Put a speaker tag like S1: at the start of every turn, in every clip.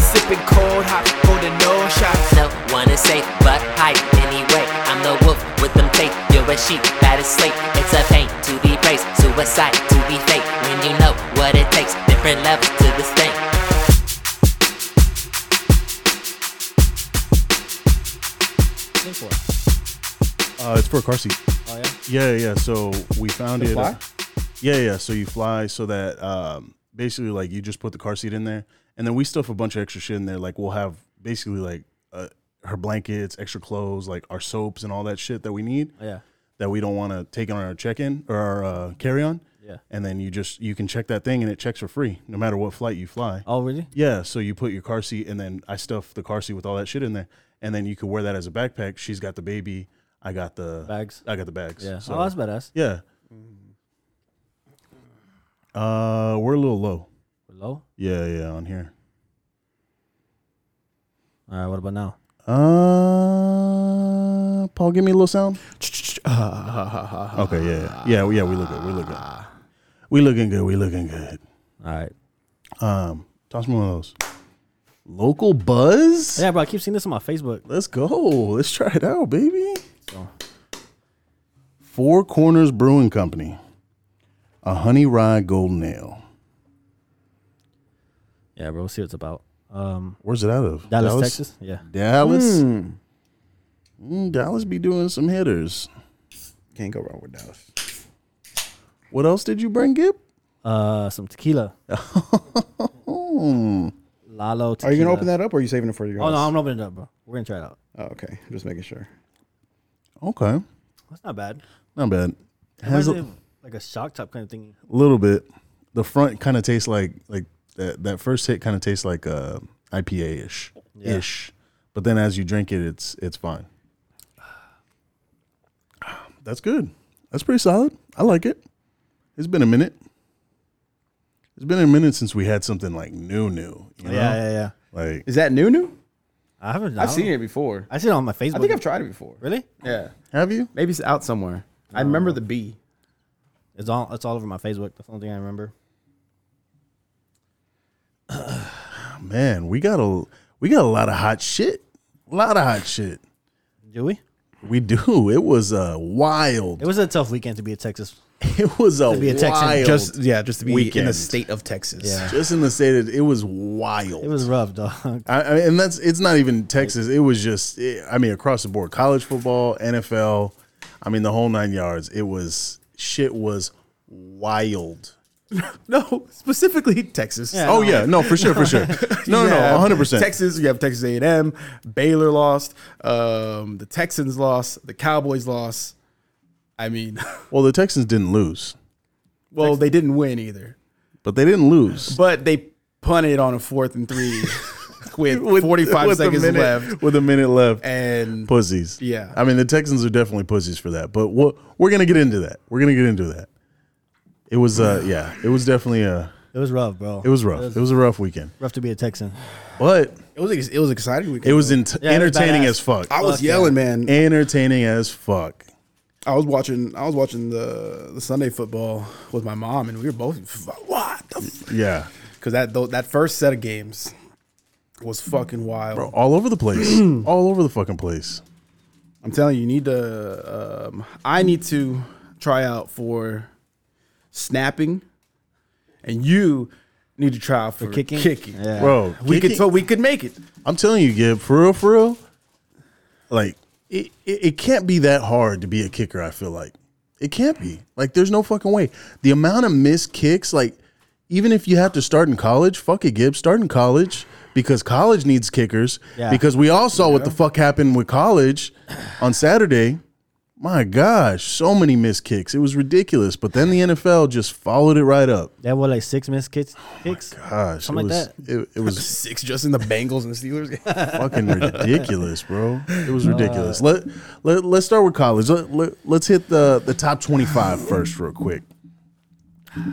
S1: Sipping cold hot, holding no shots.
S2: No one is safe but hype anyway. I'm the wolf with them fake. You're a sheep that is slate. It's a pain to be praised, suicide to be fake. When you know what it takes, different levels to this thing.
S3: Think for it.
S4: Uh, it's for a car seat.
S3: Oh yeah.
S4: Yeah, yeah. So we found
S3: To
S4: it. uh,
S3: fly?
S4: Yeah, yeah. So you fly so that um, basically like you just put the car seat in there, and then we stuff a bunch of extra shit in there. Like we'll have basically like uh, her blankets, extra clothes, like our soaps and all that shit that we need
S3: Oh, yeah.
S4: that we don't want to take on our check-in or our uh, carry-on.
S3: Yeah.
S4: And then you just you can check that thing and it checks for free no matter what flight you fly.
S3: Oh really?
S4: Yeah, so you put your car seat, and then I stuff the car seat with all that shit in there, and then you could wear that as a backpack. She's got the baby, I got the
S3: Bags.
S4: I got the bags.
S3: Yeah.
S4: So,
S3: oh, that's Mm-hmm. badass.
S4: yeah. Uh, we're a little low.
S3: We're low.
S4: Yeah, yeah, on here.
S3: All right. What about now?
S4: Uh, Paul, give me a little sound.
S3: All
S4: Okay, yeah, yeah, yeah. We look good. We look good. We looking good. We looking good.
S3: right.
S4: Um, toss me one of those. Local buzz.
S3: Yeah, bro. I keep seeing this on my Facebook.
S4: Let's go. Let's try it out, baby. Four Corners Brewing Company. A honey rye golden ale.
S3: Yeah, bro. We'll see what it's about. Um,
S4: Where's it out of?
S3: Dallas, Texas. Yeah. Hmm.
S4: Dallas. Mm, Dallas be doing some hitters.
S5: Can't go wrong with Dallas.
S4: What else did you bring, Gib?
S3: Uh, some tequila. Lalo. Tequila.
S5: Are you gonna open that up, or are you saving it for your?
S3: Oh no,
S5: house?
S3: I'm opening it up, bro. We're gonna try it out.
S5: Oh, okay, I'm just making sure.
S4: Okay.
S3: That's not bad.
S4: Not bad.
S3: Reminds
S4: Has a
S3: me of, like a shock top kind of thing.
S4: little bit. The front kind of tastes like like that that first hit kind of tastes like uh IPA ish.
S3: Yeah.
S4: Ish. But then as you drink it it's it's fine. That's good. That's pretty solid. I like it. It's been a minute. It's been a minute since we had something like new new. You know?
S3: yeah.
S4: Like
S5: Is that new? New?
S3: I haven't. I
S5: I've
S3: don't-
S5: seen it before.
S3: I seen it on my Facebook.
S5: I think I've tried it before.
S3: Really?
S5: Yeah.
S4: have you?
S5: Maybe it's out somewhere. I remember the B.
S3: It's all. It's all over my Facebook. That's the only thing I remember.
S4: Oh, Man, we got a we got a lot of hot shit. A lot of hot shit.
S3: Do we?
S4: We do. It was uh wild.
S3: It was a tough weekend to be in Texas.
S4: It was a,
S3: be a Texan.
S4: wild.
S5: Just yeah, just to be in the
S4: Weekend.
S5: state of Texas.
S3: Yeah.
S4: just in the state of, it was wild
S3: It was rough, dog.
S4: I, I, and that's it's not even texas it was just it, i mean across the board college football nfl i mean the whole nine yards it was shit was wild
S5: No, specifically Texas.
S3: Yeah.
S4: oh yeah no for sure for sure no no no
S5: You have
S4: 100%
S5: Texas, you have Texas A&M, Baylor lost, um, the Texans lost, the Cowboys lost. I mean,
S4: well the texans didn't lose
S5: well, they didn't win either,
S4: but they didn't lose
S5: but they punted on a fourth and three with,
S4: With-
S5: 45
S4: with a
S5: seconds
S4: minute-
S5: left.
S4: with a minute left
S5: And
S4: pussies
S5: Yeah.
S4: i mean the texans are definitely pussies for that but we'll, we're gonna get into that we're gonna get into that it was uh yeah it was definitely a
S3: It was rough, bro.
S4: it was rough it was a rough weekend
S3: rough to be a Texan.
S4: but
S5: it was it was exciting weekend.
S4: It was ent-
S3: Yeah, it was
S4: entertaining
S3: badass.
S4: as fuck.
S5: I was
S3: Fuck yeah.
S5: yelling, man.
S4: entertaining as fuck.
S5: I was watching I was watching the the Sunday football with my mom and we were both what the f-?
S4: Yeah,
S5: cuz that tho- that first set of games was fucking wild.
S4: bro, all over the place, all over the fucking place.
S5: I'm telling you, you need to. Um, I need to try out for snapping, and you need to try out for,
S3: kicking?
S5: kicking.
S3: Yeah.
S4: Bro,
S5: we
S4: kicking-
S5: could. So we could make it.
S4: I'm telling you, Gib, for real, for real. Like it, it, it can't be that hard to be a kicker. I feel like it can't be. Like there's no fucking way. The amount of missed kicks, like even if you have to start in college, fuck it, Gib, start in college because college needs kickers.
S3: Yeah.
S4: Because we all saw what the fuck happened with college on Saturday. My gosh, so many missed kicks. It was ridiculous. But then the NFL just followed it right up.
S3: That was like six missed kicks.
S4: Oh
S3: kicks.
S4: Gosh,
S3: Something
S4: it
S3: like
S4: was It, it was
S5: Six just in the Bengals and the Steelers.
S4: fucking ridiculous, bro. It was ridiculous. Let, let let's start with college. Let, let, let's hit the the top 25 first real quick.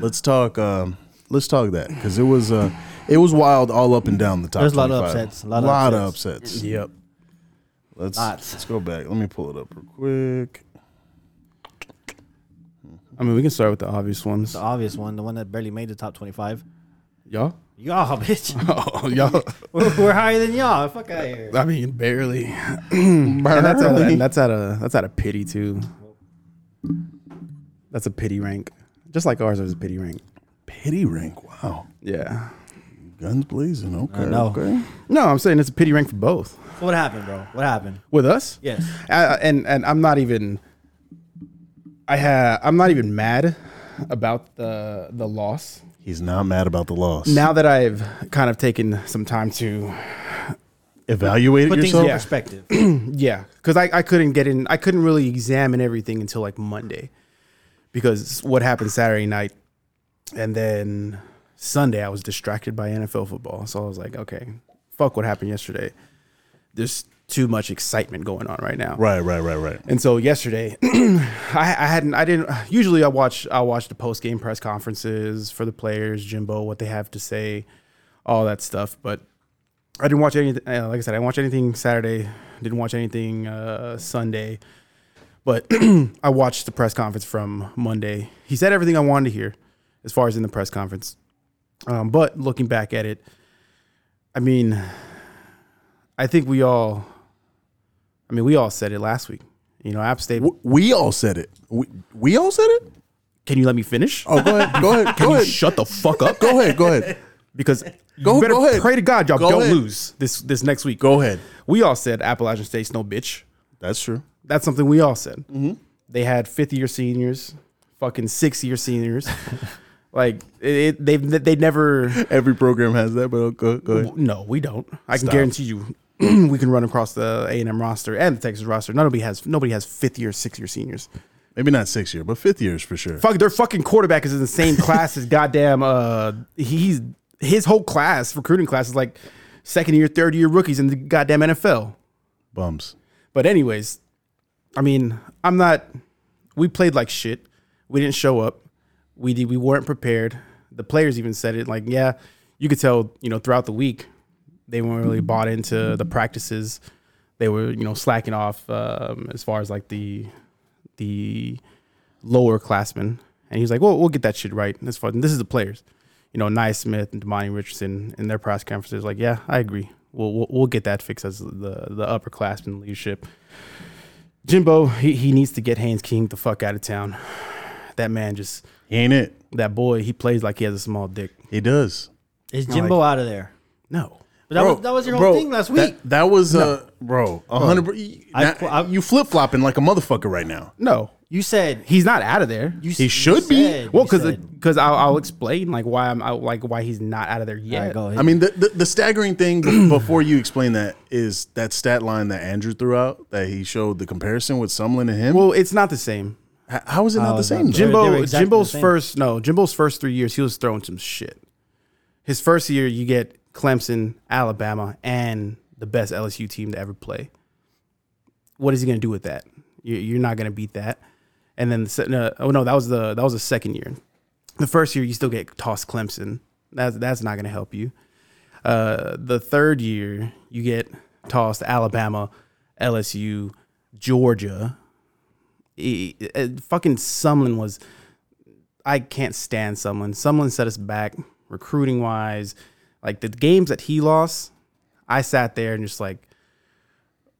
S4: Let's talk. Um, let's talk that because it was uh, it was wild all up and down the top.
S3: There's a lot of
S4: 25.
S3: upsets, a lot of
S4: of
S3: upsets.
S4: upsets.
S5: Yep.
S4: Let's
S3: Lots.
S4: let's go back. Let me pull it up real quick.
S5: I mean, we can start with the obvious ones.
S3: The obvious one, the one that barely made the top 25.
S5: Y'all?
S3: Y'all, bitch.
S5: Oh, y'all.
S3: we're, we're higher than y'all. Fuck out of here.
S5: I mean, barely. And that's out of, and that's out of that's out of pity too. That's a pity rank, just like ours was a pity rank.
S4: Pity rank. Wow.
S5: Yeah.
S4: Guns blazing. Okay.
S3: know.
S4: Okay.
S5: No, I'm saying it's a pity rank for both.
S3: So what happened, bro? What happened?
S5: With us,
S3: Yes.
S5: I, and and I'm not even. I ha I'm not even mad about the the loss.
S4: He's not mad about the loss.
S5: Now that I've kind of taken some time to
S4: evaluate it
S3: Put things in
S4: yourself.
S5: Yeah.
S3: perspective.
S5: Yeah, because I, I couldn't get in. I couldn't really examine everything until like Monday, because what happened Saturday night, and then Sunday I was distracted by NFL football. So I was like, okay, fuck what happened yesterday. There's too much excitement going on right now.
S4: Right. Right. Right. Right.
S5: And so yesterday, I, I hadn't, I didn't. Usually, I watch, I watch the post game press conferences for the players, Jimbo, what they have to say, all that stuff. But I didn't watch anything. Uh, like I said, I didn't watch anything Saturday. Didn't watch anything uh, Sunday. But I watched the press conference from Monday. He said everything I wanted to hear, as far as in the press conference. Um, but looking back at it, I mean, I think we all, I mean, we all said it last week. You know, App State.
S4: W- We all said it. We, we all said it.
S5: Can you let me finish?
S4: Oh, go ahead. Go ahead.
S5: Can
S4: go
S5: you
S4: ahead.
S5: shut the fuck up?
S4: go ahead. Go ahead.
S5: Because
S4: Go-
S5: you better
S4: go ahead.
S5: pray to God y'all
S4: Go
S5: don't
S4: ahead.
S5: lose this this next week.
S4: Go ahead.
S5: We all said Appalachian State's no bitch.
S4: That's true.
S5: That's something we all said.
S4: Mm-hmm.
S5: They had fifth year seniors, fucking six year seniors. like it, it, they've they never.
S4: Every program has that, but go, go ahead.
S5: No, we don't. I can guarantee you, we can run across the A and M roster and the Texas roster. Nobody has nobody has fifth year, six year seniors.
S4: Maybe not six year, but fifth years for sure.
S5: Fuck, their fucking quarterback is in the same class as goddamn. Uh, he's his whole class, recruiting class, is like second year, third year rookies in the goddamn NFL.
S4: Bums.
S5: But anyways, I mean, I'm not. We played like shit. We didn't show up. We did, we weren't prepared. The players even said it. Like, yeah, you could tell. You know, throughout the week, they weren't really bought into the practices. They were, you know, slacking off um, as far as like the the lower classmen. And he's like, well, we'll get that shit right. That's fun. This is the players, you know, Nia Smith and Damani Richardson in their press conferences. Like, yeah, I agree. We'll, we'll, we'll get that fixed as the, the upperclassmen leadership. Jimbo, he, he needs to get Haynes King the fuck out of town. That man just,
S4: He ain't it.
S5: that boy, he plays like he has a small dick.
S4: He does.
S3: Is Jimbo out of there?
S5: No.
S3: But that,
S4: Bro,
S3: was, that was your
S4: bro,
S3: whole thing last
S4: that-
S3: week.
S4: That, was, uh, bro, a hundred. per- You,
S3: I-
S4: now-
S3: I-
S4: you flip flopping like a motherfucker right now.
S5: No.
S3: you said
S5: He's not out of there.
S3: you, s-
S4: He
S3: you
S4: should be.
S3: said-
S5: well,
S3: you
S5: because
S3: said-
S5: because I'll, I'll explain like why I'm I, like why he's not out of there
S3: All
S5: yet.
S3: right, go ahead.
S4: I mean, the, the, the staggering thing be- before you explain that is that stat line that Andrew threw out that he showed the comparison with Sumlin and him.
S5: well, it's not the same.
S4: H- how is it not the
S3: it's not
S4: same?
S3: the
S4: though?
S3: same.
S5: Jimbo
S3: they were exactly
S5: Jimbo's
S3: the same.
S5: first no Jimbo's first three years he was throwing some shit. His first year you get Clemson, Alabama, and the best LSU team to ever play. What is he going to do with that? You- You're not going to beat that. And then the se- no, oh no that was the that was the second year. The first year you still get tossed Clemson. That's that's not going to help you. Uh, the third year you get tossed Alabama, LSU, Georgia. E- uh, fucking Sumlin was I can't stand Sumlin. Sumlin set us back recruiting wise. Like the games that he lost, I sat there and just like,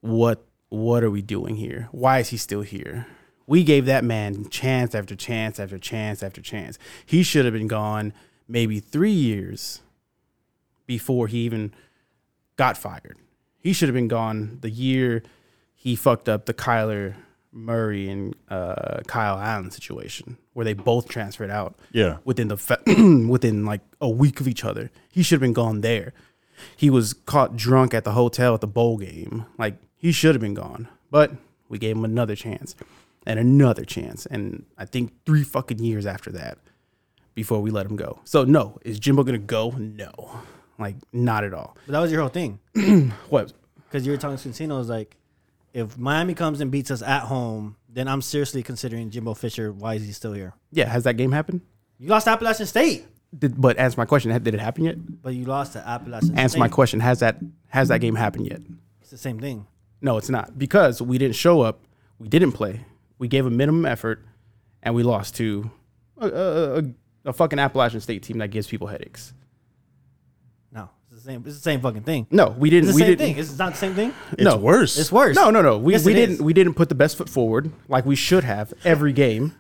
S5: what what are we doing here? Why is he still here? We gave that man chance after chance after chance after chance. He should have been gone maybe three years before he even got fired. He should have been gone the year he fucked up the Kyler Murray and uh, Kyle Allen situation where they both transferred out.
S4: Yeah.
S5: Within the fe- within like a week of each other. He should have been gone there. He was caught drunk at the hotel at the bowl game. Like he should have been gone. But we gave him another chance and another chance and I think 3 fucking years after that before we let him go. So no, is Jimbo going to go? No. Like not at all.
S3: But that was your whole thing.
S5: What?
S3: Because you were talking to Cincino, is like, if Miami comes and beats us at home, then I'm seriously considering Jimbo Fisher. Why is he still here?
S5: Yeah, has that game happened?
S3: You lost to Appalachian State,
S5: Did, but answer my question. ha- Did it happen yet?
S3: but you lost to Appalachian
S5: Answer
S3: State.
S5: my question. Has that has that game happened yet?
S3: It's the same thing.
S5: No, it's not because we didn't show up. We didn't play. We gave a minimum effort, and we lost to a, a, a, a fucking Appalachian State team that gives people headaches.
S3: No, it's the same. It's the same fucking thing.
S5: No, we didn't.
S3: It's the
S5: we
S3: same
S5: didn't.
S3: thing. It's not the same thing.
S4: It's
S5: No.
S4: worse.
S3: It's worse.
S5: No, no, no. We,
S3: Yes,
S5: we
S3: it
S5: didn't
S3: is.
S5: we didn't put the best foot forward like we should have every game.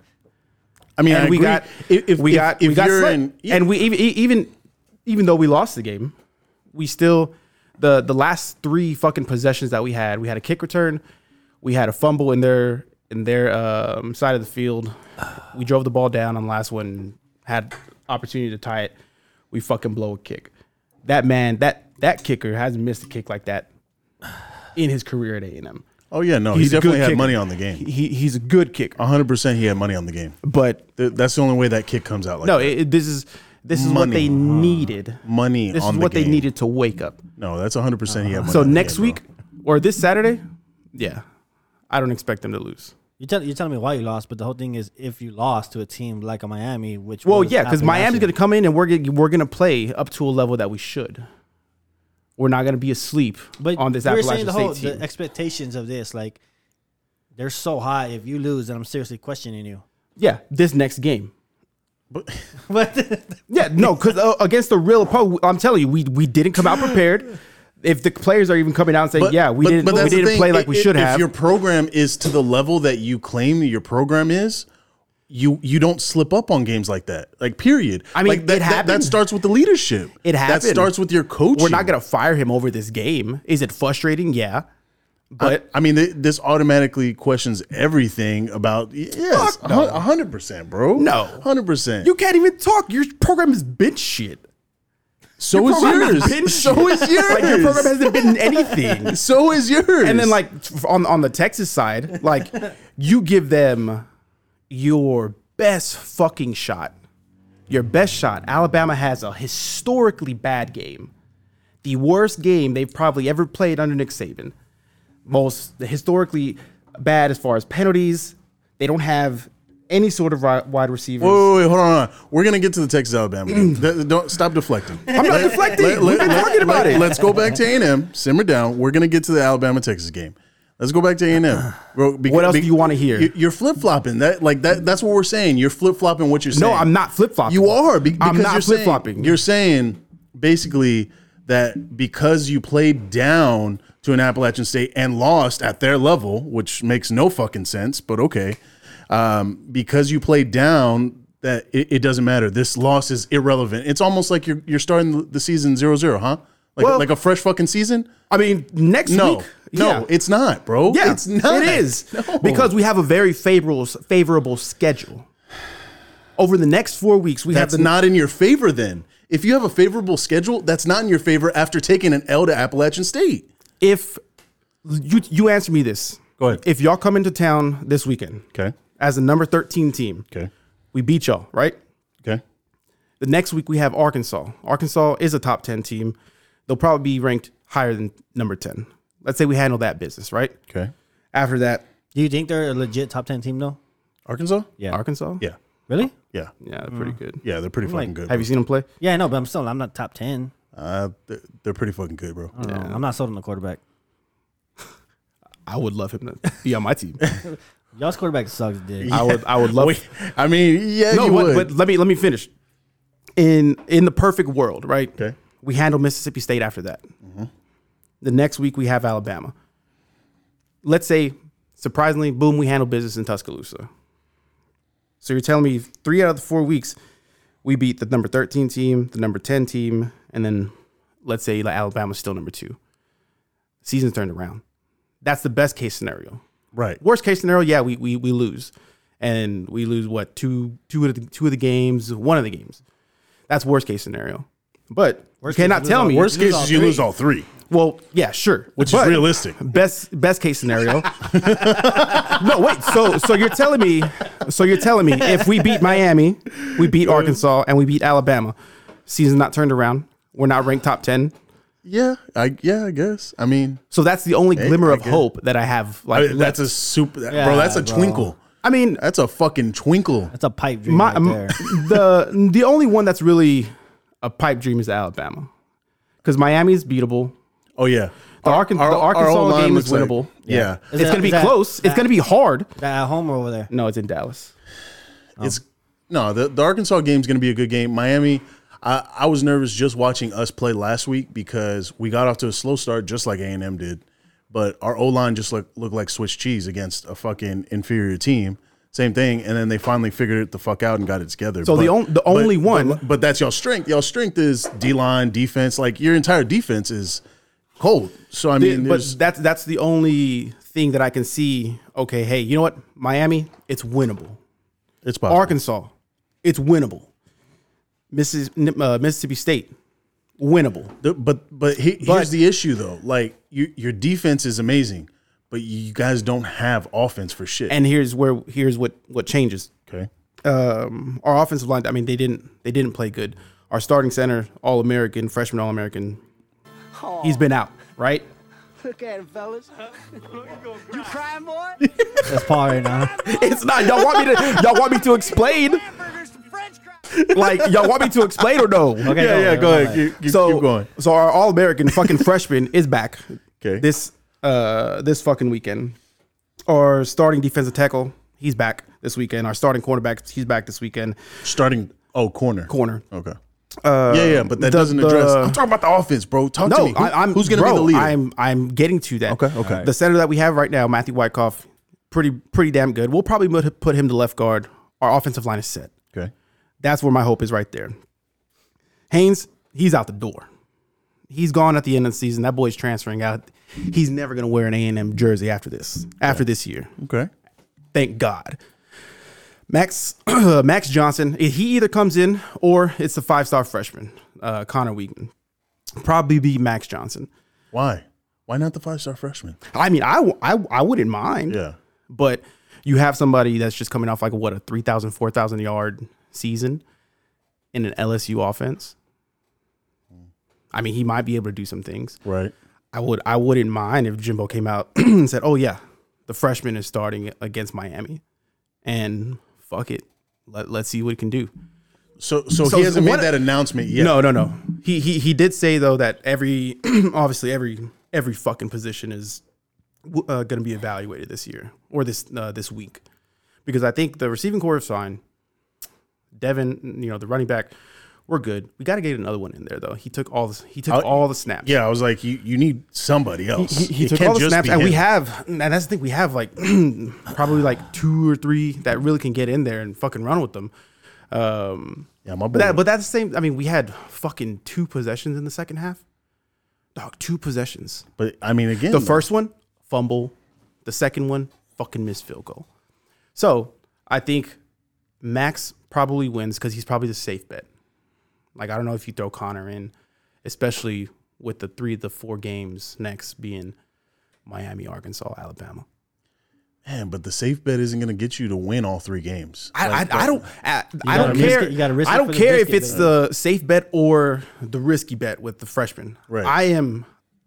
S4: I mean,
S5: and
S4: I
S5: we
S4: agree.
S5: got
S4: if, if
S5: we got
S4: if
S5: we got
S4: you're
S5: slight.
S4: in yeah,
S5: and we even e, even even though we lost the game, we still the the last three fucking possessions that we had, we had a kick return, we had a fumble in their in their um, side of the field. We drove the ball down on the last one, had opportunity to tie it. We fucking blow a kick. That man, that that kicker hasn't missed a kick like that in his career at A&M.
S4: oh yeah, no, he
S5: He's a
S4: definitely
S5: good
S4: had
S5: kicker.
S4: money on the game.
S5: He he's a good kicker,
S4: hundred percent, he had money on the game.
S5: but
S4: Th- That's the only way that kick comes out. Like
S5: no,
S4: that.
S5: it, it- this is this is what
S4: Money.
S5: they needed.
S4: money.
S5: This
S4: on
S5: is
S4: the
S5: what they
S4: game.
S5: needed to wake up.
S4: No, that's hundred percent. He had money.
S5: So
S4: on the
S5: next
S4: game, bro.
S5: week or this Saturday, yeah, I don't expect them to lose.
S3: You tell you telling me why you lost, but the whole thing is if you lost to a team like a Miami, which
S5: Well,
S3: was
S5: yeah, because
S3: Appalachian-
S5: Miami's going to come in and we're gonna, we're going to play up to a level that we should. We're not going to be asleep on this
S3: we were
S5: Appalachian
S3: the
S5: State
S3: whole-
S5: team.
S3: The expectations of this, like, they're so high. If you lose, then I'm seriously questioning you.
S5: yeah, this next game.
S3: But
S5: Yeah, no, because uh, against the real opponent, I'm telling you, we we didn't come out prepared. If the players are even coming out and saying, "Yeah, we didn't, we
S4: that's the
S5: didn't
S4: thing.
S5: play like we
S4: If-
S5: should
S4: if,
S5: have,"
S4: If your program is to the level that you claim that your program is, you you don't slip up on games like that. Like period.
S5: I mean,
S4: like that,
S5: it
S4: that, that
S5: happened.
S4: starts with the leadership.
S5: It happened.
S4: That starts with your coach.
S5: we're not going to fire him over this game. Is it frustrating? Yeah,
S4: Uh,
S5: but
S4: I mean, th- this automatically questions everything about. Yes,
S5: Fuck no.
S4: a hundred percent, bro.
S5: No.
S4: hundred percent.
S5: You can't even talk. Your program is bitch shit.
S4: So is
S5: Program
S4: yours.
S5: has been
S4: so
S5: shit.
S4: is yours.
S5: Like your program hasn't been anything.
S4: So is yours.
S5: and then like on on the Texas side, like you give them your best fucking shot. Your best shot. Alabama has a historically bad game. The worst game they've probably ever played under Nick Saban. Most historically bad as far as penalties. They don't have any sort of ri- wide receivers.
S4: Wait, wait, wait, hold on, hold on. We're gonna get to the Texas Alabama. game. Th- don't stop deflecting. I'm
S5: not deflecting. We've been talking about it.
S4: Let's go back to A and M. Simmer down. We're gonna get to the Alabama Texas game. Let's go back to A and M.
S5: What else do you wanna hear?
S4: You're flip flopping. That like that. That's what we're saying. You're flip flopping what you're saying.
S5: No, I'm not flip flopping.
S4: You are be-
S5: I'm
S4: because
S5: not
S4: you're saying-
S5: flip-flopping.
S4: You're saying basically that because you played down to an Appalachian State and lost at their level, which makes no fucking sense, but okay. Um, because you played down, that it, it doesn't matter. This loss is irrelevant. It's almost like you're you're starting the season 0-0, huh? Like
S5: Well-
S4: like a fresh fucking season?
S5: I mean, next
S4: No,
S5: week.
S4: no,
S5: yeah.
S4: it's not, bro.
S5: Yeah,
S4: it's not.
S5: It is
S4: No.
S5: because we have a very favorable favorable schedule. Over the next four weeks, we
S4: That's
S5: have the,
S4: not in your favor then. If you have a favorable schedule, that's not in your favor after taking an L to Appalachian State.
S5: if you you answer me this.
S4: Go ahead.
S5: If y'all come into town this weekend,
S4: Okay.
S5: as the number thirteen team,
S4: Okay.
S5: we beat y'all, right?
S4: Okay.
S5: The next week we have Arkansas. Arkansas is a top ten team. They'll probably be ranked higher than number ten. Let's say we handle that business, right?
S4: Okay.
S5: After that,
S3: do you think they're a legit top ten team though?
S4: Arkansas?
S3: Yeah.
S5: Arkansas.
S4: Yeah.
S3: Really?
S4: Yeah.
S5: yeah, they're pretty good.
S4: Yeah, they're pretty fucking good.
S5: Have you seen them play?
S3: Yeah, I know, but I'm still I'm not top ten.
S4: uh, they're, they're pretty fucking good, bro.
S3: I don't know. I'm not sold on the quarterback.
S5: I would love him to be on my team.
S3: Y'all's quarterback sucks, dude.
S5: I would. I would love.
S4: Wait, I mean, yeah,
S5: no,
S4: you
S5: but,
S4: would.
S5: but let me let me finish. In in the perfect world, right?
S4: Okay. Mm-hmm.
S5: We handle Mississippi State after that. The next week we have Alabama. Let's say, surprisingly, boom, we handle business in Tuscaloosa. So you're telling me three out of the four weeks, we beat the number 13 team, the number 10 team, and then let's say like Alabama's still number two. Season's turned around. That's the best case scenario
S4: right.
S5: worst case scenario, yeah, we we, we lose, and we lose what two two of the two of the games, one of the games. That's worst case scenario. But
S3: Worst
S5: you
S3: case,
S5: cannot
S3: we
S5: tell
S3: lose
S5: me.
S3: all-
S4: Worst case is you lose all three,
S5: well, yeah, sure,
S4: which
S5: But
S4: is realistic.
S5: Best best case scenario. no, wait. So so you're telling me, so you're telling me if we beat Miami, we beat Arkansas, and we beat Alabama, season's not turned around. We're not ranked top ten.
S4: Yeah, I yeah, I guess. I mean,
S5: So that's the only glimmer
S4: I
S5: of
S4: get it.
S5: hope that I have.
S4: I
S5: Like
S4: mean, that's a super, bro. That's a
S3: bro.
S4: twinkle.
S5: I mean,
S4: That's a fucking twinkle.
S3: That's a pipe dream
S5: my, um,
S3: right there.
S5: the the only one that's really a pipe dream is Alabama, because Miami is beatable.
S4: Oh yeah,
S5: The, Arkan- the Arkansas
S4: O-line
S5: game is
S4: looks like-
S5: winnable.
S4: yeah,
S3: Is
S5: it's
S3: that-
S5: gonna be
S3: is that-
S5: close. it's
S3: that-
S5: gonna be hard.
S3: That at home or over there?
S5: No, it's in Dallas. Oh.
S4: it's no. The, the Arkansas game is going to be a good game. Miami. I, I was nervous just watching us play last week because we got off to a slow start, just like A and M did, but our O line just look, looked like Swiss cheese against a fucking inferior team. Same thing, and then they finally figured it the fuck out and got it together.
S5: So the on- the only one-
S4: but, but that's y'all strength. Y'all strength is D line defense. Like your entire defense is cold. So I mean,
S5: but
S4: there's-
S5: that's that's the only thing that I can see. Okay, hey, you know what? Miami, it's winnable.
S4: it's possible.
S5: Arkansas, it's winnable. Missis, uh, Mississippi State, winnable.
S4: The- but but, he,
S5: But-
S4: here's the issue though. Like you, your defense is amazing, but you guys don't have offense for shit.
S5: And here's where here's what what changes.
S4: okay,
S5: um, our offensive line. I mean, they didn't they didn't play good. Our starting center, All American, freshman All American, he's been out. Right?
S1: Look at him, fellas. you crying, boy?
S3: That's Paul right now.
S5: It's not. Y'all want me to y'all want me to explain?
S1: Hamburgers, some French fries.
S5: Like y'all want me to explain or no?
S3: Okay,
S4: yeah,
S3: go,
S4: yeah,
S3: never
S4: go ahead.
S3: mind.
S4: Keep, keep-
S5: so
S4: keep going.
S5: so our All American fucking freshman is back.
S4: 'Kay.
S5: This uh this fucking weekend. Our starting defensive tackle, he's back this weekend. Our starting cornerback, he's back this weekend.
S4: Starting oh corner
S5: Corner. Uh,
S4: Okay. yeah, yeah, but that
S5: the-
S4: doesn't address.
S5: the-
S4: I'm talking about the offense, bro. Talk to
S5: No,
S4: me. Who-
S5: I, I'm
S4: who's going to
S5: bro,
S4: be the leader?
S5: I'm I'm getting to that.
S4: Okay, okay. Alright.
S5: The center that we have right now, Matthew Wyckoff, pretty pretty damn good. We'll probably put put him to left guard. Our offensive line is set.
S4: okay.
S5: That's where my hope is right there. Haynes, he's out the door. He's gone at the end of the season. That boy's transferring out. He's never going to wear an A&M jersey after this. After this year.
S4: Okay.
S5: Thank God. Max Max Johnson, he either comes in or it's the five-star freshman, uh, Connor Wiegman. Probably be Max Johnson.
S4: Why? Why not the five star freshman?
S5: I mean, I, w- I, I wouldn't mind,
S4: Yeah.
S5: but you have somebody that's just coming off like what a 3,000, 4,000 yard season in an LSU offense. I mean, he might be able to do some things.
S4: Right.
S5: I would I wouldn't mind if Jimbo came out and said, "Oh yeah, the freshman is starting against Miami." And fuck it. Let, let's see what it can do.
S4: So so,
S5: So
S4: he hasn't
S5: what-
S4: made that announcement yet.
S5: No, no, no. He he he did say though that every obviously every every fucking position is w- uh, going to be evaluated this year or this uh, this week because I think the receiving core is fine. Devin, you know the running back, we're good. We got to get another one in there though. He took all the, he took
S4: I'll-
S5: all the snaps.
S4: Uh, Yeah, I was like, you, you need somebody
S5: He,
S4: else.
S5: he, he
S4: It
S5: took
S4: can't
S5: all the
S4: just
S5: snaps,
S4: be
S5: and we
S4: him.
S5: have, and that's the thing. We have like probably like two or three that really can get in there and fucking run with them. Um,
S4: Yeah, my boy.
S5: but that, but that's the same. I mean, we had fucking two possessions in the second half. Dog, two possessions.
S4: but I mean, again,
S5: The
S4: though,
S5: first one, fumble. The second one, fucking missed field goal. So I think Max probably wins because he's probably the safe bet. Like I don't know if you throw Connor in, especially with the three of the four games next being Miami, Arkansas, Alabama.
S4: man, but the safe bet isn't going to get you to win all three games.
S5: I,
S4: Like,
S5: I, I don't uh, I, I don't
S3: gotta risk
S5: care.
S3: it- you gotta risk
S5: I
S3: it
S5: don't
S3: for the
S5: care if
S3: biscuit,
S5: it's
S3: but-
S5: the safe bet or the risky bet with the freshman.
S4: Right.
S5: I am.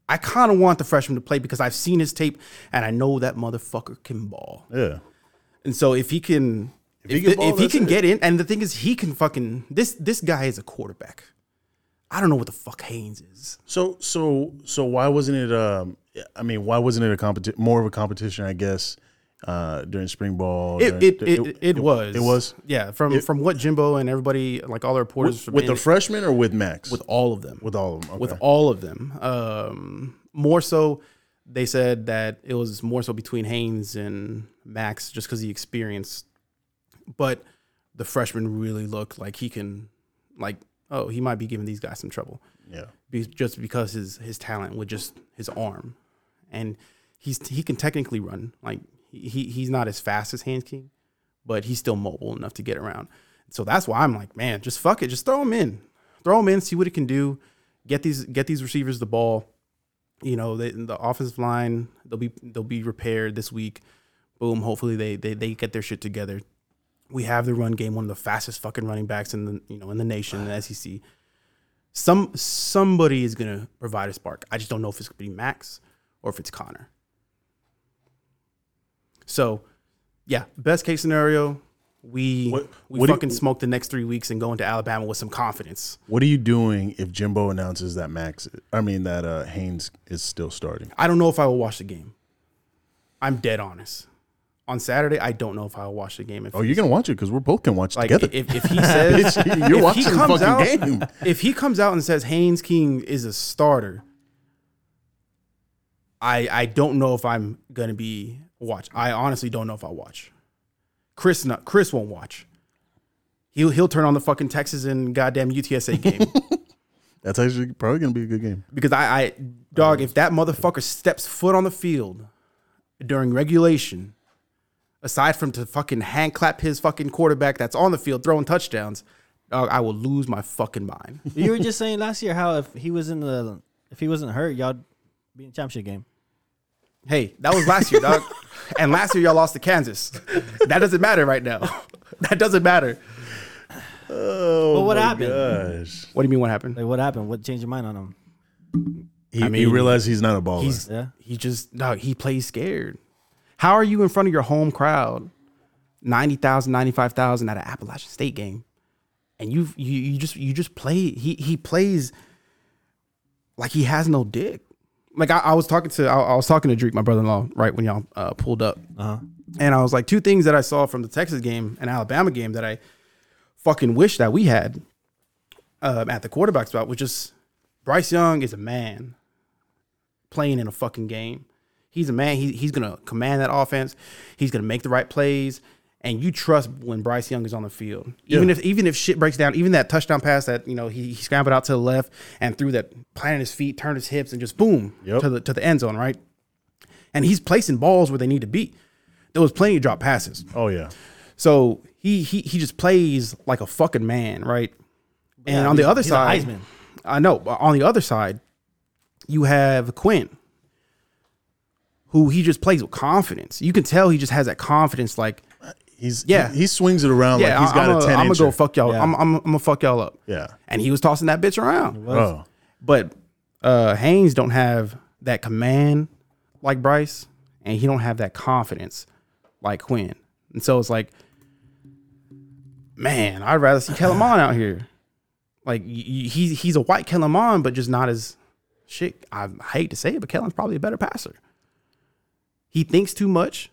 S5: I kind of want the freshman to play because I've seen his tape and I know that motherfucker can ball.
S4: Yeah.
S5: And so if he can, if,
S4: he
S5: the-
S4: can ball,
S5: if he
S4: that's
S5: can
S4: it.
S5: get in, and the thing is, he can fucking this. This guy is a quarterback. I don't know what the fuck Haynes is.
S4: So so so why wasn't it? Um, I mean, why wasn't it a competition? More of a competition, I guess, uh, during spring ball.
S5: It
S4: during-
S5: it, it, it, was
S4: It was
S5: yeah from from what Jimbo and everybody like all the reporters from
S4: with the
S5: in-
S4: freshman or with Max.
S5: with all of them
S4: with all of them.
S5: with
S4: all.
S5: all of them. Um, more so, they said that it was more so between Haynes and Max just because the experience. But the freshman really looked like he can, like, oh, he might be giving these guys some trouble
S4: Yeah.
S5: be, just because his his talent with just his arm, and he's he can technically run. Like he he's not as fast as Hans King, but he's still mobile enough to get around. So that's why I'm like, man, just fuck it, just throw him in, throw him in, see what he can do. Get these get these receivers the ball. You know, they, the offensive line they'll be they'll be repaired this week. Boom. Hopefully they they they get their shit together. We have the run game, one of the fastest fucking running backs in the you know in the nation, in the SEC some somebody is gonna provide a spark. I just don't know if it's gonna be Max or if it's Connor. So Yeah, best case scenario, we
S4: What-
S5: we
S4: what do you-
S5: fucking smoke the next three weeks and go into Alabama with some confidence.
S4: What are you doing if Jimbo announces that Max? I mean that uh, Haynes is still starting.
S5: I don't know if I will watch the game. I'm dead honest. On Saturday, I don't know if I will watch the game. If
S4: Oh, you're gonna watch it because we're both gonna watch it
S5: like
S4: together.
S5: if, if he says
S4: Bitch,
S5: if
S4: you're
S5: he
S4: watching the
S5: comes
S4: fucking
S5: out-
S4: game.
S5: if he comes out and says Haynes King is a starter, I I don't know if I'm gonna be watch. I honestly don't know if I'll watch. Chris not, Chris won't watch. He'll he'll turn on the fucking Texas and goddamn UTSA game
S4: That's actually probably gonna be a good game.
S5: because I, I dog if that motherfucker steps foot on the field during regulation, aside from to fucking hand clap his fucking quarterback that's on the field throwing touchdowns, dog, I will lose my fucking mind.
S3: You were just saying last year how if he was in the if he wasn't hurt, y'all be in the championship game.
S5: Hey, that was last year, dog. and last year y'all lost to Kansas. That doesn't matter right now. That doesn't matter.
S4: Oh,
S3: But what happened?
S4: Gosh.
S5: What do you mean? What happened?
S3: Like what happened? What changed your mind on him?
S4: He,
S5: I
S4: he
S5: mean,
S4: realized he's not a baller.
S5: He's
S3: Yeah.
S5: he just dog. He plays scared. How are you in front of your home crowd, 90,000, 95,000 at an Appalachian State game, and you you you just you just play. He he plays like he has no dick. Like I, I was talking to I, I was talking to Drake, my brother in law, right when y'all uh, pulled up.
S3: Uh huh.
S5: And I was like, two things that I saw from the Texas game and Alabama game that I fucking wish that we had um, at the quarterback spot was just Bryce Young is a man playing in a fucking game. He's a man. He, he's going to command that offense. He's going to make the right plays. And you trust when Bryce Young is on the field, even if even if shit breaks down, even that touchdown pass that you know he, he scrambled out to the left and threw that, planted his feet, turned his hips, and just boom
S4: Yep.
S5: to the to the end zone, right? And he's placing balls where they need to be there was plenty of drop passes.
S4: oh yeah.
S5: So he he he just plays like a fucking man, right? And
S3: Yeah,
S5: on the
S3: he's-
S5: other
S3: he's a
S5: side,
S3: Heisman.
S5: I know. But on the other side, you have Quinn, who he just plays with confidence. You can tell he just has that confidence. Like,
S4: He's
S5: Yeah.
S4: He, he swings it around
S5: yeah,
S4: like he's got
S5: I'm
S4: a
S5: gonna
S4: ten inch.
S5: go fuck y'all.
S3: Yeah.
S5: I'm, I'm I'm gonna fuck y'all up.
S4: Yeah.
S5: And he was tossing that bitch around.
S4: Oh,
S5: But uh Haynes don't have that command like Bryce, and he don't have that confidence like Quinn. And so it's like, man, I'd rather see Kellerman out here. Like y- y- he's he's a white Kellerman, but just not as shit. I hate to say it, but Kellen's probably a better passer. He thinks too much.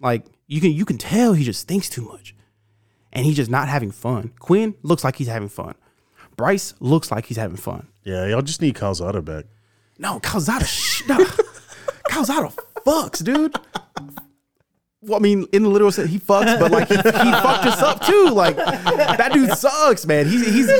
S5: Like you can you can tell he just thinks too much, and he's just not having fun. Quinn looks like he's having fun. Bryce looks like he's having fun.
S4: yeah. Y'all just need Calzada back.
S5: No, Calzada. sh- no. Calzada fucks, dude. Well, I mean, in the literal sense, he fucks, but like he, he fucked us up too. Like that dude sucks, man. He's he's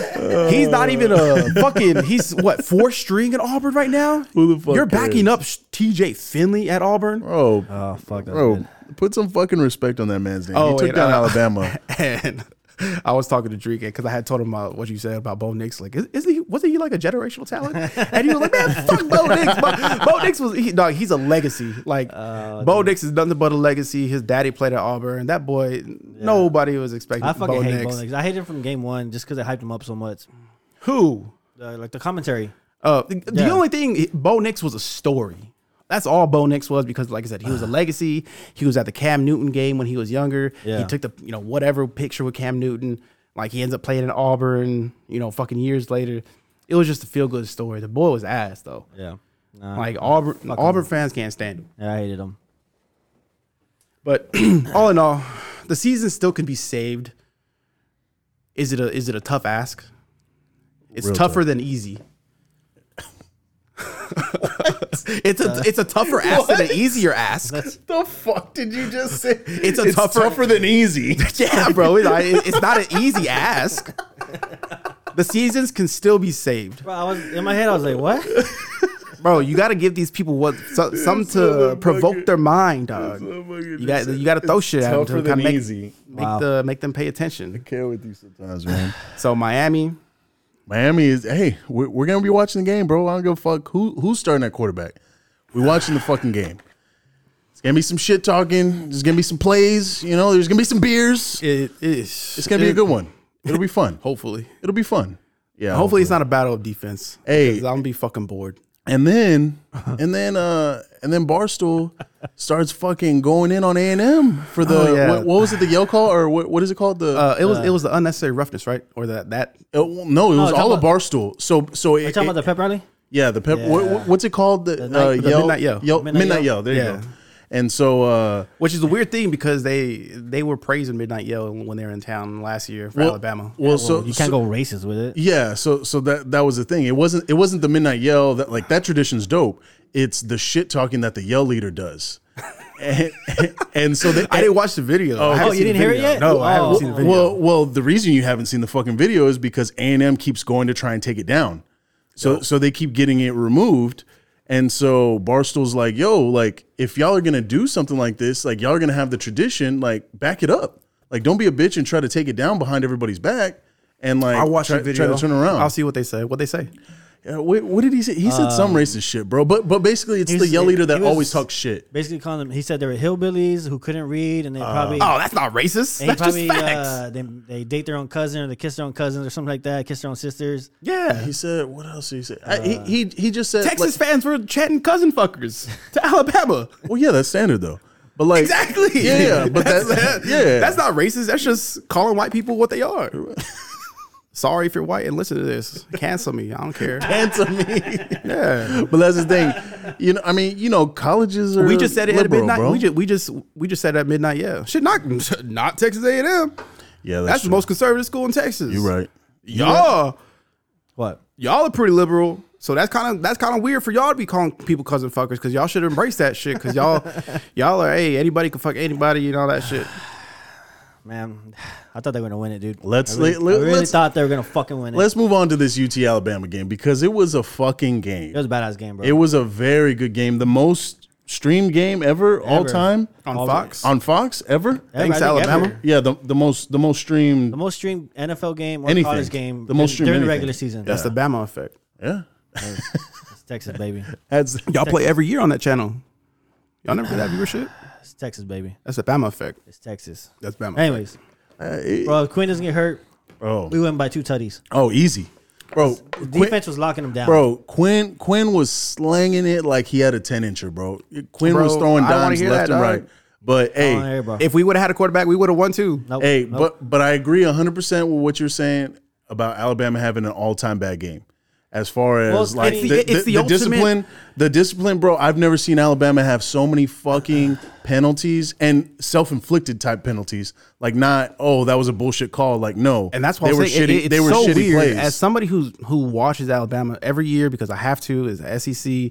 S5: he's not even a fucking. He's what fourth string at Auburn right now.
S4: Who the fuck
S5: You're backing
S4: cares?
S5: up sh- T.J. Finley at Auburn,
S4: Bro,
S3: Oh fuck that.
S4: bro, put some fucking respect on that man's name. he
S5: Oh,
S4: took
S5: wait,
S4: down
S5: uh,
S4: Alabama.
S5: and I was talking to Drake because I had told him about what you said about Bo Nix. Like, is, is he wasn't he like a generational talent? And he was like, man, fuck Bo Nix. Bo, Bo Nix was he, dog. He's a legacy. Like,
S3: Uh,
S5: Bo Nix is nothing but a legacy. His daddy played at Auburn. That boy, nobody was expecting.
S3: I fucking
S5: Bo
S3: hate
S5: Nix.
S3: Bo Nix. I hate him from game one just because I hyped him up so much.
S5: Who?
S3: Uh, like the commentary.
S5: Uh, the, the
S3: Yeah.
S5: only thing Bo Nix was a story. That's all Bo Nix was because, like I said, he was a legacy. He was at the Cam Newton game when he was younger. He
S3: Yeah.
S5: took the you know whatever picture with Cam Newton. Like he ends up playing in Auburn. You know, fucking years later, it was just a feel good story. The boy was ass though.
S3: Yeah. Nah,
S5: Like Auburn, Auburn fans can't stand him.
S3: yeah, I hated him.
S5: But all in all, the season still can be saved. Is it a is it a tough ask? It's
S4: Real
S5: tougher than easy. it's
S4: Uh,
S5: a it's a tougher ask than an easier ask.
S4: the fuck did you just say?
S5: It's a tougher-
S4: than easy.
S5: yeah, bro. It's, not- it's not an easy ask. The seasons can still be saved,
S3: Bro, I was in my head. I was like, what?
S5: bro. You got to give these people what so, something to provoke their mind, dog. You got you got to throw shit at them to
S4: Tougher
S5: kinda
S4: than
S5: make,
S4: easy.
S5: make the make them pay attention.
S4: Care with you sometimes, man.
S5: So Miami,
S4: Miami is hey, we're, we're gonna be watching the game, bro. I don't give a fuck who who's starting at quarterback. We're watching the fucking game. It's gonna be some shit talking. There's gonna be some plays. You know, there's gonna be some beers.
S5: it is.
S4: It's gonna be a good one. It'll be fun.
S5: Hopefully.
S4: It'll be fun. Yeah.
S5: Hopefully it's not a battle of defense.
S4: Hey.
S5: because I'm gonna be fucking bored.
S4: And then and then uh and then Barstool starts fucking going in on A and M for the
S5: Oh, yeah.
S4: what, what was it the yell call or what what is it called the
S5: Uh, it was it was the unnecessary roughness, right? Or that that
S4: uh, well, no it was
S3: talking
S4: all
S3: about-
S4: a Barstool so so
S3: Are you
S4: it,
S3: talking
S4: it-
S3: about the pep rally?
S4: yeah the pep what-
S3: Yeah.
S4: what- what's it called the,
S3: night-
S4: uh,
S3: the
S4: yell,
S5: midnight yell.
S4: midnight,
S3: Midnight
S4: yell,
S3: yell.
S4: there
S5: Yeah.
S4: you go and so uh
S5: which is a weird thing because they they were praising Midnight Yell when they were in town last year for
S4: well-
S5: Alabama.
S4: well, so
S3: you
S4: so-
S3: can't go racist with it.
S4: Yeah, so so that that was the thing. It wasn't it wasn't the midnight yell that like that tradition's dope. It's the shit talking that the yell leader does. and, and so they,
S5: I didn't watch the video. I haven't
S3: Oh, you
S5: seen the
S3: didn't hear it
S5: video.
S3: yet?
S5: No, I haven't
S3: Oh.
S5: seen the video.
S4: well well the reason you haven't seen the fucking video is because A&M keeps going to try and take it down. So so they keep getting it removed. And so Barstool's like, "Yo, like if y'all are going to do something like this, like y'all are going to have the tradition, like back it up. Like don't be a bitch and try to take it down behind everybody's back." And like
S5: I watched
S4: try,
S5: the video.
S4: try to turn around.
S5: I'll see Um, what they say. What they say.
S4: Uh, wait, what did he say? He said some racist shit, bro. But but basically, it's the
S3: he's-
S4: yell leader that
S3: he was-
S4: always talks shit.
S3: Basically, calling them. He said they were hillbillies who couldn't read, and they probably
S5: Oh, that's not racist.
S3: And he
S5: That's
S3: probably
S5: just facts.
S3: uh, they, they date their own cousin or they kiss their own cousins or something like that, kiss their own sisters.
S5: yeah.
S4: He said what else did he say? I, he, he he just said
S5: Uh, Texas
S4: like-
S5: fans were chatting cousin fuckers to Alabama.
S4: well, yeah, that's standard though. But like
S5: Exactly.
S4: yeah, yeah, but
S5: that's,
S4: that, yeah,
S5: that's not racist. That's just calling white people what they are. Sorry if you're white and listen to this. Cancel me. I don't care.
S4: answer me. yeah, but that's the thing. You know, I mean, you know, colleges are
S5: We just said it
S4: liberal,
S5: at midnight.
S4: bro.
S5: We just we just we just said at midnight. Yeah, shit, not not Texas A and M.
S4: yeah,
S5: That's the
S4: true.
S5: most conservative school in Texas.
S4: You're right.
S5: Y'all,
S3: What?
S5: y'all are pretty liberal. So that's kind of that's kind of weird for y'all to be calling people cousin fuckers because y'all should embrace that shit because y'all y'all are hey anybody can fuck anybody and all that shit.
S3: Man, I thought they were gonna win it, dude.
S4: Let's-
S3: I really,
S4: let- let-
S3: I really
S4: let's-
S3: thought they were gonna fucking win it.
S4: Let's move on to this UT Alabama game because it was a fucking game.
S3: it was a badass game, bro.
S4: It was a very good game. The most streamed game ever, all
S3: Ever.
S4: time
S5: On
S3: All-
S5: Fox,
S4: on Fox ever.
S3: Ever,
S5: thanks,
S3: I think,
S5: Alabama.
S3: ever.
S4: Yeah, the the most the most streamed.
S3: The most streamed NFL game or
S4: Anything.
S3: college game
S4: The most
S3: dur-
S4: streamed
S3: during the
S4: anything.
S3: regular season.
S5: that's the Bama effect.
S4: yeah,
S3: It's Texas baby.
S4: that's
S5: Y'all play every year on that channel. Y'all never did that viewership.
S3: It's Texas baby.
S5: That's the Bama effect.
S3: It's Texas.
S5: That's Bama.
S3: Anyways, bro, if Quinn doesn't get hurt,
S4: bro.
S3: we win by two tutties.
S4: Oh, easy, bro. Quinn,
S3: Defense was locking them down,
S4: bro, Quinn Quinn was slanging it like he had a ten incher, bro. Quinn was
S5: Bro,
S4: throwing
S5: I wanna
S4: dimes
S5: hear
S4: left
S5: that,
S4: and
S5: dog.
S4: right. But
S3: On
S4: hey,
S3: air, bro.
S5: If we would have had a quarterback, we would have won too.
S3: Nope,
S4: hey,
S3: nope.
S4: but but I agree hundred percent with what you're saying about Alabama having an all time bad game. As far as
S3: Well,
S4: like
S3: it's the-
S4: the, the,
S5: it's the
S4: the
S5: ultimate-
S4: discipline, the discipline, bro. I've never seen Alabama have so many fucking penalties and self inflicted type penalties. Like not, oh, that was a bullshit call. Like no,
S5: And that's why
S4: they
S5: I'm
S4: were
S5: saying,
S4: shitty.
S5: It, it's
S4: they were
S5: so
S4: shitty
S5: weird.
S4: plays.
S5: As somebody who's who watches Alabama every year because I have to, is the E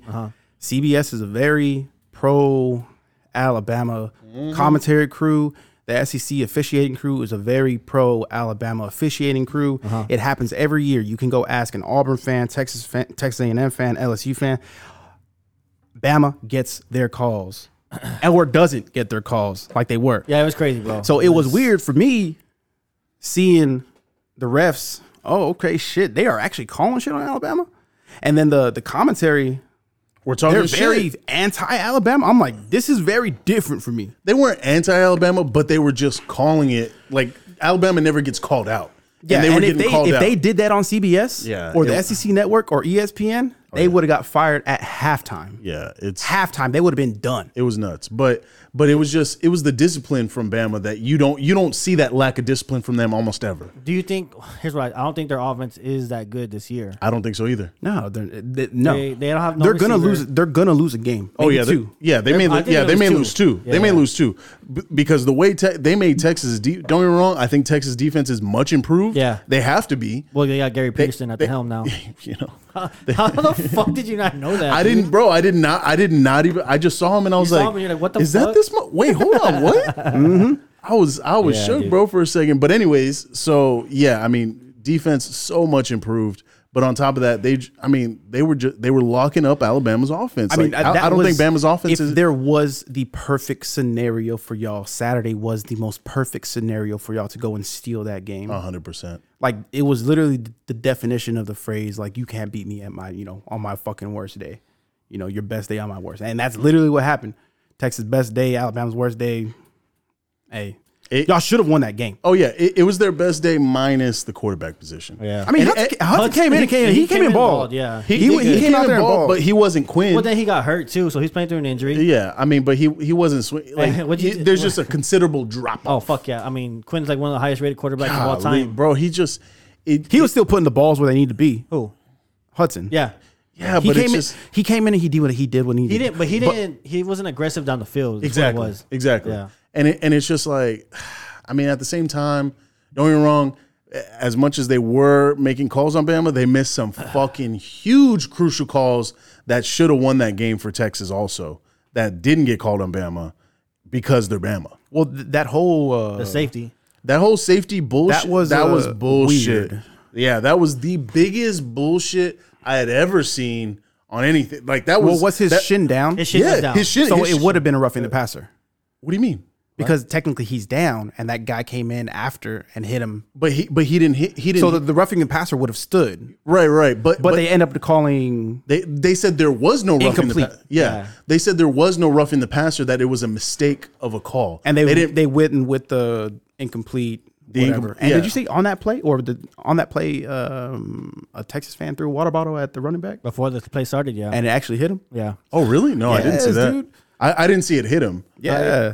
S5: SEC.
S4: Uh-huh.
S5: CBS is a very pro Alabama
S4: Mm-hmm.
S5: commentary crew. The SEC officiating crew is a very pro Alabama officiating crew.
S4: Uh-huh.
S5: It happens every year. You can go ask an Auburn fan, Texas fan, Texas A&M fan, LSU fan. Bama gets their calls, or doesn't get their calls like they were.
S3: yeah, it was crazy, bro.
S5: So it was weird for me seeing the refs. Oh, okay, shit. They are actually calling shit on Alabama. And then the the commentary,
S4: We're talking
S5: they're
S4: shit.
S5: very anti-Alabama. I'm like, this is very different for me.
S4: they weren't anti-Alabama, but they were just calling it like Alabama never gets called out. and they were
S5: if
S4: getting
S5: they
S4: called
S5: if
S4: out.
S5: they did that on CBS
S4: Yeah,
S5: or the
S4: it-
S5: SEC network or E ESPN, they would have got fired at halftime.
S4: yeah, it's
S5: Halftime, they would have been done.
S4: it was nuts, but but it was just it was the discipline from Bama that you don't you don't see that lack of discipline from them almost ever.
S3: do you think? Here's what I, I don't think their offense is that good this year.
S4: I don't think so either.
S5: No, they're, they, no,
S3: They- they don't have no
S5: they're gonna
S3: receiver.
S5: lose. They're gonna lose a game.
S4: Oh
S5: Maybe
S4: yeah, they-
S5: two.
S4: yeah, they
S3: They're-
S4: may
S3: I
S4: lo-
S3: think
S4: yeah
S3: they're
S4: they
S3: gonna
S4: may
S3: lose
S4: lose
S3: two.
S4: two. They may
S3: Yeah.
S4: lose two B- because the way te- they made Texas deep. Don't get me wrong, I think Texas defense is much improved.
S3: Yeah.
S4: they have to be.
S3: Well, they got Gary Peterson at
S4: they-
S3: the helm now.
S4: you know,
S3: How the fuck did you not know that?
S4: I
S3: dude?
S4: didn't, bro. I did not. I did not even. I just saw him and I was
S3: saw
S4: like,
S3: him and you're like, what the
S4: Is that
S3: fuck?"
S4: this? Mo- Wait, hold on. What?
S5: Mm-hmm.
S4: I was, I was
S3: Yeah,
S4: shook,
S3: dude.
S4: bro, for a second. But anyways, so yeah, I mean, defense so much improved. But on top of that, they, j- I mean, they were just they were locking up Alabama's offense.
S5: I mean,
S4: Like,
S5: uh,
S4: I,
S5: that
S4: I don't
S5: was-
S4: think Bama's offense
S5: If
S4: is.
S5: there was the perfect scenario for y'all, Saturday was the most perfect scenario for y'all to go and steal that game.
S4: hundred percent.
S5: Like it was literally th- the definition of the phrase, like you can't beat me at my, you know, on my fucking worst day. You know, your best day on my worst, and that's literally what happened. Texas best day, Alabama's worst day. Hey,
S4: It-
S5: Y'all should have won that game.
S4: Oh yeah, it, it was their best day minus the quarterback position.
S3: Yeah.
S5: I mean,
S4: And-
S5: Hudson,
S4: and-
S5: Hudson came in. and came- He, came in ball.
S3: balled, yeah.
S5: he, he, came out there and balled.
S4: but he wasn't Quinn.
S3: Well, then he got hurt too, so he's playing through an injury.
S4: yeah, I mean, but he he wasn't swing. Like
S3: what'd you
S4: he-
S3: do?
S4: there's just a considerable drop
S3: Oh
S4: off.
S3: fuck yeah! I mean, Quinn's like one of the highest rated quarterbacks of all
S4: Golly,
S3: time.
S4: bro. He just it.
S5: he was still putting the balls where they need to be.
S3: Who?
S5: Hudson.
S3: Yeah,
S4: yeah,
S5: He
S4: but
S5: came
S4: it's
S5: in.
S4: just
S5: He came in and he did what he did when he
S3: he didn't, but he didn't. he wasn't aggressive down the field. is what it
S4: exactly
S3: was.
S4: exactly.
S3: Yeah.
S4: And it, and it's just like, I mean, at the same time, don't get me wrong. As much as they were making calls on Bama, they missed some fucking huge crucial calls that should have won that game for Texas. Also, that didn't get called on Bama because they're Bama.
S5: Well, th- that whole uh,
S3: The safety.
S4: That whole safety bullshit.
S5: That was,
S4: that
S5: uh,
S4: was bullshit.
S5: weird.
S4: Yeah, that was the biggest bullshit I had ever seen on anything. Like that was
S5: well, what's his
S4: that-
S5: shin down?
S3: His shit
S4: yeah,
S3: was down.
S4: his shit.
S5: so
S4: his
S5: it
S4: sh-
S5: would have been a roughing the passer
S4: What do you mean?
S5: because technically he's down, and that guy came in after and hit him.
S4: But he but he didn't hit. He didn't.
S5: So the, the roughing the passer would have stood,
S4: right, right. But
S5: but, they end up calling.
S4: they they said there was no rough in the
S5: Incomplete.
S4: pa- yeah. They said there was no rough in the passer. That it was a mistake of a call.
S5: and they they,
S4: didn't.
S5: they went in with the incomplete whatever.
S4: incom-
S5: and
S4: yeah.
S5: did you see on that play or the on that play um, a Texas fan threw a water bottle at the running back
S3: Before the play started, yeah,
S5: and it actually hit him?
S3: yeah.
S4: oh really? No, I didn't see
S5: Yes,
S4: that.
S5: dude.
S4: I, I didn't see it hit him.
S5: Yeah,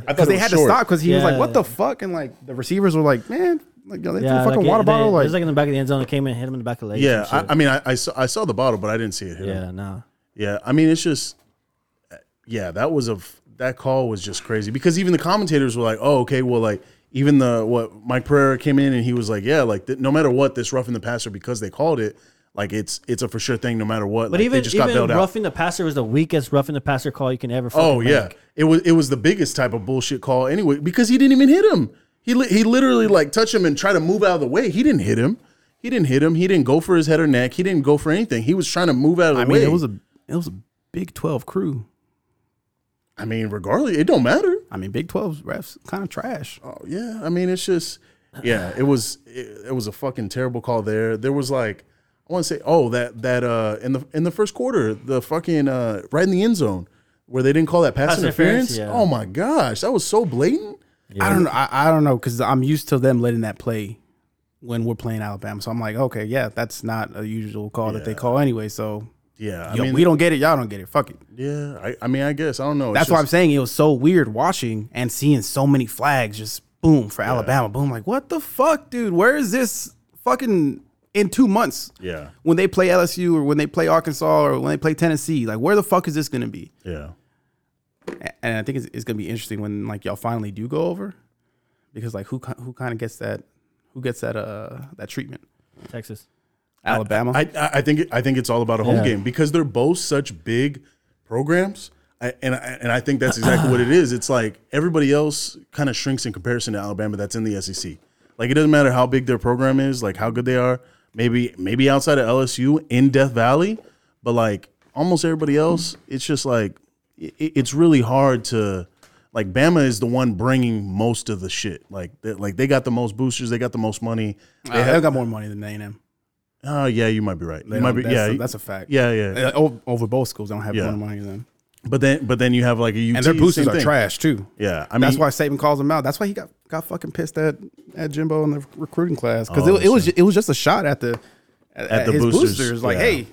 S4: I thought
S5: because
S4: it
S5: they
S4: was
S5: had
S4: short.
S5: to stop because he was like, "What
S3: Yeah.
S5: the fuck?" And like the receivers were like, "Man, like yo, they threw
S3: Yeah,
S5: a fucking
S3: like,
S5: water
S3: they-
S5: bottle."
S3: it
S5: Like,
S3: was like in the back of the end zone. It came and hit him in the back of the leg. or
S4: Yeah,
S3: some shit.
S4: I, I mean, I, I saw I saw the bottle, but I didn't see it hit him.
S3: yeah, no.
S4: Yeah, I mean, it's just, yeah, that was a f- that call was just crazy because even the commentators were like, oh, okay, well, like even the what Mike Pereira came in and he was like, yeah, like th- no matter what, this roughing the passer because they called it, like it's it's a for sure thing no matter what.
S3: But
S4: like,
S3: even
S4: they just got
S3: even
S4: bailed out.
S3: roughing the passer was the weakest roughing the passer call you can ever.
S4: Oh
S3: fucking
S4: yeah,
S3: make.
S4: it was it was the biggest type of bullshit call anyway because he didn't even hit him. He li- he literally like touched him and tried to move out of the way. He didn't hit him. He didn't hit him. He didn't go for his head or neck. He didn't go for anything. He was trying to move out of the
S5: I mean,
S4: way.
S5: it was a it was a Big Twelve crew.
S4: I mean, regardless, it don't matter.
S5: I mean, Big 12's refs kind of trash.
S4: Oh yeah, I mean it's just yeah, it was it, it was a fucking terrible call there. There was like I want to say oh that that uh in the in the first quarter the fucking uh right in the end zone where they didn't call that pass,
S3: Pass
S4: interference.
S3: interference, yeah.
S4: Oh my gosh, that was so blatant.
S5: I don't know. I, I don't know because I'm used to them letting that play when we're playing Alabama. So I'm like, okay, yeah, that's not a usual call that they call anyway. So
S4: Yeah, I
S5: yo,
S4: mean
S5: we don't get it. Y'all don't get it. Fuck it.
S4: Yeah, I, I mean I guess I don't know. It's
S5: That's why I'm
S4: just-
S5: saying it was so weird watching and seeing so many flags just boom for Alabama. Boom, like what the fuck, dude? Where is this fucking in two months?
S4: Yeah.
S5: when they play LSU or when they play Arkansas or when they play Tennessee, like where the fuck is this gonna be?
S4: yeah.
S5: A- and I think it's, it's gonna be interesting when like y'all finally do go over, because like who ki- who kind of gets that who gets that uh that treatment?
S3: Texas.
S5: Alabama.
S4: I, I I think I think it's all about a home
S3: Yeah.
S4: game because they're both such big programs, I, and I, and I think that's exactly what it is. It's like everybody else kind of shrinks in comparison to Alabama that's in the SEC. Like it doesn't matter how big their program is, like how good they are. Maybe maybe outside of LSU in Death Valley, but like almost everybody else, it's just like it, it's really hard to like Bama is the one bringing most of the shit. Like they, like they got the most boosters, they got the most money.
S5: they have got more money than A and M.
S4: Oh yeah, you might be right. You might be
S5: that's,
S4: yeah.
S5: that's a fact.
S4: yeah, yeah.
S5: Uh, o- over both schools, they don't have
S4: Yeah.
S5: more money than them,
S4: But then, but then you have like a UT,
S5: and their boosters
S4: same
S5: are
S4: thing.
S5: trash too.
S4: Yeah, I mean,
S5: that's why Saban calls him out. That's why he got, got fucking pissed at, at Jimbo in the recruiting class because it, it was ju- it was just a shot at the at, at
S4: Oh, the
S5: his
S4: boosters,
S5: boosters. Like,
S4: yeah.
S5: hey,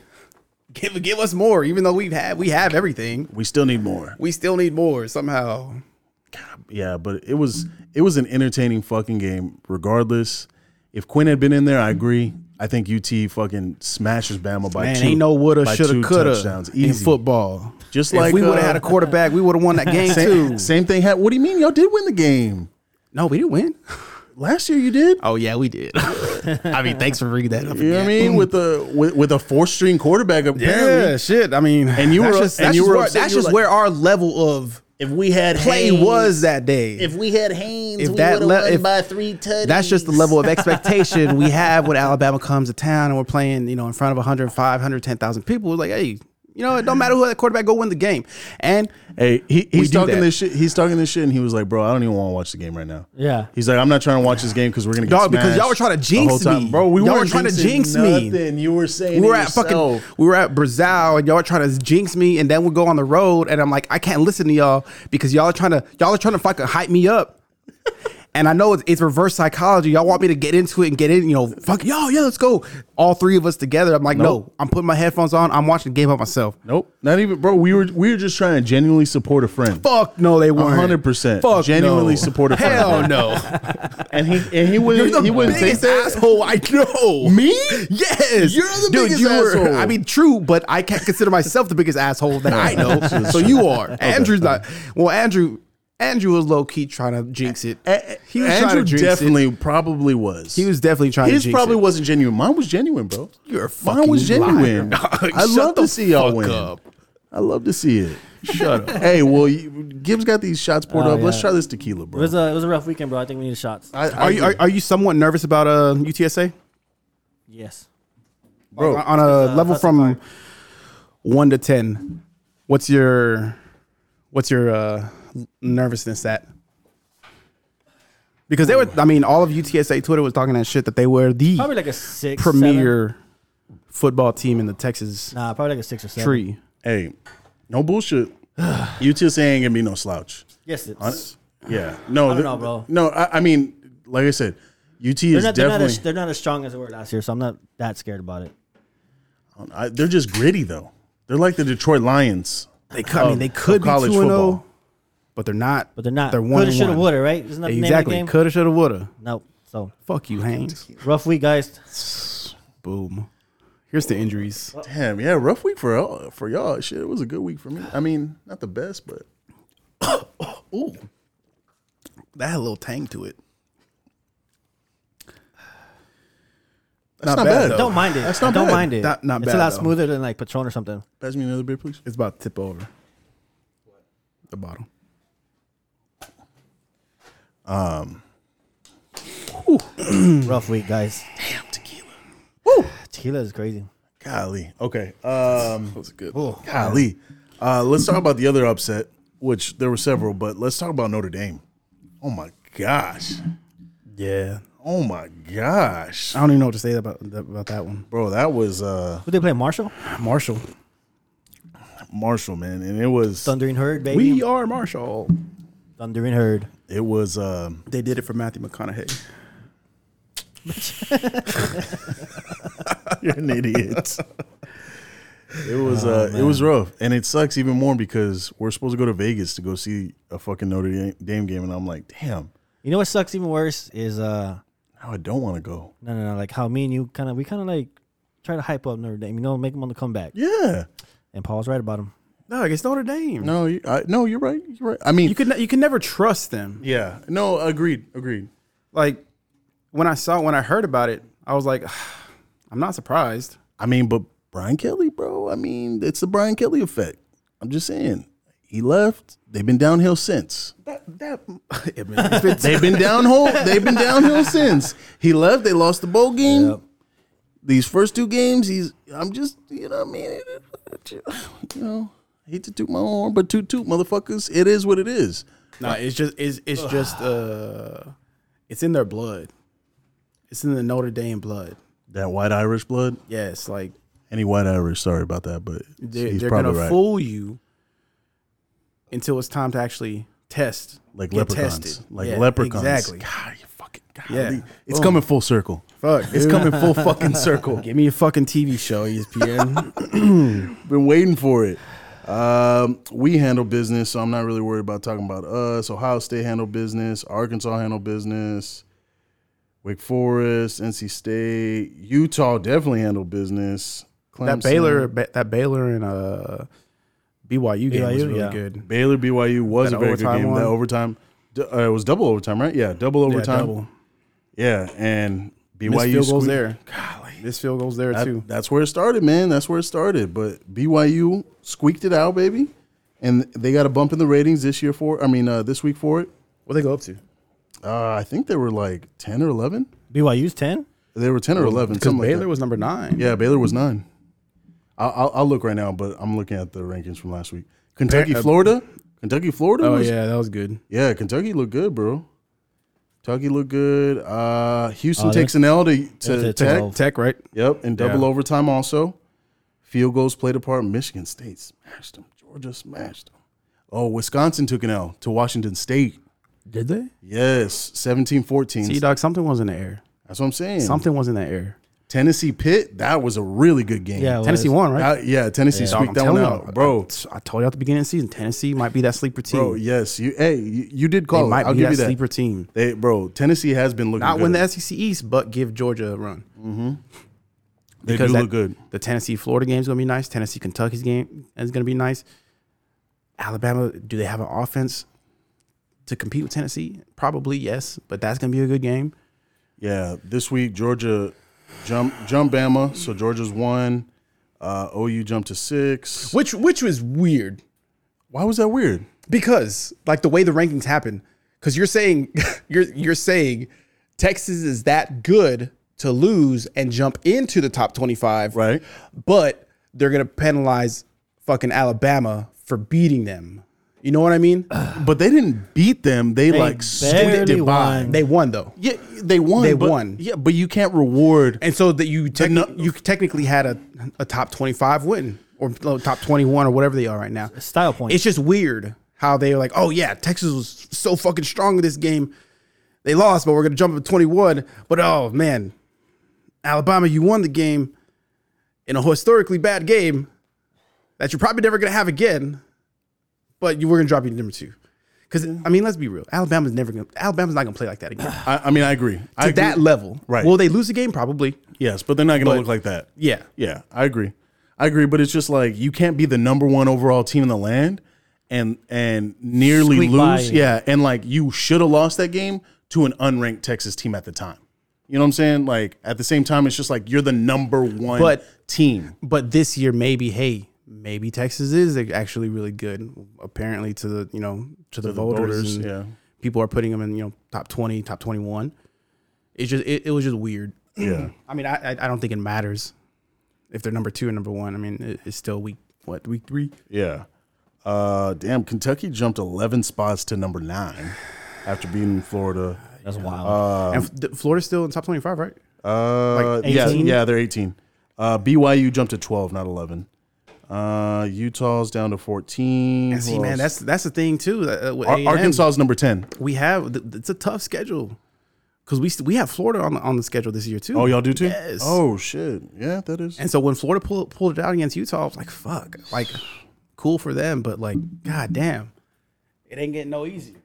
S5: give give us more, even though we've had we have everything,
S4: we still need more.
S5: we still need more somehow.
S4: Yeah, but it was it was an entertaining fucking game. Regardless, if Quinn had been in there, I agree. I think UT fucking smashes Bama by
S5: Man,
S4: two.
S5: ain't no woulda,
S4: by
S5: shoulda,
S4: two
S5: coulda
S4: touchdowns.
S5: in
S4: Easy.
S5: football.
S4: Just
S5: if
S4: like,
S5: we would
S4: uh,
S5: have had a quarterback, we would have won that game
S4: Same,
S5: too.
S4: same thing happened. What do you mean? Y'all did win the game
S5: No, we didn't win.
S4: last year. You did.
S5: Oh yeah, we did. I mean, thanks for bringing that up.
S4: You know what I mean? With a with, with a four string quarterback apparently.
S5: Yeah, shit. I mean,
S4: And you
S5: that's
S4: were-
S5: just,
S4: and
S5: that's
S4: you
S5: just
S4: were
S5: where,
S4: upset.
S5: that's
S4: You were
S5: just
S4: like-
S5: where our level of
S4: If we had
S5: play
S4: Haynes-
S5: was that day.
S4: we had Haynes,
S5: If that
S4: would've
S5: le- if-
S4: three touchdowns.
S5: that's just the level of expectation we have when Alabama comes to town and we're playing, you know, in front of 105, 110,000 people. We're like, hey, you know, it don't matter who that quarterback go win the game. And
S4: Hey, he,
S5: We
S4: he's
S5: do
S4: talking
S5: that.
S4: this shit. He's talking this shit, and he was like, "Bro, I don't even want to watch the game right now."
S3: Yeah.
S4: He's like, "I'm not trying to watch this game because we're gonna get
S5: Dog, because y'all were
S4: smashed
S5: trying to
S4: the
S5: jinx
S4: whole time."
S5: me.
S4: bro. We
S5: Y'all were
S4: weren't
S5: trying to
S4: jinxing
S5: jinx me.
S4: nothing. You were saying
S5: we
S4: we
S5: were at
S4: at
S5: fucking, we were at Brazil, and y'all are trying to jinx me, and then we go on the road, and I'm like, I can't listen to y'all because y'all are trying to, y'all are trying to fucking hype me up. And I know it's, it's reverse psychology. Y'all want me to get into it and get in, you know, fuck y'all, yeah, let's go. All three of us together. I'm like, no,
S4: Nope.
S5: I'm putting my headphones on. I'm watching the game by myself.
S4: Nope, not even, bro. We were we were just trying to genuinely support a friend.
S5: Fuck no, they weren't.
S4: 100%.
S5: Fuck
S4: Genuinely
S5: no.
S4: supported by
S5: Hell
S4: them.
S5: no.
S4: and he and he
S5: You're the
S4: wouldn't he wouldn't take
S5: biggest
S4: that.
S5: asshole I know.
S4: Me?
S5: Yes.
S4: You're the biggest asshole.
S5: I mean, true, but I can't consider myself the biggest asshole that I know. so you are. Andrew's not. Well, Andrew. Andrew was low key trying to jinx it. He was trying to
S4: Andrew
S5: jinx
S4: definitely
S5: it.
S4: probably was.
S5: He was definitely trying
S4: His
S5: to jinx
S4: probably
S5: it.
S4: wasn't genuine. Mine was genuine, bro.
S5: You're a
S4: Mine was
S5: fucking
S4: genuine.
S5: liar, dog.
S4: I
S5: Shut
S4: love
S5: the
S4: to see y'all
S5: fuck
S4: win.
S5: up.
S4: I love to see it. Shut up. Hey, well, you, Gibbs got these shots poured
S3: Oh,
S4: up. Let's
S3: yeah.
S4: try this tequila,
S3: It
S4: bro.
S3: was a it was a rough weekend, bro. I think we need shots.
S4: I- I
S5: Are you are,
S4: agree.
S5: are you somewhat nervous about uh, UTSA
S3: yes.
S4: Bro.
S5: on a level
S3: hustle
S5: from
S3: card.
S5: one to ten? What's your what's your uh, nervousness at? Because they were, I mean, all of UTSA Twitter was talking that shit that they were the
S3: Probably like a six. seven.
S5: premier football team in the Texas
S3: Nah, probably like a six or seven.
S5: tree.
S4: hey, no bullshit. UTSA ain't gonna be no slouch.
S3: Yes, it's,
S4: Hon- Yeah. No.
S3: don't
S4: the-
S3: know, bro.
S4: No, I, I mean, like I said, UT
S3: they're
S4: is
S3: not they're not,
S4: definitely.
S3: as, they're not as strong as they were last year, so I'm not that scared about it.
S4: I, they're just gritty though. They're like the Detroit Lions.
S5: They could, I mean,
S4: of-
S5: they
S4: of
S5: could be
S4: college
S5: two and zero,
S4: football.
S5: but they're not.
S3: oh, But they're not.
S5: They're one.
S3: Coulda,
S5: and
S3: shoulda,
S5: one.
S3: woulda, right? Isn't that the name of the
S5: exactly.
S3: game?
S5: Coulda, shoulda, woulda.
S3: Nope. So
S5: Fuck you, Haynes.
S3: rough week, guys.
S5: Boom. Here's the injuries.
S3: Uh,
S4: Damn. Yeah. Rough week for all, for y'all. Shit, it was a good week for me. I mean, not the best, but
S5: That had a little tang to it.
S4: that's not, bad. though.
S3: Don't mind it.
S4: That's not
S3: don't
S4: bad.
S3: mind it.
S5: Not- not
S3: it's
S5: bad,
S3: a lot
S5: though.
S3: smoother than like Patron or something.
S4: Pass me another beer, please.
S5: It's about to tip over. The bottle. Mm.
S3: rough week, guys. Damn tequila. Woo! Tequila is crazy.
S4: Golly. Okay. Um.
S5: That was good.
S4: Golly. Uh. Let's talk about the other upset, which there were several, but let's talk about Notre Dame. Oh my gosh.
S5: Yeah.
S4: Oh my gosh.
S5: I don't even know what to say about about that one.
S4: Bro, that was uh
S3: Who they play? Marshall?
S5: Marshall.
S4: Marshall, man, and it was
S3: Thundering Herd, baby.
S5: We are Marshall.
S3: Thundering Herd.
S4: it was um
S5: They did it for Matthew McConaughey.
S4: You're an idiot. It was uh, it was rough, and it sucks even more because we're supposed to go to Vegas to go see a fucking Notre Dame game, and I'm like, damn,
S3: You know what sucks even worse is uh
S4: now I don't want to go.
S3: no no no like how me and you kind of we kind of like try to hype up Notre Dame, you know, make them on the comeback.
S4: Yeah,
S3: And Paul's right about him.
S5: No, it's Notre Dame.
S4: no, you, I, no, you're right, you're right. I mean,
S5: You could ne- you can never trust them.
S4: yeah, no, agreed, agreed.
S5: Like when I saw when I heard about it, I was like, I'm not surprised.
S4: I mean, but Brian Kelly, bro. I mean, it's the Brian Kelly effect. I'm just saying, he left. They've been downhill since. They've been downhill. They've been downhill since he left. They lost the bowl game. These first two games, he's. I'm just, you know, what I mean, It- you know, I hate to toot my own horn, but toot toot, motherfuckers. It is what it is.
S5: No, it's just it's it's just uh it's in their blood. It's in the Notre Dame blood.
S4: That white Irish blood.
S5: Yes, like
S4: Any white Irish, sorry about that, but
S5: they're,
S4: he's
S5: they're
S4: probably
S5: gonna
S4: right.
S5: fool you until it's time to actually test.
S4: like
S5: get
S4: leprechauns,
S5: tested.
S4: like
S5: Yeah,
S4: leprechauns.
S5: Exactly.
S4: God, you fucking. God,
S5: Yeah.
S4: it's
S5: Boom.
S4: coming full circle.
S5: Fuck,
S4: It's
S5: dude.
S4: coming full fucking circle.
S5: Give me a fucking TV show, ESPN.
S4: Been waiting for it. Um, we handle business, so I'm not really worried about talking about us. Ohio State handle business. Arkansas handle business. Wake Forest, NC State, Utah definitely handle business.
S5: that
S4: Clemson,
S5: Baylor, ba- that Baylor and uh, BYU game was
S3: BYU,
S5: really
S3: yeah.
S5: good.
S4: Baylor, BYU was
S5: That
S4: a very good
S5: overtime
S4: game.
S5: one?
S4: That overtime, d- uh, it was double overtime, right? Yeah, double
S5: Yeah,
S4: overtime.
S5: double.
S4: Yeah, and
S5: Missed
S4: BYU
S5: field goals
S4: squeaked-
S5: there. This field goals there
S4: That-
S5: too.
S4: That's where it started, man. That's where it started. But BYU squeaked it out, baby, and they got a bump in the ratings this year for. I mean, uh, this week for it.
S5: What they go up to?
S4: Uh, I think they were like ten or eleven.
S3: BYU's ten?
S4: They were ten or eleven.
S5: Because
S4: Something
S5: Oh, Baylor
S4: like that.
S5: was number nine.
S4: yeah, Baylor was nine. I'll, I'll, I'll look right now, but I'm looking at the rankings from last week. Kentucky,
S5: uh,
S4: Florida, Kentucky, Florida.
S5: Oh
S4: was-
S5: yeah, that was good.
S4: yeah. Kentucky looked good, bro. Kentucky looked good. Uh, Houston
S3: Oh, they-
S4: takes an L to, to
S3: to
S4: Tech.
S3: Tech.
S5: Tech, right?
S4: Yep, and double
S5: Yeah.
S4: overtime also. Field goals played a part. Michigan State smashed them. Georgia smashed them. Oh, Wisconsin took an L to Washington State.
S5: Did they?
S4: Yes, 17
S5: See,
S4: 14.
S5: dog, something was in the air.
S4: That's what I'm saying.
S5: Something was in the air.
S4: Tennessee Pitt, that was a really good game.
S3: Yeah, it
S5: Tennessee
S3: was.
S5: won, right?
S4: That- yeah, Tennessee
S5: Dog,
S4: squeaked
S5: I'm
S4: that one
S5: telling uh,
S4: out.
S5: y'all,
S4: bro.
S5: I, I told you at the beginning of the season, Tennessee might be that sleeper team.
S4: Bro, yes. You hey, you, you did
S5: they
S4: call it.
S5: might
S4: I'll
S5: be
S4: give
S5: that
S4: you that.
S5: sleeper team.
S4: They, bro, Tennessee has been looking
S5: Not
S4: good.
S5: win the SEC East, but give Georgia a run.
S4: they do
S5: because that-
S4: look good.
S5: The Tennessee Florida game is going to be nice. Tennessee Kentucky's game is going to be nice. Alabama, do they have an offense to compete with Tennessee? Probably yes, but that's going to be a good game.
S4: Yeah, this week Georgia jump jump Bama, so Georgia's one. Uh, OU jumped to six.
S5: Which which was weird
S4: Why was that weird?
S5: because like the way the rankings happen because you're saying you're you're saying texas is that good to lose and jump into the top 25
S4: Right.
S5: but they're gonna penalize fucking alabama for beating them you know what i mean
S4: But they didn't beat them. They, like squeaked
S3: barely
S4: it by.
S3: won.
S5: they won though
S4: Yeah, they won.
S5: They
S4: but-
S5: won.
S4: Yeah, but you can't reward.
S5: and so that you techni-
S4: no-
S5: you technically had a, a top 25 win or top 21 or whatever they are right now
S3: Style point.
S5: It's just weird how they were like, oh yeah, Texas was so fucking strong in this game. They lost, but we're gonna jump up to 21. But oh man, Alabama, you won the game in a historically bad game that you're probably never gonna have again. But you were gonna drop you to number two. Cause I mean, let's be real. Alabama's never gonna Alabama's not gonna play like that again.
S4: I, I mean, I agree. I
S5: to
S4: agree.
S5: that level.
S4: Right.
S5: Will they lose the game? Probably.
S4: yes, but they're not going to
S5: But-
S4: look like that.
S5: Yeah.
S4: Yeah, I agree. I agree, but it's just like you can't be the number one overall team in the land and and nearly
S3: Squeak by.
S4: lose. Yeah, and like you should have lost that game to an unranked Texas team at the time. You know what I'm saying? Like at the same time, it's just like you're the number one
S5: But-
S4: team.
S5: But this year, maybe, hey, maybe Texas is actually really good. Apparently, to the you know to the,
S4: voters,
S5: voters, and
S4: yeah.
S5: people are putting them in you know top twenty, top twenty one. It's just it, it was just weird.
S4: Yeah.
S5: I mean, I I I don't think it matters if they're number two or number one. I mean, it, it's still week what week three.
S4: Yeah. Uh damn, Kentucky jumped eleven spots to number nine after beating Florida.
S3: That's wild.
S4: Um,
S5: and F- th- Florida's still in top twenty five, right?
S4: Uh,
S5: Like
S4: yeah,
S3: 18?
S4: yeah, they're 18. Uh, BYU jumped to 12, not 11. Uh, Utah's down to 14.
S5: And see,
S4: Who
S5: man,
S4: else?
S5: that's that's the thing too. Uh, with
S4: Ar-
S5: A&M,
S4: Arkansas's number 10.
S5: we have th- it's a tough schedule because we st- we have Florida on the, on the schedule this year too.
S4: Oh, y'all do too?
S5: Yes.
S4: Oh, shit. Yeah, that is.
S5: And so when Florida pull, pulled it out against Utah, I was like, fuck, like, cool for them, but like, god damn, it ain't getting no easier.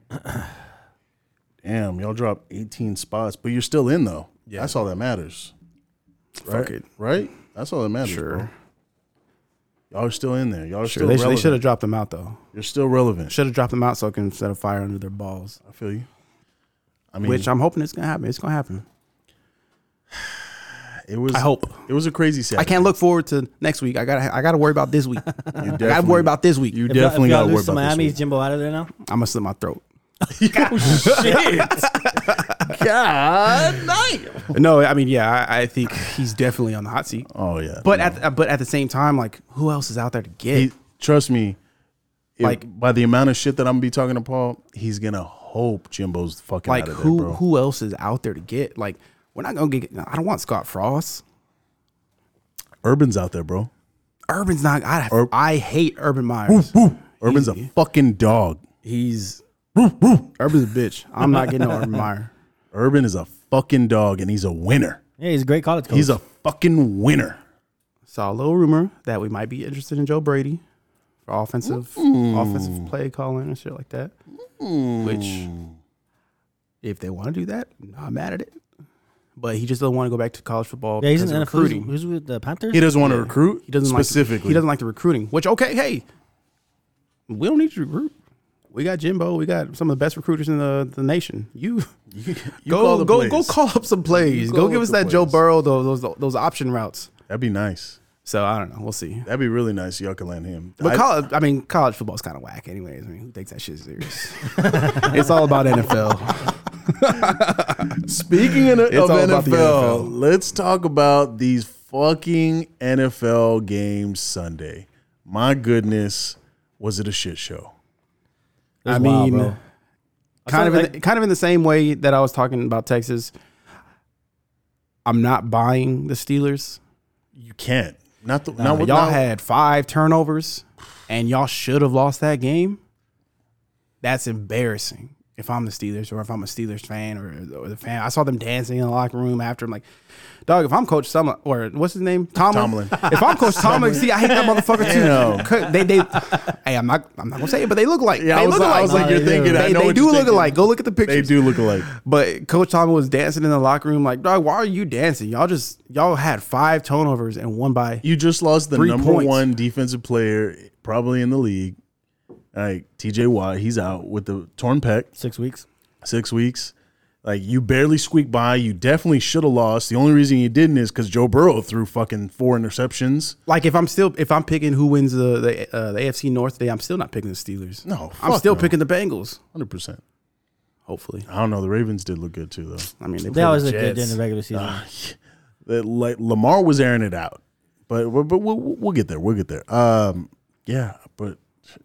S4: Damn, y'all dropped 18 spots, but you're still in, though. Yeah. That's all that matters. Right?
S5: Fuck it.
S4: Right? That's all that matters. Sure. Y'all are still in there. Y'all are
S5: Sure,
S4: still
S5: they,
S4: relevant.
S5: should have dropped them out though.
S4: You're still relevant.
S5: Should have dropped them out so I can set a fire under their balls,
S4: I feel you. I mean,
S5: which I'm hoping it's gonna happen. It's gonna happen.
S4: it was.
S5: I hope.
S4: It was a crazy Saturday.
S5: I can't look forward to next week. I gotta, I gotta worry about this week. I gotta
S4: definitely-
S5: worry about this week.
S4: You
S3: If y'all-
S4: definitely
S3: if y'all
S4: got to worry
S3: lose to
S4: about
S3: Miami.
S4: this.
S3: Is Jimbo out of there now?
S5: I'm gonna slit my throat.
S4: God
S5: No, I mean, yeah, I, I think he's definitely on the hot seat.
S4: Oh yeah,
S5: But at, the- but at the same time, like, who else is out there to get?
S4: He- trust me, if-
S5: Like-
S4: by the amount of shit that I'm gonna be talking to Paul, he's gonna hope Jimbo's fucking
S5: like
S4: out of
S5: who
S4: there, bro.
S5: who else is out there to get? Like we're not gonna get. I don't want Scott Frost.
S4: Urban's out there, bro.
S5: Urban's not. I I hate Urban Myers.
S4: Urban's a fucking dog.
S5: He's Urban's a bitch. I'm not getting no Urban Meyer.
S4: Urban is a fucking dog, and he's a winner.
S3: Yeah, he's a great college coach.
S4: He's a fucking winner.
S5: Saw a little rumor that we might be interested in Joe Brady for offensive
S4: Mm.
S5: offensive play calling and shit like that. Which, if they want to do that, not mad at it. But he just doesn't want to go back to college football.
S3: yeah, he's in
S5: because
S3: the
S5: of
S3: NFL. He's, he's with the Panthers.
S4: He doesn't want to recruit.
S5: He doesn't Like,
S4: specifically.
S5: he doesn't like the recruiting. Which okay, hey, we don't need to recruit. We got Jimbo. We got some of the best recruiters in the, the nation. You, go
S4: call the
S5: go
S4: plays.
S5: go call up some plays.
S4: You
S5: Go
S4: call
S5: give
S4: up
S5: us
S4: the
S5: that Joe
S4: plays.
S5: Burrow those, those those option routes.
S4: That'd be nice.
S5: So I don't know. We'll see.
S4: That'd be really nice. if Y'all could land him.
S5: But
S4: I-
S5: college, I mean, college football's kind of whack, anyways. I mean, who takes that shit serious? it's all about NFL.
S4: Speaking of, of
S5: all about
S4: NFL,
S5: the NFL.
S4: let's talk about these fucking NFL games Sunday. My goodness, was it a shit show?
S3: It was
S5: I
S3: wild,
S5: mean,
S4: uh,
S3: bro.
S5: kind of
S3: feel
S5: in the, kind of in the same way that I was talking about Texas. I'm not buying the Steelers.
S4: You can't. Not the
S5: Now,
S4: not with
S5: y'all
S4: not-
S5: had five turnovers, and y'all should have lost that game. That's embarrassing. if I'm the Steelers or if I'm a Steelers fan or, or the fan. I saw them dancing in the locker room after. I'm like, dog, if I'm Coach Sumlin or what's his name, Tomlin.
S4: Tomlin.
S5: If I'm Coach Tomlin, see, I hate that motherfucker too.
S4: Damn.
S5: Could- They, they, hey, I'm not, I'm not gonna say it, but they look like.
S4: Yeah,
S5: they
S4: I was,
S5: look
S4: like, I
S5: alike.
S4: was like, you're
S3: They
S4: thinking. I
S5: they,
S4: know
S5: they
S4: what
S5: do
S4: you're
S5: look
S4: thinking.
S5: alike. Go look at the
S4: They
S5: pictures.
S4: do look alike.
S5: But Coach Tomlin was dancing in the locker room, like, dog, why are you dancing? Y'all just y'all had five turnovers and one by
S4: You just lost the
S5: Three
S4: number
S5: points.
S4: one defensive player probably in the league. Like TJ Watt, he's out with the torn pec,
S3: Six weeks.
S4: six weeks. Like you barely squeaked by. You definitely should have lost. The only reason you didn't is because Joe Burrow threw fucking four interceptions.
S5: like if I'm still if I'm picking who wins the the, uh, the AFC North today, I'm still not picking the Steelers.
S4: No,
S5: I'm
S4: fuck
S5: still
S4: no.
S5: picking the Bengals.
S4: Hundred percent.
S5: Hopefully,
S4: I don't know. The Ravens did look good too, though.
S5: I mean they,
S3: They always look
S5: Jets.
S3: good during the regular season.
S4: Ah, that like Lamar was airing it out, but but but we'll, we'll get there. We'll get there. Um, yeah, but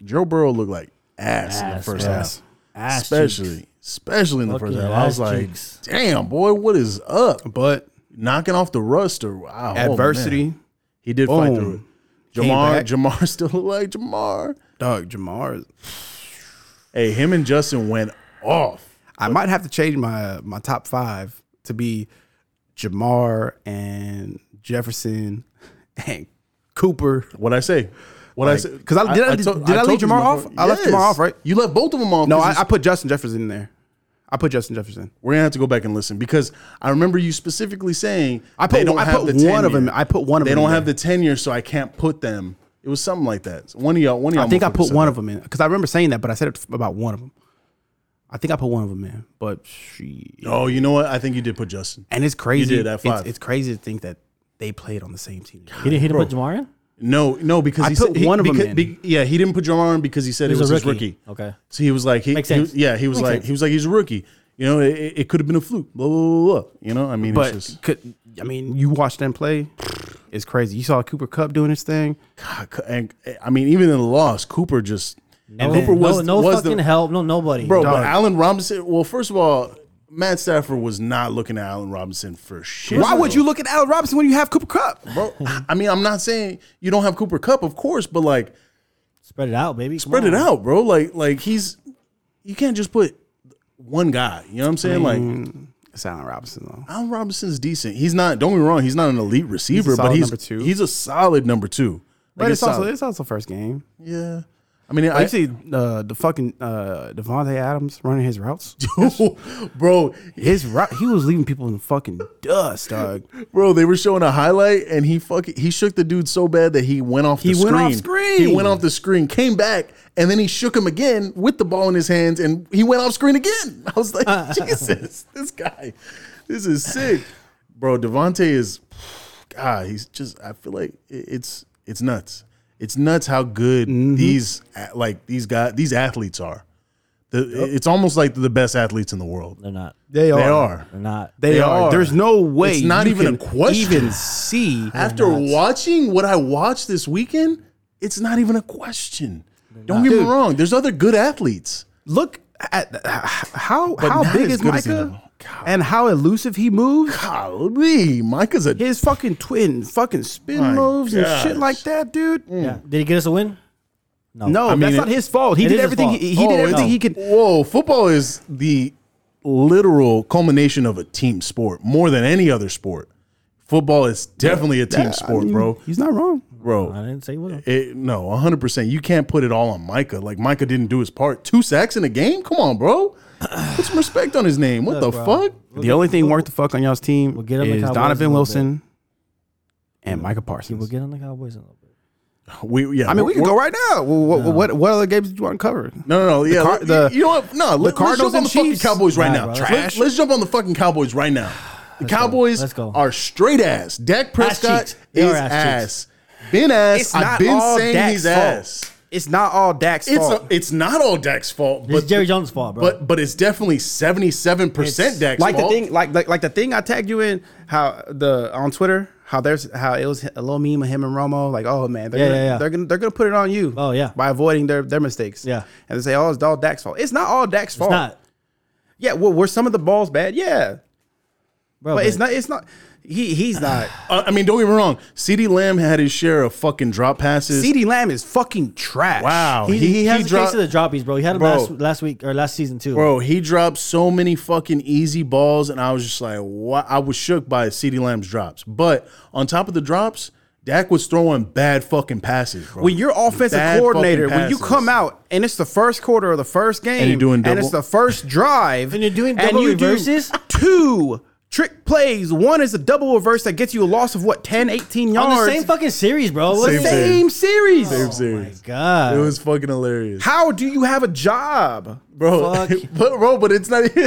S4: Joe Burrow looked like ass, in the
S3: Ass,
S4: first
S3: bro.
S4: half,
S3: Ass
S4: especially especially in the
S3: Fucking
S4: first half. I was
S3: ass
S4: like,
S3: cheeks.
S4: damn boy, what is up?
S5: But
S4: Knocking off the rust or wow, oh,
S5: adversity,
S4: man. he did fight
S5: Boom.
S4: through it.
S5: Came
S4: Jamar,
S5: back.
S4: Jamar still looked like Jamar.
S5: dog, Jamar. is-
S4: Hey, him and Justin went off.
S5: I might have to change my my top five to be Jamar and Jefferson and Cooper.
S4: What I say? What I
S5: Like,
S4: say?
S5: 'cause I- did I- did I
S4: told
S5: leave
S4: you
S5: Jamar
S4: before-
S5: off? I left Jamar off, right?
S4: You left both of them off.
S5: No,
S4: Oh, 'cause
S5: I,
S4: it's-
S5: I put Justin Jefferson in there. I put Justin Jefferson.
S4: We're gonna have to go back and listen because I remember you specifically saying
S5: I put-
S4: they don't
S5: I
S4: have
S5: put
S4: the
S5: one of
S4: tenure.
S5: them- I put one of
S4: They
S5: them
S4: don't
S5: in
S4: have
S5: there.
S4: the tenure, so I can't put them. It was something like that. One of y'all, one of y'all.
S5: I think I
S4: motherfuckers
S5: put
S4: said
S5: one
S4: that.
S5: of them in because I remember saying that, but I said it f- about one of them. I think I put one of them in, but she
S4: Oh, you know what? I think you did put Justin.
S5: and it's crazy.
S4: did at
S5: it's,
S4: five.
S5: it's crazy to think that they played on the same team.
S3: He didn't, he didn't put Jamar in?
S4: No, no, because
S5: I
S4: he
S5: put
S4: said, he-
S5: one of them
S4: because-
S5: in.
S4: be- yeah, he didn't put Jamar in because he said
S3: He
S4: it
S3: was
S4: was
S3: a
S4: his
S3: rookie.
S4: rookie.
S3: Okay.
S4: so he was like, he,
S3: Makes
S4: he was-
S3: sense.
S4: yeah, he was
S3: Makes
S4: like,
S3: sense.
S4: he was like, he's a rookie. You know, it, it could have been a fluke. Blah blah blah. blah. You know, I mean,
S5: But
S4: it's just
S5: could I mean you watch them play? It's crazy. You saw Cooper Cup doing his thing.
S4: God, and I mean, even in the loss, Cooper just
S3: No,
S4: Cooper was
S3: no, no
S4: was
S3: fucking
S4: the,
S3: help. No, nobody.
S4: Bro,
S5: Dog.
S4: but Allen Robinson. Well, first of all, Matt Stafford was not looking at Allen Robinson for shit.
S5: Why would you look at Allen Robinson when you have Cooper Cup?
S4: bro? I I mean, I'm not saying you don't have Cooper Cup, of course, but like
S3: Spread it out, baby. Come
S4: spread it
S3: on.
S4: out, bro. Like, like he's you can't just put one guy. You know what I'm saying? like
S5: Mm. It's Allen Robinson though.
S4: Allen Robinson's decent. He's not. Don't get me wrong. He's not an elite receiver, but
S5: solid
S4: he's
S5: number two.
S4: he's a solid number two.
S5: But
S4: Like,
S5: it's also
S4: solid.
S5: it's also first game.
S4: yeah. I mean,
S5: I
S4: I,
S5: see uh, the fucking uh, Devontae Adams running his routes.
S4: bro,
S5: His route, he was leaving people in fucking dust, dog.
S4: Bro, they were showing a highlight, and he fucking he shook the dude so bad that he went off.
S5: He
S4: the
S5: went
S4: screen.
S5: off screen.
S4: He went off the screen, came back, and then he shook him again with the ball in his hands, and he went off screen again. I was like, Jesus, this guy, this is sick, bro. Devontae is, God, he's just. I feel like it- it's it's nuts. It's nuts how good
S5: Mm-hmm.
S4: these a- like these guys these athletes are. The, It's almost like the best athletes in the world.
S3: They're not.
S5: They
S4: They are.
S3: They're not.
S5: They,
S4: They
S5: are.
S4: are.
S5: There's no way
S4: It's not even a question.
S5: Even see
S4: After watching what I watched this weekend, it's not even a question. Don't get me
S5: Dude.
S4: wrong. There's other good athletes.
S5: look at th- how
S4: But
S5: how
S4: not
S5: big
S4: as
S5: is
S4: good as him.
S5: Micah and how elusive he moves.
S4: Golly, Micah's a
S5: His fucking twin fucking spin
S4: My
S5: moves and shit
S4: gosh. Mm.
S5: like that, dude.
S3: Yeah. Did he get us a win? No.
S5: No,
S4: mean,
S5: that's
S4: it-
S5: not his fault. He
S3: it
S5: did
S3: is his
S5: everything.
S3: fault.
S5: He, he
S4: Oh,
S5: did
S4: it's-
S5: everything he could.
S4: Whoa, football is the literal culmination of a team sport more than any other sport. Football is definitely a team sport, bro.
S5: He's not wrong.
S4: Bro,
S3: I didn't say what.
S4: It, no, 100%. You can't put it all on Micah. Like, Micah didn't do his part. Two sacks in a game? Come on, bro. Put some respect on his name. What the
S3: bro.
S4: fuck?
S5: the only thing worth the fuck on y'all's team
S3: get him the
S5: is
S3: Cowboys
S5: Donovan
S3: a little
S5: Wilson and Micah Parsons.
S3: We'll get on the Cowboys in a little bit.
S4: We, yeah,
S5: I mean,
S4: we're-
S5: we can go right now. What, what, what, what other games did you want to cover?
S4: No, no, no. Yeah,
S5: Car-
S4: let-
S5: the-
S4: you know what? No, let, us
S5: Cardinals
S4: jump on
S5: and
S4: the fucking
S5: Chiefs?
S4: Cowboys right
S3: Nah,
S4: now.
S3: bro,
S4: Trash.
S3: let's
S4: Let's, jump on the fucking Cowboys right now. The Cowboys
S3: Let's go.
S4: are straight ass. Dak Prescott
S3: cheeks. They
S4: is
S3: are
S4: ass.
S3: ass
S4: Been ass.
S5: It's
S4: I've
S5: not
S4: been
S5: all
S4: saying
S5: Dak's
S4: he's
S5: fault.
S4: ass.
S5: It's not all Dak's
S4: It's
S5: fault.
S4: a, it's not all Dak's fault,
S3: It's
S4: but
S3: Jerry Jones' fault, bro.
S4: but but it's definitely seventy seven percent
S3: It's-
S4: Dak's
S5: like
S4: fault.
S5: the thing, like, like like the thing I tagged you in how the on Twitter how there's how it was a little meme of him and Romo like oh man they're
S3: Yeah,
S5: gonna,
S3: yeah, yeah.
S5: they're gonna they're gonna put it on you
S3: Oh, yeah.
S5: by avoiding their their mistakes
S3: Yeah.
S5: and they say oh it's all Dak's fault it's not all Dak's
S3: it's
S5: fault
S3: not.
S5: yeah well were some of the balls bad yeah
S3: Bro,
S5: but it's
S3: but-
S5: not. It's not. He he's not.
S4: Uh, I mean, don't get me wrong. CeeDee Lamb had his share of fucking drop passes.
S5: CD Lamb is fucking trash.
S4: wow.
S3: He, he, has a
S4: dropped-
S3: case of the droppies, bro. He had him
S4: Bro.
S3: last, last week or last season too.
S4: Bro, he dropped so many fucking easy balls, and I was just like, "What?" I was shook by CeeDee Lamb's drops. But on top of the drops, Dak was throwing bad fucking passes. Bro.
S5: When you're offensive
S4: Bad
S5: coordinator,
S4: fucking
S5: when you
S4: passes.
S5: come out and it's the first quarter of the first game,
S4: you're doing
S5: it's
S4: double-
S5: the first drive,
S3: And you're doing double
S5: do
S3: reverses?
S5: two trick plays. One is a double reverse that gets you a loss of what 10, 18 yards.
S3: on the same fucking series, bro. What
S4: Same
S3: is that?
S4: series.
S5: Same series.
S4: Same series.
S3: God,
S4: it was fucking hilarious,
S5: How do you have a job?
S4: bro.
S3: Fuck.
S4: but bro, but it's not.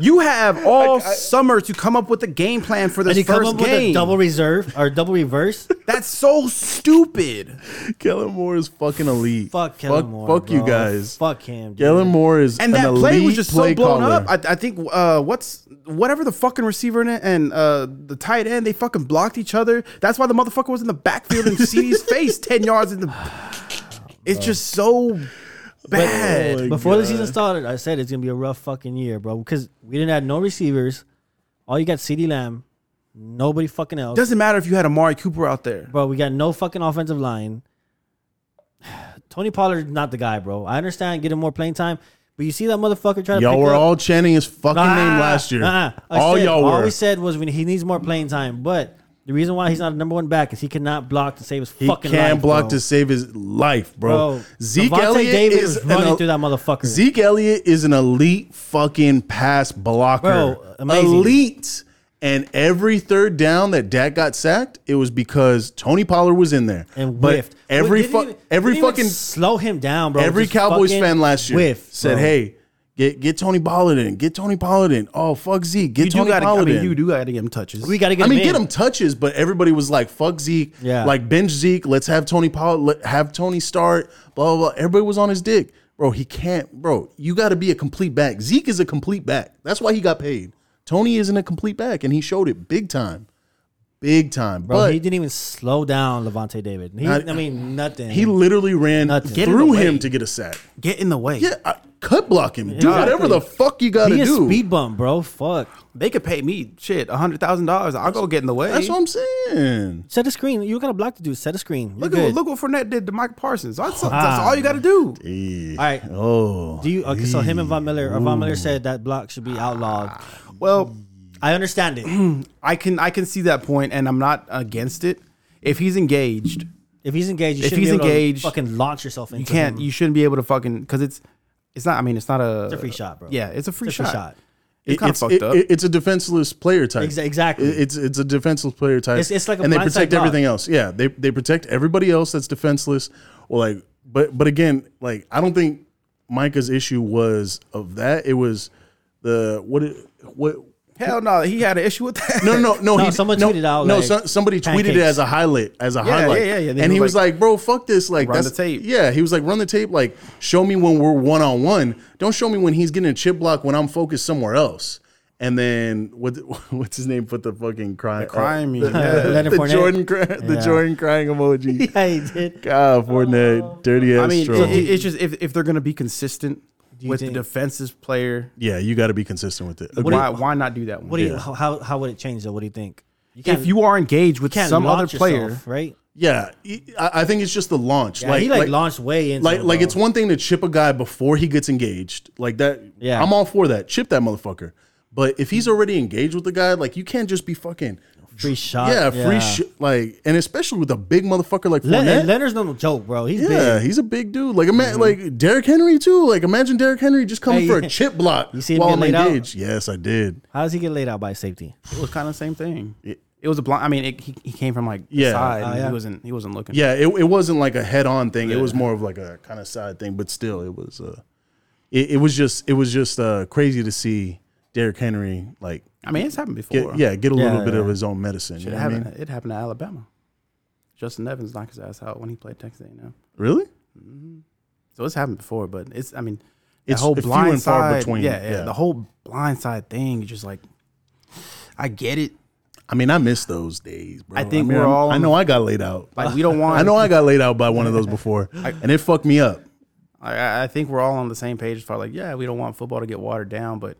S5: You have all summer to come up with a game plan for this
S3: and you
S5: first
S3: come up with
S5: game.
S3: a double reserve or double reverse.
S5: That's so stupid.
S4: Kellen Moore is fucking elite.
S3: fuck Kellen
S4: fuck,
S3: Moore.
S4: Fuck you
S3: bro.
S4: guys.
S3: Fuck him. Dude.
S4: Kellen Moore is
S5: And
S4: an
S5: that play was
S4: elite
S5: just
S4: play
S5: so blown
S4: caller.
S5: up. I, I think uh, what's whatever the fucking receiver and, and uh, the tight end they fucking blocked each other. That's why the motherfucker was in the backfield and CD's face ten yards in the. It's just so bad.
S4: Holy
S3: Before the
S4: God.
S3: season started, I said it's gonna be a rough fucking year, bro, because we didn't have no receivers. All you got, Ceedee Lamb, nobody fucking else.
S5: Doesn't matter if you had Amari Cooper out there.
S3: bro. We got no fucking offensive line. Tony Pollard's not the guy, bro. I understand getting more playing time, but you see that motherfucker trying to.
S4: Y'all
S3: pick
S4: were
S3: up-
S4: all chanting his fucking name
S3: Nah,
S4: last year.
S3: nah. I
S4: all
S3: said-
S4: y'all
S3: All
S4: were.
S3: we said was when he needs more playing time, but the reason why he's not a number one back is he cannot block to save his
S4: He
S3: fucking
S4: can
S3: life,
S4: block
S3: bro.
S4: to save his life, bro.
S3: Bro,
S4: Zeke
S3: Davante
S4: Elliott
S3: David
S4: is
S3: was running
S4: an-
S3: through that motherfucker.
S4: Zeke Elliott is an elite fucking pass blocker.
S3: Bro, amazing.
S4: Elite. And every third down that Dak got sacked, it was because Tony Pollard was in there
S3: and
S4: But
S3: whiffed.
S4: Every
S3: Didn't
S4: fu-
S3: even-
S4: every
S3: didn't even
S4: fucking
S3: slow him down, bro.
S4: every
S3: Just
S4: Cowboys
S3: fucking
S4: fan last year
S3: whiff,
S4: said,
S3: bro.
S4: "Hey, get get Tony Pollard in. Get Tony Pollard in. Oh fuck Zeke. Get
S5: You do
S4: Tony
S5: got to. I
S4: Pollard
S5: mean,
S4: in.
S5: you do got to give him touches.
S3: we got to get.
S4: I mean,
S3: him
S4: get
S3: in.
S4: him touches, but everybody was like, "Fuck Zeke,
S3: Yeah.
S4: like bench Zeke, let's have Tony Pollard, let, have Tony start." Blah, blah blah. Everybody was on his dick, bro. He can't, bro. You got to be a complete back. Zeke is a complete back. That's why he got paid. Tony isn't a complete back, and he showed it big time, big time.
S3: bro.
S4: but
S3: he
S4: he,
S3: didn't even slow down Levante David. He,
S4: Not-
S3: I mean, nothing.
S4: literally ran
S3: Nothing. Get
S5: in
S4: through
S5: the way.
S4: him to get a sack.
S5: get in the way.
S4: Yeah, I, cut block him. Do whatever the fuck you got to
S3: be a
S4: do.
S3: speed bump, bro. Fuck.
S5: They could pay me shit a hundred thousand dollars. I'll go get in the way.
S4: That's what I'm saying.
S3: Set a screen. You gotta block the dude. Set a screen. You're
S5: look
S3: good.
S5: at look what Fournette did to Mike Parsons. That's, that's all you got to do.
S3: All right.
S4: Oh,
S3: Do you okay? So him and Von Miller, or Von Miller said that block should be outlawed.
S5: Well.
S3: I understand it.
S5: I can I can see that point, and I'm not against it. If he's engaged,
S3: If he's engaged, you
S5: If
S3: shouldn't
S5: he's
S3: be able
S5: engaged,
S3: to fucking launch yourself into
S5: you can't.
S3: him.
S5: You shouldn't be able to fucking because it's it's not. I mean, it's not a
S3: free shot, bro.
S5: Yeah, it's a free,
S3: It's a free
S5: shot.
S3: shot.
S5: It's kind of
S4: it's,
S5: fucked
S4: it-
S5: up.
S4: it- it's a defenseless player type.
S3: Exa- exactly.
S4: It- It's it's a defenseless player type.
S3: It's- it's like a
S4: and they
S3: blindside
S4: protect
S3: block.
S4: everything else. Yeah, they they protect everybody else that's defenseless. Or like, but but again, like I don't think Micah's issue was of that. It was the what it, what.
S5: Hell no, he had an issue with that.
S4: No, no, no.
S3: No, someone tweeted out,
S4: No,
S3: like,
S4: so- somebody tweeted it
S3: pancakes.
S4: as a highlight, as a
S5: yeah,
S4: highlight.
S5: yeah, yeah.
S4: And,
S5: They were
S4: he was
S5: like,
S4: like, "Bro, fuck this! Like,
S5: Run the
S4: that's
S5: tape.
S4: Yeah, he was like, "Run the tape. Like, show me when we're one on one. Don't show me when he's getting a chip block when I'm focused somewhere else." And then what? What's his name? Put the fucking crying,
S5: crying
S4: uh,
S5: meme.
S4: the,
S5: Yeah.
S3: Leonard
S4: the
S3: Fournette.
S4: Jordan, cry, the
S3: Yeah.
S4: Jordan crying emoji.
S3: Yeah, he did.
S4: God, Fournette, dirty ass
S5: I mean, it,
S4: troll.
S5: it- it's just if, if they're gonna be consistent
S3: you
S5: with
S3: think-
S5: the defenses player,
S4: yeah, you got to be consistent with it. Agree.
S5: why why not do that one?
S3: What do you? How, how how would it change though? What do you think? You
S5: if you are engaged with
S3: can't
S5: some other
S3: launch
S5: player,
S3: yourself, right?
S4: yeah, I, I think it's just the launch.
S3: Yeah, he like, launched way into
S4: like
S3: him,
S4: like
S3: bro.
S4: it's one thing to chip a guy before he gets engaged like that
S3: Yeah.
S4: i'm all for that chip that motherfucker but if he's already engaged with the guy like you can't just be fucking
S3: free shot.
S4: yeah free shit like and especially with a big motherfucker like
S3: Le-
S4: Fournette.
S3: and Leonard's no joke, bro. He's
S4: yeah
S3: big.
S4: he's a big dude like ima- like Derrick Henry too like imagine Derrick Henry just coming
S3: Mm-hmm. Hey,
S4: for a
S3: yeah.
S4: chip block
S3: You see him
S4: while
S3: get
S4: I'm
S3: laid out?
S4: engaged yes I did
S3: How does he get laid out by safety?
S5: it was kind of the same thing. It, was a blind. I mean, it, he, he came from like the
S4: Yeah.
S5: side.
S3: Oh,
S5: and
S3: yeah.
S5: He wasn't he wasn't looking.
S4: yeah it, it wasn't like a head-on thing it was more of like a kind of side thing but still it was uh it, it was just it was just uh crazy to see Derrick Henry like
S5: I mean, it's happened
S4: get-
S5: before.
S4: yeah, get a
S3: Yeah,
S4: little bit
S3: yeah.
S4: of his own medicine. You
S5: It
S4: know what I
S5: happened,
S4: mean?
S5: it happened to Alabama. Justin Evans knocked his ass out when he played Texas A&M.
S4: Really?
S5: So it's happened before, but it's I mean,
S4: It's
S5: the whole
S4: few and
S5: blind
S4: far
S5: side,
S4: between,
S5: Yeah, yeah,
S4: yeah.
S5: the whole blind side thing. is Just like I get it.
S4: I mean, I miss those days, bro.
S5: I think
S4: mean,
S5: we're
S4: I'm-
S5: all-
S4: I know I got laid out.
S5: Like we don't want.
S4: I know I got laid out by one of those before, and it fucked me up.
S5: I, I think we're all on the same page as far like yeah, we don't want football to get watered down, but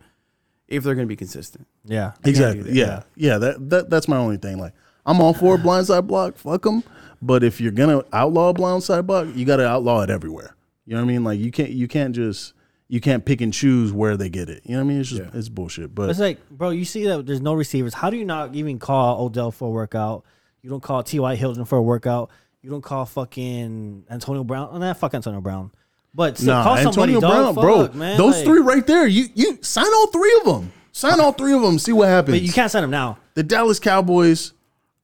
S5: if they're going to be consistent.
S3: Yeah.
S4: Exactly.
S5: that.
S4: Yeah. Yeah. That, that that's my only thing. Like, I'm all for a blindside block. Fuck them. But if you're gonna outlaw a blindside block, you got to outlaw it everywhere. You know what I mean? Like, you can't you can't just you can't pick and choose where they get it. You know what I mean? It's just it's bullshit. But
S3: It's like, bro, you see that there's no receivers. How do you not even call Odell for a workout? You don't call T.Y. Hilton for a workout. You don't call fucking Antonio Brown. Oh, nah, fuck Antonio Brown. But still,
S4: nah,
S3: call somebody,
S4: Antonio
S3: dog.
S4: Brown, bro,
S3: Fuck, man.
S4: those
S3: Like,
S4: three right there. You you sign all three of them. Sign all three of them. See what happens.
S3: But you can't send them now.
S4: the Dallas Cowboys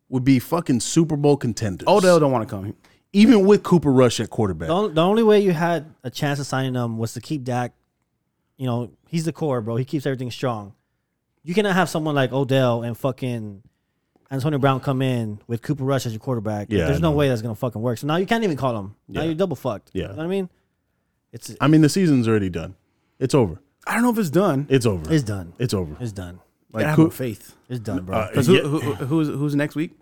S4: would be fucking Super Bowl contenders.
S5: Odell don't want to come.
S4: even with Cooper Rush at quarterback.
S3: The, on- the only way you had a chance of signing them was to keep Dak. You know, he's the core, bro. He keeps everything strong. You cannot have someone like Odell and fucking Antonio Brown come in with Cooper Rush as your quarterback.
S4: Yeah,
S3: There's
S4: I
S3: no
S4: know.
S3: way that's gonna fucking work. So now you can't even call him. Now
S4: Yeah.
S3: you're double fucked.
S4: Yeah.
S3: You know what I mean? It's
S4: I mean, the season's already done. It's over.
S5: I don't know if it's done.
S4: It's over.
S3: it's done.
S4: It's over.
S3: It's done.
S5: I
S4: Like
S5: have
S4: Coo-
S5: no faith.
S3: It's done, bro.
S4: uh,
S5: 'Cause who-
S4: yeah,
S5: who- who- who's, who's next week?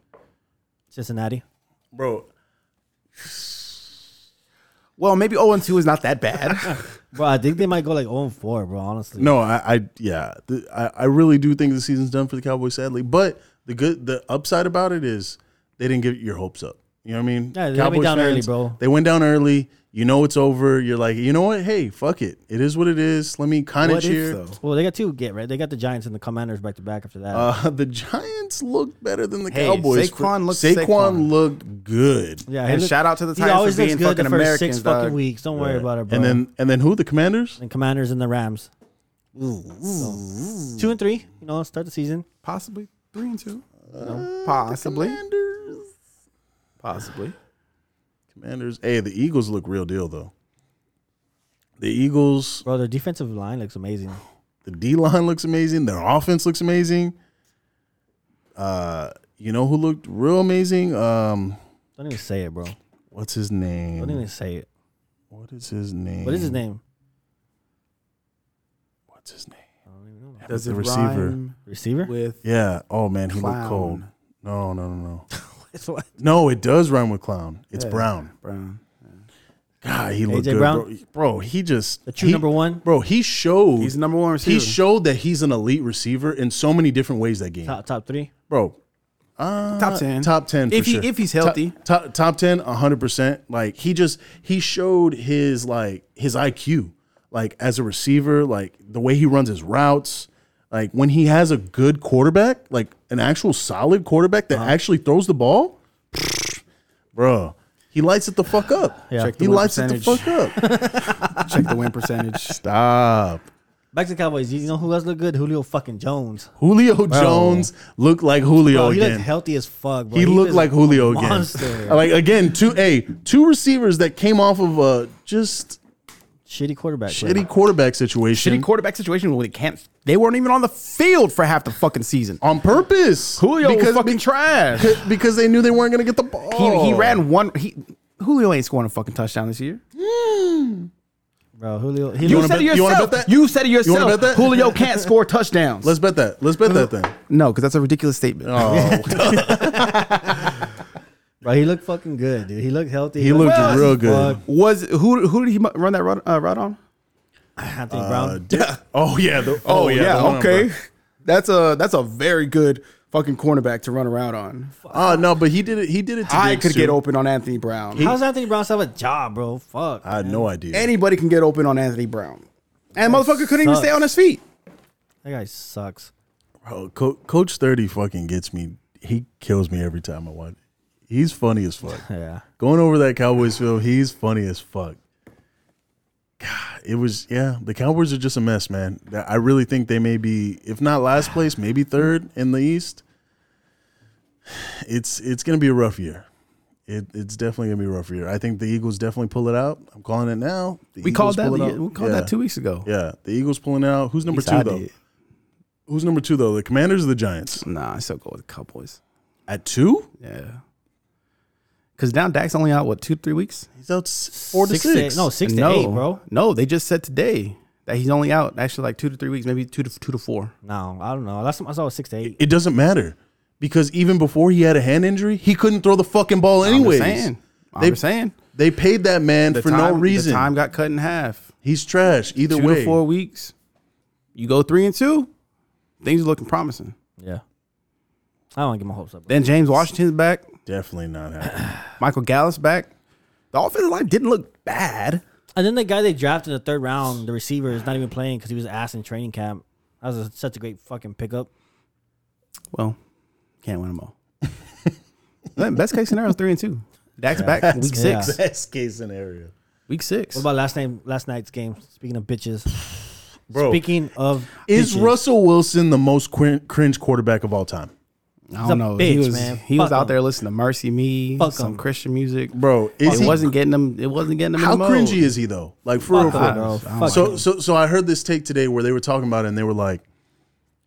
S3: Cincinnati.
S4: bro.
S5: Well, maybe 0 and 2 is not that bad.
S3: Bro, I think they might go like 0 and 4, bro, honestly.
S4: No, I, I yeah, th- I, I really do think the season's done for the Cowboys. Sadly, but the good, the upside about it is they didn't get your hopes up. You know what I mean?
S3: Yeah, they went down early, bro.
S4: They went down early. You know it's over. You're like, you know what? Hey, fuck it. It is what it is. Let me kind of
S5: what
S4: cheer.
S5: if, though?
S3: Well, they got two get, right? They got the Giants and the Commanders back to back after that.
S4: Uh, the Giants looked better than the
S5: Hey,
S4: Cowboys.
S5: Saquon looked-
S4: Saquon,
S5: Saquon.
S4: looked good.
S3: yeah,
S5: and shout out to the Titans for being fucking
S3: the first
S5: Americans,
S3: six fucking
S5: dog.
S3: weeks. Don't worry about it, bro.
S4: And then and then who? The Commanders?
S3: and Commanders and the Rams. So, two and three, you know, start the season.
S5: Possibly 3 and 2.
S4: Uh,
S3: Ah,
S5: Possibly.
S4: Commanders.
S5: Possibly.
S4: Commanders. Hey, the Eagles look real deal though. The Eagles,
S3: Bro, their defensive line looks amazing.
S4: the D line looks amazing. Their offense looks amazing. Uh, you know who looked real amazing? Um,
S3: Don't even say it, bro.
S4: what's his
S3: Don't even
S4: name?
S3: say it.
S4: What is his name?
S3: What is his name?
S4: What's his name?
S5: Does
S4: The
S5: it
S4: receiver.
S5: rhyme
S3: Receiver?
S5: with
S4: Yeah. Oh man, he
S5: Clown.
S4: looked cold. No, no, no, no.
S3: It's what?
S4: No, it does rhyme with clown. It's Brown.
S5: Brown?
S4: God, he looked
S3: AJ
S4: good,
S3: Brown?
S4: bro. Bro, he just
S3: The true
S4: he-
S3: number one?
S4: Bro, he showed
S5: He's the number one receiver.
S4: He showed that he's an elite receiver in so many different ways that game.
S3: Top, top three?
S4: bro. Uh,
S5: Top 10.
S4: Top ten. For
S5: If he-
S4: sure.
S5: if he's healthy.
S4: Top, top, top ten, hundred percent. Like he just he showed his like his IQ, like as a receiver, like the way he runs his routes. Like when he has a good quarterback, like an actual solid quarterback
S5: Uh-huh.
S4: that actually throws the ball, bro, he lights it the fuck up.
S3: Yeah. Check
S5: the
S4: he
S5: win
S4: lights it the
S5: percentage.
S4: fuck up.
S5: Check the win percentage.
S4: Stop.
S3: Back to the Cowboys. You know who else looked good? Julio fucking Jones.
S4: Julio Jones looked like Julio
S3: Bro, he
S4: again.
S3: looked healthy as fuck, bro.
S4: he looked
S3: was
S4: like
S3: a
S4: Julio again.
S3: monster.
S4: Like again, two a two receivers that came off of a just
S3: Shitty quarterback. bro.
S4: shitty quarterback
S5: Shitty
S4: situation
S5: quarterback situation where they can't. They weren't even on the field for half the fucking season.
S4: on purpose.
S5: Julio was
S4: Um, because
S5: fucking trash. He,
S4: because they knew they weren't going to get the ball.
S5: he ran one. He, Julio ain't scoring a fucking touchdown this year.
S3: Bro, Julio. He
S5: You,
S3: looked,
S4: wanna
S5: said it
S4: bet- you wanna
S5: yourself. You,
S4: bet that?
S5: said it
S4: You wanna
S5: yourself.
S4: bet that?
S5: Julio can't score touchdowns.
S4: Let's bet Oh. that. Let's bet that then.
S5: no, because that's a ridiculous statement.
S3: bro, he looked fucking good, dude. He looked healthy.
S4: He looked
S3: fast
S4: real
S3: as
S4: good.
S3: fuck.
S5: Was who? Who did he mu- run that run, uh, route on?
S3: Anthony
S4: Uh,
S3: Brown.
S4: Dick- oh yeah. the- oh, yeah. the one, bro.
S5: That's a that's a very good fucking cornerback to run around on.
S4: Oh no, but he did it. He did it. To
S5: I
S4: Diggs,
S5: could
S4: too.
S5: get open on Anthony Brown.
S3: How's Anthony Brown still have a job, bro? Fuck.
S4: I had no idea.
S5: Anybody can get open on Anthony Brown, and motherfucker couldn't even
S3: sucks.
S5: stay on his feet.
S3: that guy sucks.
S4: Bro, Co- Coach Thirty fucking gets me. He kills me every time I watch. He's funny as fuck.
S3: Yeah.
S4: Going over that Cowboys field, he's funny as fuck. God, it was yeah. The Cowboys are just a mess, man. That- I really think they may be, if not last place, maybe third in the East. It's it's gonna be a rough year. It, it's definitely gonna be a rough year. I think the Eagles definitely pull it out. I'm calling it now. The
S5: We
S4: Eagles
S5: called that.
S4: pull it
S5: the- E,
S4: out.
S5: We called
S4: Yeah.
S5: that two weeks ago.
S4: Yeah, the Eagles pulling out. Who's number
S5: At least I
S4: two though?
S5: did.
S4: Who's number two though? The Commanders or the Giants?
S5: Nah, I still go with the Cowboys.
S4: At two,
S5: Yeah. Cause now Dak's only out what two three weeks?
S4: he's out s- four
S3: Six
S4: to
S3: to-
S4: six.
S3: no, six to
S5: no,
S3: eight, bro.
S5: No, they just said today that he's only out actually like two to three weeks, maybe two to two to four.
S3: No, I don't know. Last time I saw it was six to eight.
S4: It doesn't matter because even before he had a hand injury, he couldn't throw the fucking ball anyways.
S5: I'm just saying. I'm
S4: They-
S5: just saying.
S4: They paid that man for
S5: time,
S4: no reason.
S5: the time got cut in half.
S4: He's trash. Either
S5: Two
S4: way,
S5: to four weeks. You go three and two. Things are looking promising.
S3: Yeah. I don't want to get my hopes up. bro.
S5: Then James Washington's back.
S4: Definitely not happening.
S5: Michael Gallus back. The offensive line didn't look bad.
S3: And then the guy they drafted in the third round, the receiver, is not even playing because he was ass in training camp. That was a, such a great fucking pickup.
S5: Well, can't win them all. Then Best case scenario is three and two. Dak's back week
S3: Yeah.
S5: six.
S4: Best case scenario,
S5: Week six.
S3: What about last name last night's game? Speaking of bitches.
S4: bro.
S3: Speaking of
S4: is
S3: bitches.
S4: Russell Wilson the most qu- cringe quarterback of all time,
S5: I don't
S3: He's a
S5: know.
S3: bitch,
S5: he was
S3: man.
S5: he was
S3: Fuck
S5: out
S3: him.
S5: there listening to Mercy Me,
S3: Fuck
S5: some
S3: him.
S5: Christian music.
S4: bro? Is
S5: it
S4: he?
S5: wasn't getting them. It wasn't getting them.
S4: how
S5: in the mode.
S4: cringy is he though? Like for real, for
S3: Fuck,
S4: real.
S3: bro.
S5: I don't
S3: Fuck.
S4: So so so I heard this take today where they were talking about it and they were like,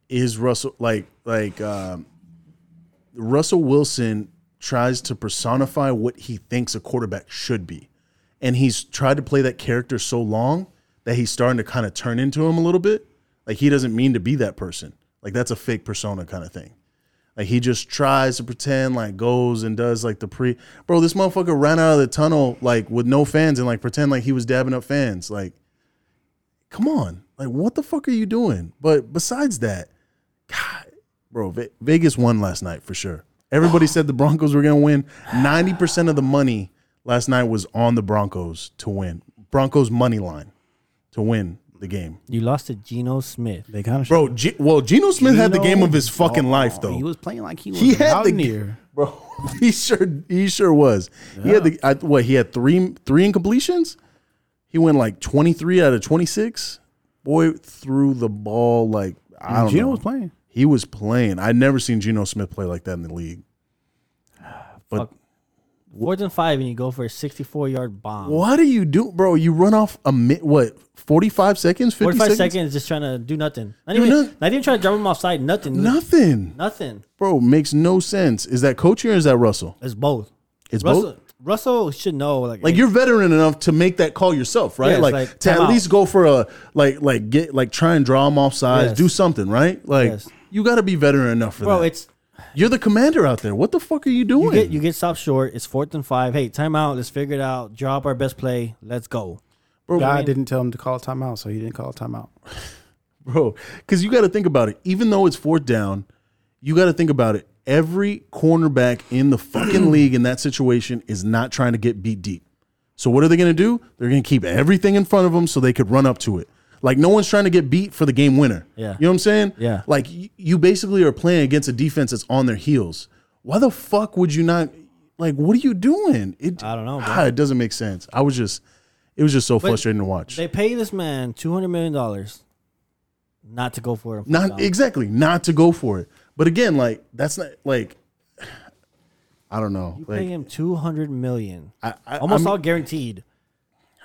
S4: is Russell like like um, Russell Wilson tries to personify what he thinks a quarterback should be. And he's tried to play that character so long that he's starting to kind of turn into him a little bit. Like he doesn't mean to be that person. Like that's a fake persona kind of thing. Like he just tries to pretend like goes and does like the pre bro, this motherfucker ran out of the tunnel like with no fans and like pretend like he was dabbing up fans. Like come on. Like, what the fuck are you doing? But besides that, God, bro, Ve- Vegas won last night for sure. Everybody said the Broncos were going to win. 90% of the money last night was on the Broncos to win. Broncos money line to win the game.
S3: you lost to Geno Smith.
S5: They kind of
S4: Bro, G- well, Geno Smith had the game of his fucking life, though.
S5: Oh, He was playing like he was.
S4: he had the
S5: near.
S4: Bro, he sure he sure was. He had the I, what? He had three three incompletions. He went like twenty three out of twenty six. Boy threw the ball like I don't
S5: Gino
S4: know.
S5: was playing.
S4: He was playing. I'd never seen Geno Smith play like that in the league. But
S3: Fuck. Fourth and five, and you go for a 64 yard bomb.
S4: what do you do, bro? You run off a minute, what, 45 seconds, 50
S3: 45
S4: seconds?
S3: seconds? just trying to do nothing. Not
S4: Do
S3: even,
S4: nothing.
S3: not even trying to drop him offside. Nothing.
S4: Nothing.
S3: Nothing.
S4: Bro, makes no sense. Is that coach or is that Russell?
S3: It's both.
S4: It's
S3: Russell,
S4: both.
S3: Russell should know. Like,
S4: Like
S3: hey,
S4: you're veteran enough to make that call yourself, right?
S3: Yes,
S4: like,
S3: like,
S4: to at
S3: timeout.
S4: least go for a like like get like try and draw him off sides,
S3: Yes.
S4: do something, right? Like
S3: Yes.
S4: you got to be veteran enough for
S3: bro,
S4: that.
S3: it's
S4: you're the commander out there. What the fuck are you doing?
S3: you get you get stopped short. It's fourth and five. Hey, timeout. Let's figure it out. Drop our best play. Let's go.
S5: God didn't tell him to call a timeout, so he didn't call a timeout.
S4: bro. Because you got to think about it. Even though it's fourth down, you got to think about it. Every cornerback in the fucking league in that situation is not trying to get beat deep. So what are they going to do? They're going to keep everything in front of them so they could run up to it. Like no one's trying to get beat for the game winner.
S3: Yeah.
S4: you know what I'm saying?
S3: Yeah.
S4: Like y- you basically are playing against a defense that's on their heels. Why the fuck would you not? Like, what are you doing? It,
S3: I don't know, bro.
S4: Ah, it doesn't make sense. I was just, it was just so frustrating to watch.
S3: They pay this man two hundred million dollars not to go for it.
S4: not exactly not to go for it but again like that's not like i don't know
S3: pay
S4: like
S3: him two hundred million.
S4: I- I-
S3: Almost
S4: I'm-
S3: all guaranteed.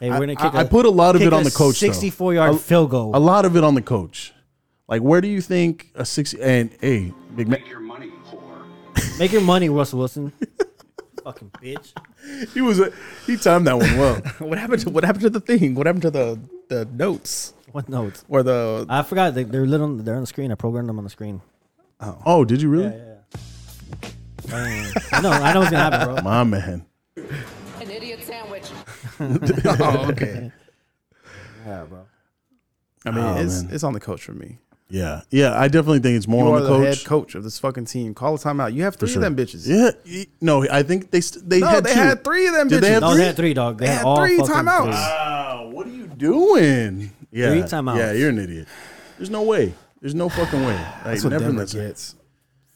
S3: Hey, we're gonna kick.
S4: I- I
S3: a-
S4: put a lot of
S3: kick
S4: it on the coach, though.
S3: Sixty-four yard
S4: A-
S3: field goal.
S4: a lot of it on the coach like where do you think a 60 and hey big man
S3: Make your money, Russell Wilson. Fucking bitch.
S4: he was a, he timed that one well
S6: What happened to what happened to the thing? What happened to the the notes
S3: What notes?
S6: or the
S3: I forgot they, they're little. They're on the screen. I programmed them on the screen.
S4: oh did you really
S3: I know. I know what's gonna happen, bro.
S4: my man
S7: An idiot sandwich.
S5: Oh, okay.
S3: Yeah, bro.
S5: I mean, it's
S4: Oh, man.
S5: it's on the coach for me.
S4: yeah yeah i definitely think it's more
S5: You
S4: on
S5: are
S4: the
S5: the
S4: coach
S5: head coach of this fucking team. Call a timeout. You have three
S4: Sure.
S5: of them bitches.
S4: yeah he- no i think they st- they
S5: No,
S4: had
S5: they
S4: two.
S5: had three of them
S4: Did they
S5: bitches.
S4: have
S3: No,
S4: three?
S3: they had three, dog. They,
S5: They
S3: had,
S5: had
S3: all
S5: three
S3: fucking
S5: timeouts.
S3: three.
S4: Wow, Uh, what are you doing? Yeah,
S3: Three timeouts.
S4: Yeah, you're an idiot. There's no way. There's no fucking way. Like,
S5: That's what
S4: never
S5: Denver
S4: lets it.
S5: gets.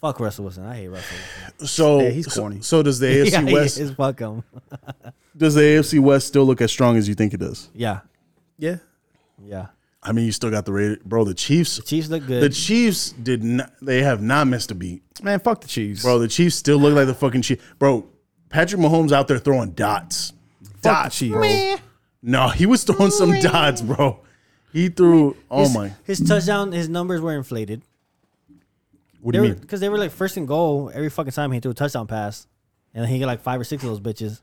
S3: Fuck Russell Wilson. I hate Russell. Wilson.
S4: So
S5: Yeah, he's
S4: so-
S5: corny.
S4: So, does the AFC
S3: yeah, he
S4: West?
S3: is. fuck him.
S4: does the AFC West still look as strong as you think it does?
S3: Yeah,
S5: Yeah.
S3: yeah.
S4: I mean, you still got the Raiders, bro. The Chiefs. The
S3: Chiefs look good.
S4: The Chiefs did not. They have not missed a beat,
S5: Man, fuck the Chiefs.
S4: bro. The Chiefs still look like the fucking Chiefs, bro. Patrick Mahomes out there throwing dots.
S5: fuck the Chiefs.
S4: No, he was throwing some dots, bro. He threw. Oh
S3: his,
S4: my!
S3: His touchdown, his numbers were inflated.
S4: What do you
S3: They
S4: mean?
S3: because they were like first and goal every fucking time he threw a touchdown pass, and he got like five or six of those bitches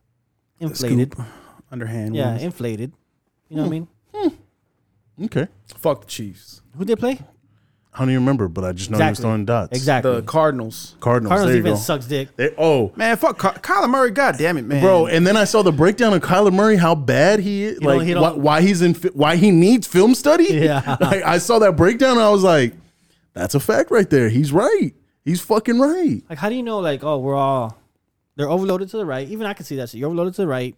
S3: inflated.
S5: Scoop. Underhand.
S3: Yeah,
S5: wins.
S3: inflated. You know what I mean?
S4: Okay,
S5: Fuck the Chiefs.
S3: Who they play?
S4: I don't even remember, but I just know he was
S3: Exactly.
S4: throwing dots.
S3: Exactly.
S5: The Cardinals.
S4: Cardinals.
S3: Cardinals
S4: there you go.
S3: defense sucks dick.
S4: They, oh,
S5: Man, fuck Ky- Kyler Murray. God damn it, man.
S4: bro! And then I saw the breakdown of Kyler Murray, how bad he is,
S3: don't-
S4: like
S3: he
S4: why,
S3: don't-
S4: why he's in, fi- why he needs film study.
S3: Yeah.
S4: like, I saw that breakdown, and I was like, That's a fact right there. He's right. He's fucking right.
S3: Like, how do you know? Like, oh, we're all they're overloaded to the right. Even I can see that. shit. you're overloaded to the right.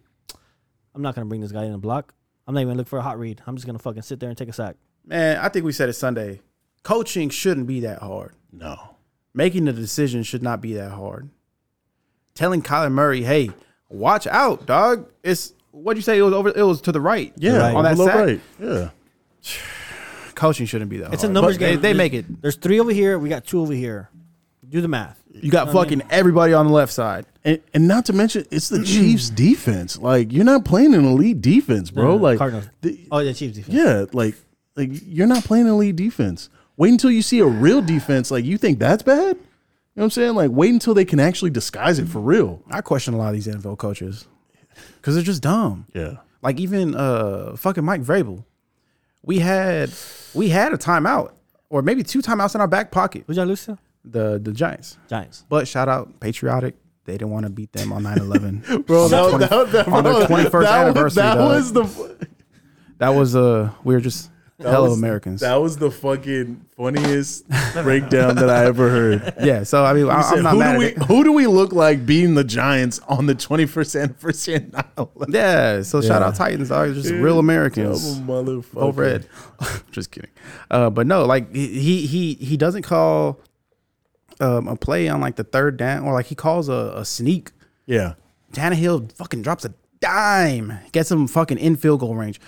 S3: I'm not gonna bring this guy in a block. I'm not even gonna look for a hot read. I'm just gonna fucking sit there and take a sack.
S5: Man, I think we said it Sunday. Coaching shouldn't be that hard.
S4: No.
S5: Making the decision should not be that hard. Telling Kyler Murray, "Hey, watch out, dog. It's what you say. It was over. It was to the right.
S4: Yeah,
S3: Right.
S5: on that
S4: below
S5: sack.
S4: right. Yeah.
S5: Coaching shouldn't be that.
S3: It's a
S5: hard.
S3: numbers
S5: But they-
S3: game.
S5: They, make it.
S3: There's three over here. We got two over here. Do the math.
S5: You got fucking everybody on the left side.
S4: And, and not to mention, it's the Chiefs' defense. Like you're not playing an elite defense, bro. like
S3: Cardinals.
S4: the-
S3: oh, the Chiefs defense.
S4: yeah, like like you're not playing elite defense. Wait until you see a real defense. Like you think that's bad? You know what I'm saying? Like wait until they can actually disguise it for real.
S5: I question a lot of these NFL coaches because they're just dumb.
S4: Yeah.
S5: Like even uh fucking Mike Vrabel. We had we had a timeout or maybe two timeouts in our back pocket.
S3: Who'd y'all lose to?
S5: The the Giants.
S3: Giants.
S5: But shout out Patriotic. They didn't want to beat them on 9-11.
S4: Bro,
S5: on the 20 on their 21st anniversary.
S4: that
S5: dog.
S4: was the
S5: that was uh we were just hello Americans.
S4: That was the fucking funniest breakdown that I ever heard.
S5: yeah, so I mean I,
S4: Said,
S5: am not
S4: who
S5: mad
S4: do
S5: at
S4: we
S5: it.
S4: who do we look like beating the Giants on the 21st anniversary? of 9/11?
S5: Yeah, so shout
S4: Yeah.
S5: out Titans, dog. Just real Americans.
S4: Double motherfucker.
S5: over it. Just kidding. Uh, but no, like he he he doesn't call um, a play on like the third down, or like he calls a, a sneak.
S4: Yeah.
S5: Tannehill fucking drops a dime, gets him fucking in field goal range.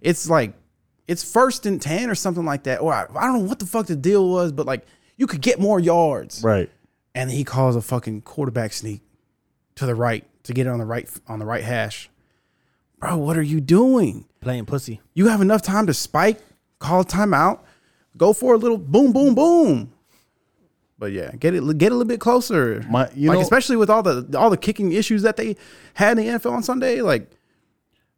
S5: It's like it's first and ten or something like that. Or I, I don't know what the fuck the deal was, but like you could get more yards,
S4: Right.
S5: and he calls a fucking quarterback sneak to the right to get it on the right on the right hash. Bro, what are you doing?
S3: Playing pussy.
S5: You have enough time to spike, call timeout, go for a little boom, boom, boom. But yeah, get it, get a little bit closer.
S4: My- you
S5: like
S4: know-
S5: especially with all the all the kicking issues that they had in the NFL on Sunday. Like,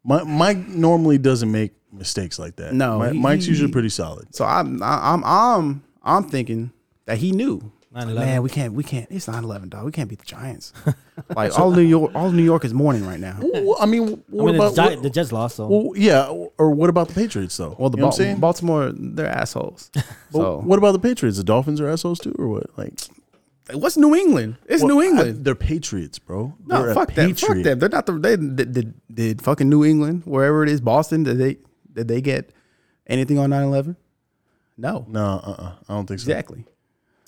S4: Mi- Mike normally doesn't make mistakes like that.
S5: No,
S4: Mi-
S5: he-
S4: Mike's
S5: he-
S4: usually pretty solid.
S5: so I'm I- I'm I'm I'm thinking that he knew.
S3: 9/11.
S5: Man, we can't we can't. It's 9-11, dog. We can't beat the Giants. like all New York, all New York is mourning right now.
S4: Well, I mean,
S3: I
S4: what
S3: mean,
S4: about
S3: the, Gi-
S4: what-
S3: the Jets lost, so
S4: well, yeah, or what about the Patriots though?
S5: Well, the
S4: You know what
S5: Bal-
S4: I'm saying?
S5: Baltimore, they're assholes. so
S4: What about the Patriots? The Dolphins are assholes too, or what? Like
S5: what's New England? It's
S4: Well,
S5: New
S4: I-
S5: England.
S4: they're Patriots, bro.
S5: No,
S4: They're a
S5: fuck that. Fuck
S4: Patriot.
S5: them. They're not the they did, did, did fucking New England, wherever it is, Boston, did they did they get anything on 9-11? No.
S4: No, uh, uh I don't think so.
S5: Exactly.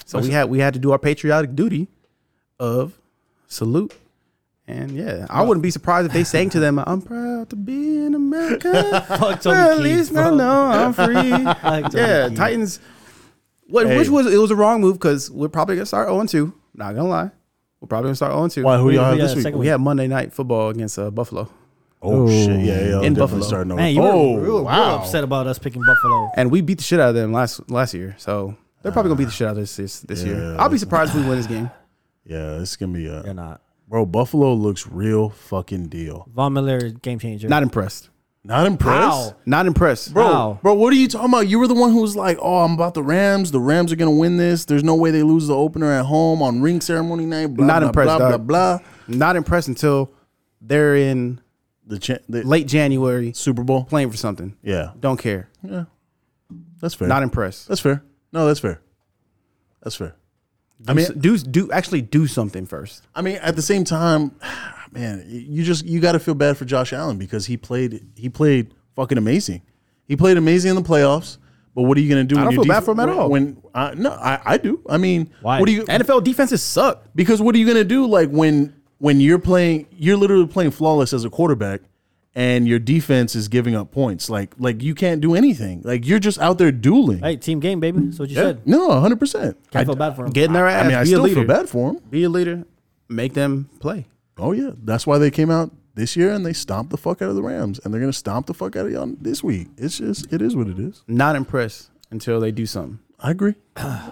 S5: So we had we had to do our patriotic duty of salute. And yeah, I wouldn't be surprised if they sang to them, I'm proud to be in America.
S3: fuck Toby
S5: well, at
S3: Keith,
S5: least I
S3: bro.
S5: know I'm free.
S3: Like Toby
S5: yeah,
S3: Keith.
S5: Titans. What,
S4: Hey.
S5: Which was it was a wrong move because we're probably gonna start 0 2. Not gonna lie. We're probably gonna start 0 2.
S4: Why? Who y'all have
S3: yeah,
S4: this week?
S3: second
S5: We had Monday night football against uh, Buffalo,
S4: Oh shit! Yeah, yeah.
S5: In
S4: definitely
S5: Buffalo.
S4: Starting over.
S3: Man, you
S4: oh
S3: were real, real upset about us picking Buffalo.
S5: and we beat the shit out of them last last year. So they're probably gonna beat the shit out of us this this year.
S4: yeah.
S5: I'll be surprised if we win this game.
S4: yeah, this is gonna be
S3: They're
S4: a
S3: not.
S4: bro. Buffalo looks real fucking deal.
S3: Von Miller, game changer.
S5: Not impressed.
S4: Not impressed,
S3: How?
S5: Not impressed,
S4: bro.
S3: How?
S4: Bro, what are you talking about? You were the one who was like, "Oh, I'm about the Rams. The Rams are gonna win this. There's no way they lose the opener at home on ring ceremony night." Blah,
S5: Not
S4: blah,
S5: impressed,
S4: Blah, blah
S5: dog.
S4: blah
S5: Not impressed until they're in
S4: The, cha- the
S5: late January
S4: Super Bowl.
S5: playing for something.
S4: Yeah,
S5: Don't care.
S4: that's fair.
S5: Not impressed.
S4: that's fair. No, that's fair. That's fair.
S5: I mean, do do actually do something first.
S4: I mean, at the same time, man, you just you got to feel bad for Josh Allen because he played he played fucking amazing. He played amazing in the playoffs. But what are you going to do?
S5: I
S4: when
S5: don't
S4: your
S5: feel bad
S4: def-
S5: for him at
S4: when-
S5: all.
S4: When I, no, I, I do. I mean,
S3: Why?
S4: What are you?
S5: NFL defenses suck.
S4: Because what are you going to do? Like when when you're playing, you're literally playing flawless as a quarterback, and your defense is giving up points. Like like you can't do anything. Like you're just out there dueling.
S3: Hey, team game, baby. That's what you said.
S4: No, hundred percent.
S3: I,
S4: I,
S3: feel bad for him.
S5: Get in their
S4: I
S5: ass.
S4: mean, I
S5: be a
S4: still
S5: leader.
S4: feel bad for him.
S5: Be a leader. Make them play.
S4: Oh yeah, that's why they came out this year and they stomped the fuck out of the Rams, and they're gonna stomp the fuck out of y'all this week. It's just it is what it is.
S5: Not impressed until they do something.
S4: I agree.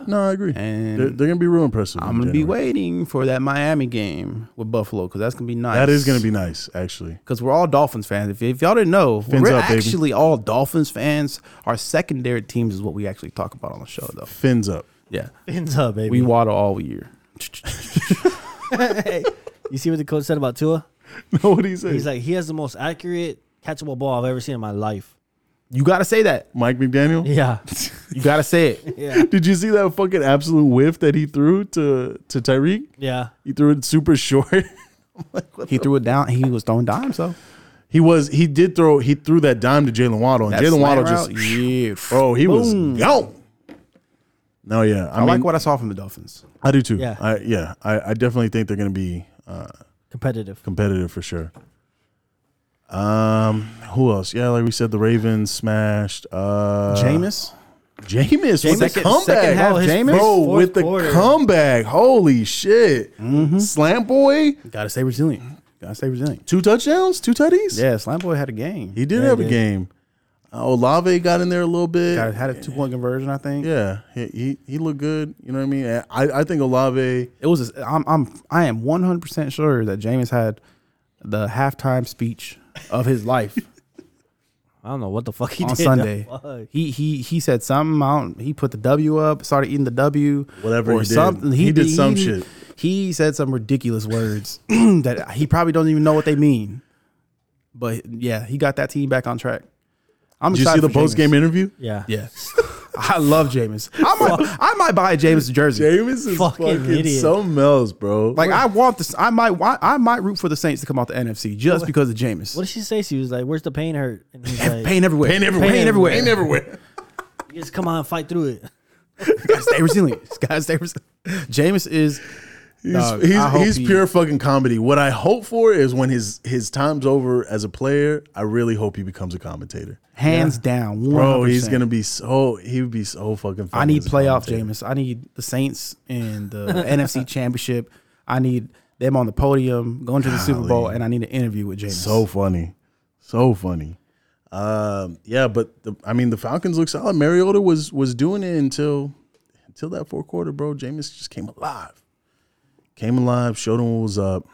S4: No, I agree.
S5: And
S4: they're, they're gonna be real impressive. in
S5: I'm gonna be
S4: January.
S5: waiting for that Miami game with Buffalo because that's gonna be nice.
S4: That is gonna be nice, actually.
S5: because we're all Dolphins fans. If, if y'all didn't know,
S4: Fins
S5: we're
S4: up, baby.
S5: actually all Dolphins fans. Our secondary teams is what we actually talk about on the show, though.
S4: Fins up.
S5: Yeah,
S3: Fins up, baby.
S5: we waddle all year.
S3: you see what the coach said about Tua?
S4: what do you say?
S3: He's like, he has the most accurate catchable ball I've ever seen in my life.
S5: You gotta say that.
S4: Mike McDaniel.
S3: Yeah.
S5: You gotta say it.
S3: Yeah.
S4: Did you see that fucking absolute whiff that he threw to to Tyreek?
S3: Yeah.
S4: He threw it super short.
S5: He threw it down. He was throwing dimes though.
S4: he was he did throw he threw that dime to Jalen Waddle and
S5: That
S4: Jalen
S5: slant
S4: Waddle
S5: route,
S4: just
S5: yeah.
S4: bro he was gone. No, yeah, I,
S5: I
S4: mean,
S5: like what I saw from the Dolphins.
S4: I do too.
S3: Yeah.
S4: I, yeah, I, I definitely think they're gonna be uh,
S3: Competitive.
S4: competitive for sure. Um, who else? Yeah, like we said, the Ravens smashed. Uh,
S5: Jameis,
S4: Jameis with the
S5: Second-
S4: comeback.
S5: second half,
S4: Oh, his-
S5: Jameis?
S4: Bro,
S3: Fourth
S4: with the
S3: quarter.
S4: comeback. Holy shit. Slam boy,
S5: gotta stay resilient. Gotta stay resilient.
S4: two touchdowns, two tutties.
S5: Yeah, Slam Boy had a game.
S4: He did have a game. Uh, Olave got in there a little bit.
S5: Got, had a two point conversion, I think.
S4: Yeah, he, he he looked good. You know what I mean? I, I think Olave.
S5: It was. i am I'm. I'm. I am 100 percent sure that Jameis had the halftime speech of his life
S3: I don't know what the fuck he
S5: on
S3: did.
S5: Sunday.
S3: Fuck.
S5: He he he said something. I don't, he put the W up. Started eating the W.
S4: Whatever he did. He did some shit.
S5: He said some ridiculous words that he probably don't even know what they mean. But yeah, he got that team back on track. I'm
S4: Did you see
S5: excited
S4: the
S5: for
S4: post
S5: Jameis.
S4: game interview?
S3: Yeah.
S5: Yeah. I love Jameis. I might, I might buy a Jameis jersey.
S4: Jameis is
S3: Fucking
S4: fucking,
S3: idiot.
S4: something else, bro.
S5: Like I want this. I might. want- I might root for the Saints to come out the NFC just because of Jameis.
S3: What did she say? She was like, "Where's the pain hurt?" And he's like,
S5: pain everywhere. Pain
S4: everywhere.
S5: Pain everywhere.
S4: Ain't everywhere.
S3: "You just come on and fight through it."
S5: Gotta stay resilient. Just Gotta stay resilient. Jameis is.
S4: He's,
S5: Dog, I hope
S4: he's, he's
S5: he-
S4: pure fucking comedy. What I hope for is when his his time's over as a player, I really hope he becomes a commentator.
S5: Hands down, 100%.
S4: Bro, he's gonna be so he'd be so fucking. Funny
S5: I need
S4: as a
S5: playoff
S4: commentator.
S5: Jameis. I need the Saints and the NFC Championship. I need them on the podium, going to the Super Bowl, and I need an interview with Jameis.
S4: So funny, so funny. Um, yeah, but the, I mean, the Falcons look solid. Mariota was was doing it until until that fourth quarter, bro. Jameis just came alive, came alive, showed him what was up.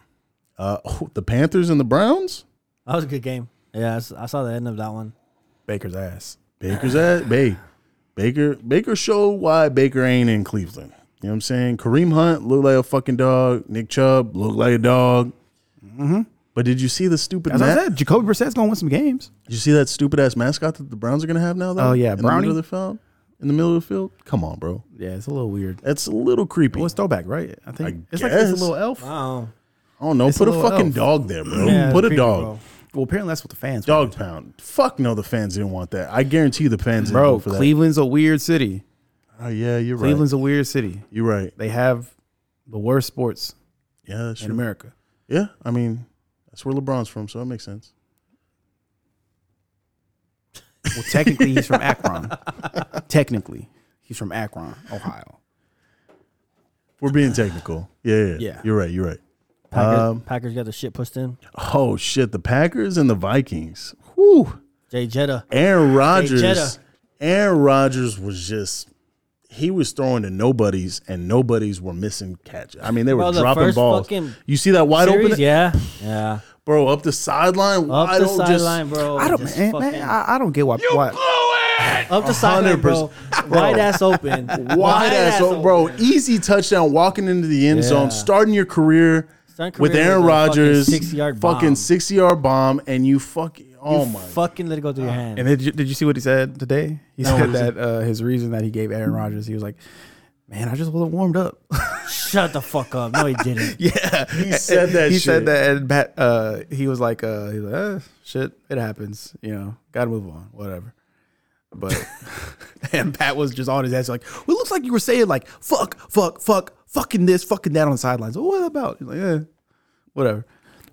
S4: Uh, oh, the Panthers and the Browns.
S3: That was a good game. Yeah, I s- I saw the end of that one.
S5: Baker's ass.
S4: Baker's at Bay. Baker Baker showed why Baker ain't in Cleveland. You know what I'm saying? Kareem Hunt looked like a fucking dog. Nick Chubb looked like a dog. But did you see the stupid?
S5: Mm-hmm. As I
S4: ma-
S5: said, Jacoby Brissett's gonna win some games.
S4: Did you see that stupid ass mascot that the Browns are gonna have now? Though?
S5: Oh, yeah,
S4: in
S5: Brownie?
S4: the middle of the field. In the middle of the field. Come on, bro.
S5: Yeah, it's a little weird.
S4: That's a little creepy.
S5: Well, it's throwback, right? I think
S4: I
S5: it's like it's a
S4: guess.
S5: little elf.
S3: Wow.
S4: I don't know.
S5: it's
S4: Put
S5: a
S4: a,
S5: little
S4: fucking
S5: elf.
S4: dog there, bro.
S3: Yeah,
S4: Put a
S3: creepy,
S4: dog.
S3: bro.
S5: Well, apparently that's what the fans. want.
S4: Dog pound. Fuck no, the fans didn't want that. I guarantee the fans didn't
S5: bro.
S4: vote for
S5: Cleveland's a weird city.
S4: that. Oh yeah, you're
S5: Cleveland's a weird city.
S4: right. You're right.
S5: They have the worst sports
S4: Yeah, that's
S5: in
S4: true.
S5: America.
S4: Yeah, I mean, that's where LeBron's from, so it makes sense.
S5: Well, technically, he's from Akron. technically, he's from Akron, Ohio.
S4: If We're being technical. Yeah, yeah,
S5: Yeah.
S4: You're right. You're right.
S3: Packers,
S4: Um,
S3: Packers got the shit pushed in.
S4: Oh shit, the Packers and the Vikings. Whew.
S3: Jay Jetta.
S4: Aaron
S3: Jetta.
S4: Rodgers. Aaron Rodgers was just he was throwing to nobodies and nobodies were missing catches. I mean, they were
S3: Bro, the
S4: dropping
S3: first
S4: balls.
S3: fucking
S4: You see that wide
S3: Series?
S4: open
S3: Yeah. Yeah.
S4: bro up the sideline,
S3: Up
S4: wide
S3: the
S4: open, just-
S3: sideline, bro.
S5: I don't,
S3: Just
S5: man,
S3: fucking-
S5: man, I, I don't get why. why
S3: up the sideline, bro.
S4: 100%. Bro.
S3: Wide ass open.
S4: Wide ass, open, bro. Easy touchdown, walking into the end
S3: Yeah.
S4: zone, starting your career,
S3: Starting
S4: with
S3: career
S4: Aaron
S3: with a fucking
S4: Rodgers,
S3: six-yard
S4: fucking
S3: bomb.
S4: six yard bomb, and you fucking oh my
S3: Fucking let it go through your hand.
S5: and did you, did you see what he said today? He said that uh, his reason that he gave Aaron Rodgers, he was like, "Man, I just wasn't warmed up."
S3: Shut the fuck up. No, he didn't.
S5: yeah,
S4: He said that
S5: He
S4: shit.
S5: said that, and Pat, uh, he was like, uh, he was like, eh, "Shit, it happens. You know, got to move on. Whatever." But and Pat was just on his ass, like, "Well, it looks like you were saying like, fuck, fuck, fuck, fucking this, fucking that on the sidelines. Well, what about?" He's like, "Yeah, whatever."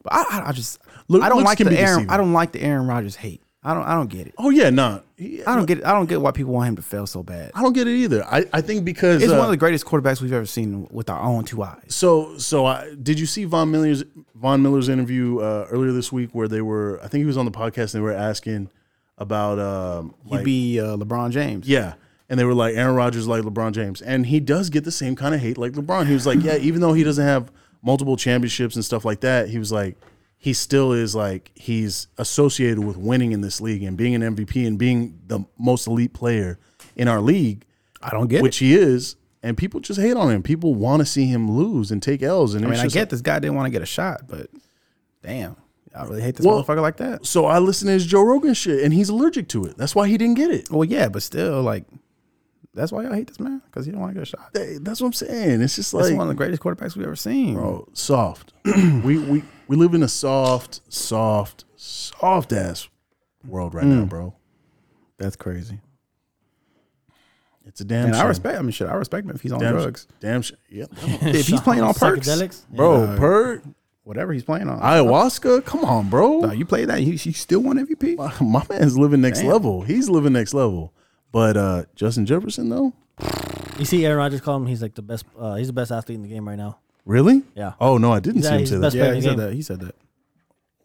S5: But I, I, I just,
S4: Look-
S5: I don't
S4: looks
S5: like
S4: can
S5: the
S4: be
S5: Aaron.
S4: deceiving.
S5: I don't like the Aaron Rodgers hate. I don't, I don't get it.
S4: Oh yeah, nah. He-
S5: I don't get it. I don't get why people want him to fail so bad.
S4: I don't get it either. I, I think because
S5: It's
S4: uh,
S5: one of the greatest quarterbacks we've ever seen with our own two eyes.
S4: so so. I, did you see Von Miller's Von Miller's interview uh, earlier this week where they were? I think he was on the podcast and they were asking about um,
S5: He'd
S4: like-
S5: be uh, LeBron James.
S4: yeah, and they were like Aaron Rodgers like LeBron James, and he does get the same kind of hate like LeBron. He was like, yeah, even though he doesn't have multiple championships and stuff like that, he was like. He still is like he's associated with winning in this league and being an MVP and being the most elite player in our league.
S5: I don't get it.
S4: which he is, and people just hate on him. People want to see him lose and take L's. And
S5: I mean,
S4: it's
S5: I
S4: just-
S5: get this guy didn't want to get a shot, but damn, I really hate this
S4: Well-
S5: motherfucker like that.
S4: So I listen to his Joe Rogan shit, and he's allergic to it. That's why he didn't get it.
S5: Well, yeah, but still, like, That's why y'all hate this man because he don't want to get a shot.
S4: Hey, that's what I'm saying. It's just
S5: That's
S4: like
S5: one of the greatest quarterbacks we've ever seen.
S4: bro, Oh, soft. we we we live in a soft, soft, soft ass world right
S5: Mm.
S4: now, bro.
S5: That's crazy.
S4: It's a damn.
S5: And I
S4: shame.
S5: respect. I mean, shit, I respect him if he's on
S4: damn
S5: drugs.
S4: sh- Damn shit. Yep.
S5: if he's playing on perks,
S3: Psychedelics?
S4: bro, per
S5: whatever he's playing on.
S4: ayahuasca. Come on, bro.
S5: Nah, you play that, you, you still won MVP.
S4: my, my man's living next
S5: Damn.
S4: level. He's living next level. But uh Justin Jefferson though,
S3: You see Aaron Rodgers call him. He's like the best. Uh, he's the best athlete in the game right now.
S4: really?
S3: Yeah.
S4: Oh no, I didn't
S3: He's
S4: see
S3: at-
S4: him
S3: he's
S4: say
S3: best
S4: that.
S3: player in
S5: he
S3: the
S5: said
S3: game.
S5: that. He said that.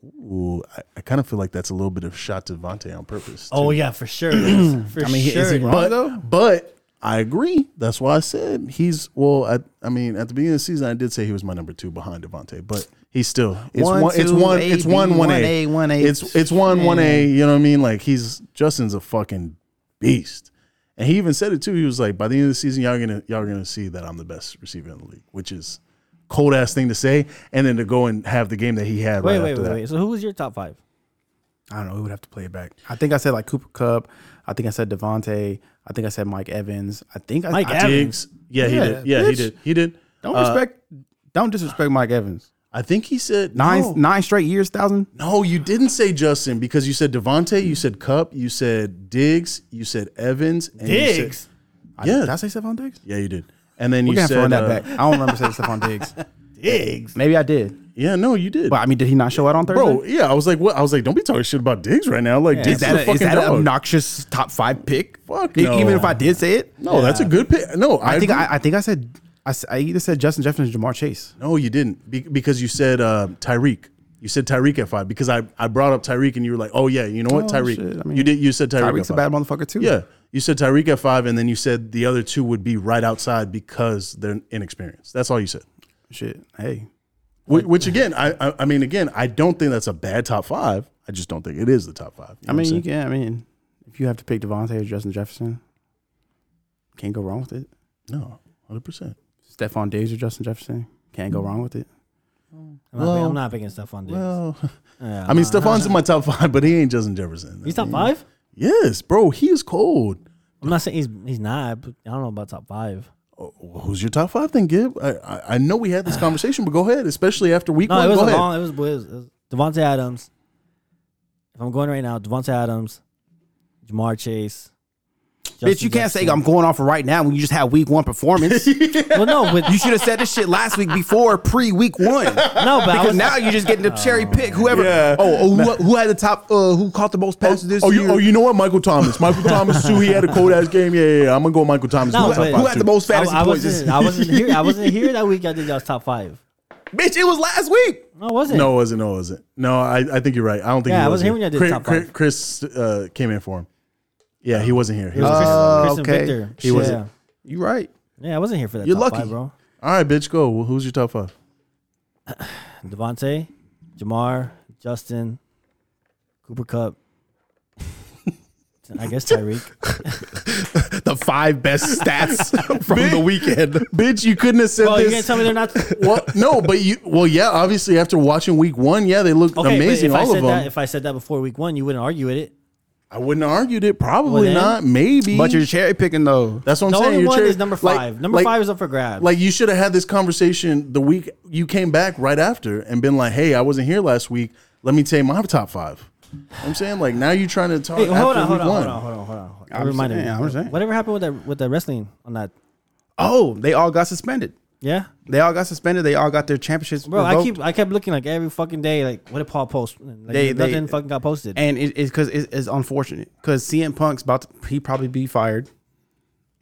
S4: Ooh, I, I kind of feel like that's a little bit of shot to Vontae on purpose. too.
S3: Oh yeah, for sure. it is. for
S5: I mean,
S3: sure.
S5: is he
S3: it is.
S5: wrong though?
S4: But I agree. That's why I said he's well. I, I mean, at the beginning of the season, I did say he was my number two behind Devontae, but he's still it's
S5: One,
S4: one. it's
S5: two,
S4: one.
S5: A,
S4: it's
S5: B,
S4: one. One
S5: one
S4: A.
S5: A, one A.
S4: It's it's one. One A. You know what I mean? Like he's Justin's a fucking beast, and he even said it too. He was like, by the end of the season, y'all gonna y'all gonna see that I'm the best receiver in the league, which is cold ass thing to say, and then to go and have the game that he had
S3: Wait,
S4: right
S3: wait,
S4: after
S3: wait,
S4: that.
S3: wait. So who was your top five?
S5: I don't know. We would have to play it back. I think I said like Cooper Cup. I think I said Devontae. I think I said Mike Evans. I think I,
S3: Mike
S5: I,
S3: Evans?
S4: Diggs, yeah, he
S5: Yeah,
S4: did. Yeah, he
S5: bitch.
S4: did. He did.
S5: Don't
S4: Uh,
S5: respect. Don't disrespect Mike Evans.
S4: I think he said
S5: Nine
S4: no.
S5: nine straight years, thousand.
S4: No, you didn't say Justin because you said Devontae, you said Cup, you said Diggs, you said Evans. And you said-
S3: Diggs?
S5: I-
S4: Yeah.
S5: Did I say Stephon Diggs?
S4: yeah, you did. And then
S5: We're
S4: you
S5: gonna have
S4: said
S5: to run that
S4: uh,
S5: back. I don't remember saying Stephon Diggs.
S4: Diggs.
S5: Maybe I did,
S4: Yeah, no, you did.
S5: but I mean, did he not show out on Thursday?
S4: Bro, yeah, I was like, what? I was like, don't be talking shit about Diggs right now. Like, Diggs
S5: is
S4: is,
S5: that,
S4: a
S5: a, is
S4: fucking
S5: that an
S4: dog.
S5: obnoxious top five pick?
S4: Fuck
S5: E-
S4: no.
S5: Even if I did say it,
S4: no, that's a good pick. No, I,
S5: I think
S4: agree.
S5: I, I think I said I, s- I either said Justin Jefferson, or Jamar Chase.
S4: no, you didn't be, because you said uh, Tyreek. You said Tyreek at five because I, I brought up Tyreek and you were like, oh yeah, you know what,
S5: Oh, shit,
S4: Tyreek.
S5: I mean,
S4: you did. You said Tyreek.
S5: Tyreek's
S4: at
S5: a bad
S4: five.
S5: motherfucker too.
S4: Yeah, you said Tyreek at five, and then you said the other two would be right outside because they're inexperienced. That's all you said.
S5: Shit. Hey.
S4: Which, which again, I, I I mean, again, I don't think that's a bad top five. I just don't think it is the top five. You know what
S5: I
S4: I'm
S5: mean, you
S4: saying?
S5: can. I mean, if you have to pick Devontae or Justin Jefferson, can't go wrong with it.
S4: no, hundred percent.
S5: Stephon Diggs or Justin Jefferson, can't
S4: Mm.
S5: go wrong with it.
S3: I'm, not,
S4: Well,
S3: I'm not picking Stephon Diggs.
S4: Well,
S3: Yeah,
S4: I mean, Stephon's in my top five, but he ain't Justin Jefferson.
S3: he's top five.
S4: Yes, bro, he is cold.
S3: I'm not saying he's he's not. But I don't know about top five.
S4: Well, who's your top five then, Gib? I, I I know we had this conversation, but go ahead, especially after week
S3: No,
S4: one.
S3: it was
S4: go
S3: a
S4: ahead.
S3: long. It was, it was, it was Devonte Adams. If I'm going right now, Devonte Adams, Jamar Chase.
S5: Bitch, you can't say I'm going off for right now when you just had week one performance. you
S3: Well, no, but
S5: should have said this shit last week before pre week one.
S3: no, but I
S5: Because
S3: was,
S5: now you're just getting the cherry pick. Whoever.
S4: Yeah.
S5: Oh, oh, who, who had the top? Uh, who caught the most passes this
S4: oh,
S5: year?
S4: you, oh, you know what? Michael Thomas. Michael Thomas, too. He had a cold ass game. Yeah, yeah, yeah. I'm going to go Michael Thomas. in
S3: No,
S4: my top
S3: but-
S4: five,
S5: who had
S4: too.
S5: the most
S3: I,
S5: fantasy
S3: I
S5: points?
S3: wasn't. I wasn't here. I wasn't here that week. I think I was top five.
S5: Bitch, it was last week.
S3: No, I wasn't.
S4: No, it wasn't. No, it wasn't. No, I, I think you're right. I don't think.
S3: Yeah,
S4: he
S3: I was here when
S4: here
S3: you did
S4: Chris,
S3: top
S4: Chris,
S3: five.
S4: Chris, uh, came in for him. Yeah, he wasn't here. He
S3: It was
S4: wasn't
S3: Chris,
S4: here.
S3: Chris
S5: okay.
S3: and Victor.
S4: He wasn't.
S5: You right?
S3: Yeah. yeah, I wasn't here for that.
S4: You're
S3: top
S4: lucky.
S3: five, bro.
S4: All right, bitch, go. Well, who's your top five?
S3: Devonte, Jamar, Justin, Cooper Cup. I guess Tyreek.
S5: The five best stats from
S4: Bitch.
S5: the weekend.
S4: Bitch, you couldn't have said
S3: Well, you
S4: this.
S3: can't tell me they're not.
S4: well, no, but you. Well, yeah, obviously after watching week one, yeah, they looked
S3: Okay,
S4: amazing.
S3: But if
S4: All
S3: I
S4: of
S3: said
S4: them.
S3: That, if I said that before week one, you wouldn't argue with it.
S4: I wouldn't have argued it.
S3: Well,
S4: Probably
S3: then-
S4: not. Maybe.
S5: But you're cherry picking though.
S4: That's what I'm
S3: the
S4: saying.
S3: only
S4: You're
S3: one
S4: cherry-
S3: is number
S4: like-
S3: five. number
S4: like-
S3: five is up for grabs.
S4: Like you should have had this conversation the week you came back right after and been like, "Hey, I wasn't here last week. Let me tell you my top five. I'm saying like now you're trying to talk.
S3: hey, hold
S4: after
S3: on, hold
S4: week
S3: on,
S4: one.
S3: hold on, hold on, hold on, hold on.
S5: I'm
S3: Reminded
S5: saying, I'm
S3: me.
S5: saying.
S3: Whatever happened with that with the wrestling on that?
S5: Oh, they all got suspended.
S3: Yeah,
S5: They all got suspended. They all got their championships.
S3: bro. I
S5: revoked.
S3: keep I kept looking like every fucking day. Like, what did Paul post? Like,
S5: They- they-
S3: nothing fucking got posted.
S5: and it- it's because it, it's unfortunate because CM Punk's about to he probably be fired,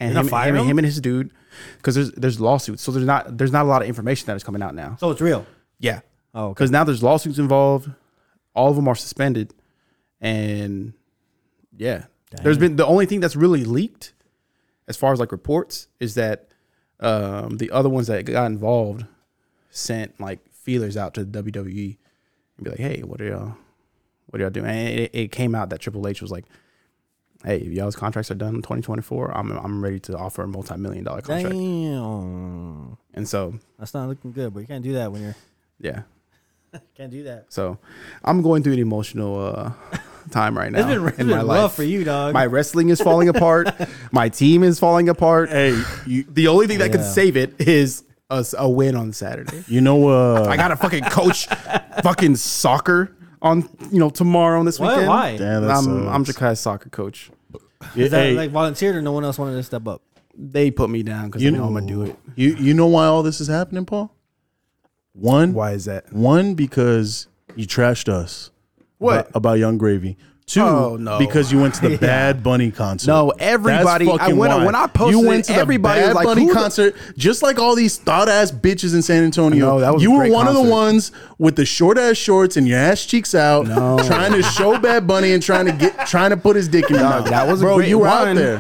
S5: and
S3: They're gonna
S5: him,
S3: fire
S5: him,
S3: him?
S5: him and his dude because there's there's lawsuits. So there's not there's not a lot of information that is coming out now.
S3: so it's real.
S5: Yeah.
S3: Oh, okay.
S5: Because now there's lawsuits involved. All of them are suspended. And yeah, there's been the only thing that's really leaked as far as like reports is that um, the other ones that got involved sent like feelers out to the WWE and be like, hey, what are y'all, what are y'all doing? And it, it came out that Triple H was like, hey, if y'all's contracts are done in 2024, I'm, I'm ready to offer a multi million dollar contract.
S3: Damn,
S5: And so,
S3: that's not looking good. But you can't do that when you're
S5: yeah,
S3: can't do that.
S5: So I'm going through an emotional uh time right now
S3: It's been, it's
S5: in
S3: been
S5: my
S3: rough
S5: life.
S3: for you, dog.
S5: My wrestling is falling apart. My team is falling apart.
S4: Hey, you
S5: The only thing that could
S3: Yeah.
S5: save it is a, s- a win on Saturday.
S4: you know uh
S5: I got to fucking coach fucking soccer on you know tomorrow on this
S3: What?
S5: weekend.
S3: Why?
S4: Damn, that
S5: I'm I'm
S4: sucks.
S5: Jakai's soccer coach.
S3: Is that
S4: Hey,
S3: like volunteered or no one else wanted to step up?
S5: They put me down because
S4: You
S5: they know
S4: know-
S5: I'm gonna do it.
S4: you you know why all this is happening, Paul? One
S5: Why is that?
S4: One because you trashed us.
S5: What?
S4: about, about Young Gravy? Two
S5: Oh, no.
S4: because you went to the Bad Bunny concert.
S5: No,
S4: That's
S5: everybody- I
S4: fucking
S5: went-
S4: why.
S5: when I posted
S4: you went
S5: it,
S4: to the
S5: everybody was
S4: Bad
S5: like,
S4: Bunny
S5: who the-
S4: concert, just like all these thought ass bitches in San Antonio.
S5: No, that was a
S4: you were
S5: great
S4: one of the
S5: concert.
S4: ones with the short ass shorts and your ass cheeks out, trying to show Bad Bunny and trying to get trying to put his dick in your mouth.
S5: That was a
S4: bro.
S5: great
S4: you were
S5: one.
S4: out there.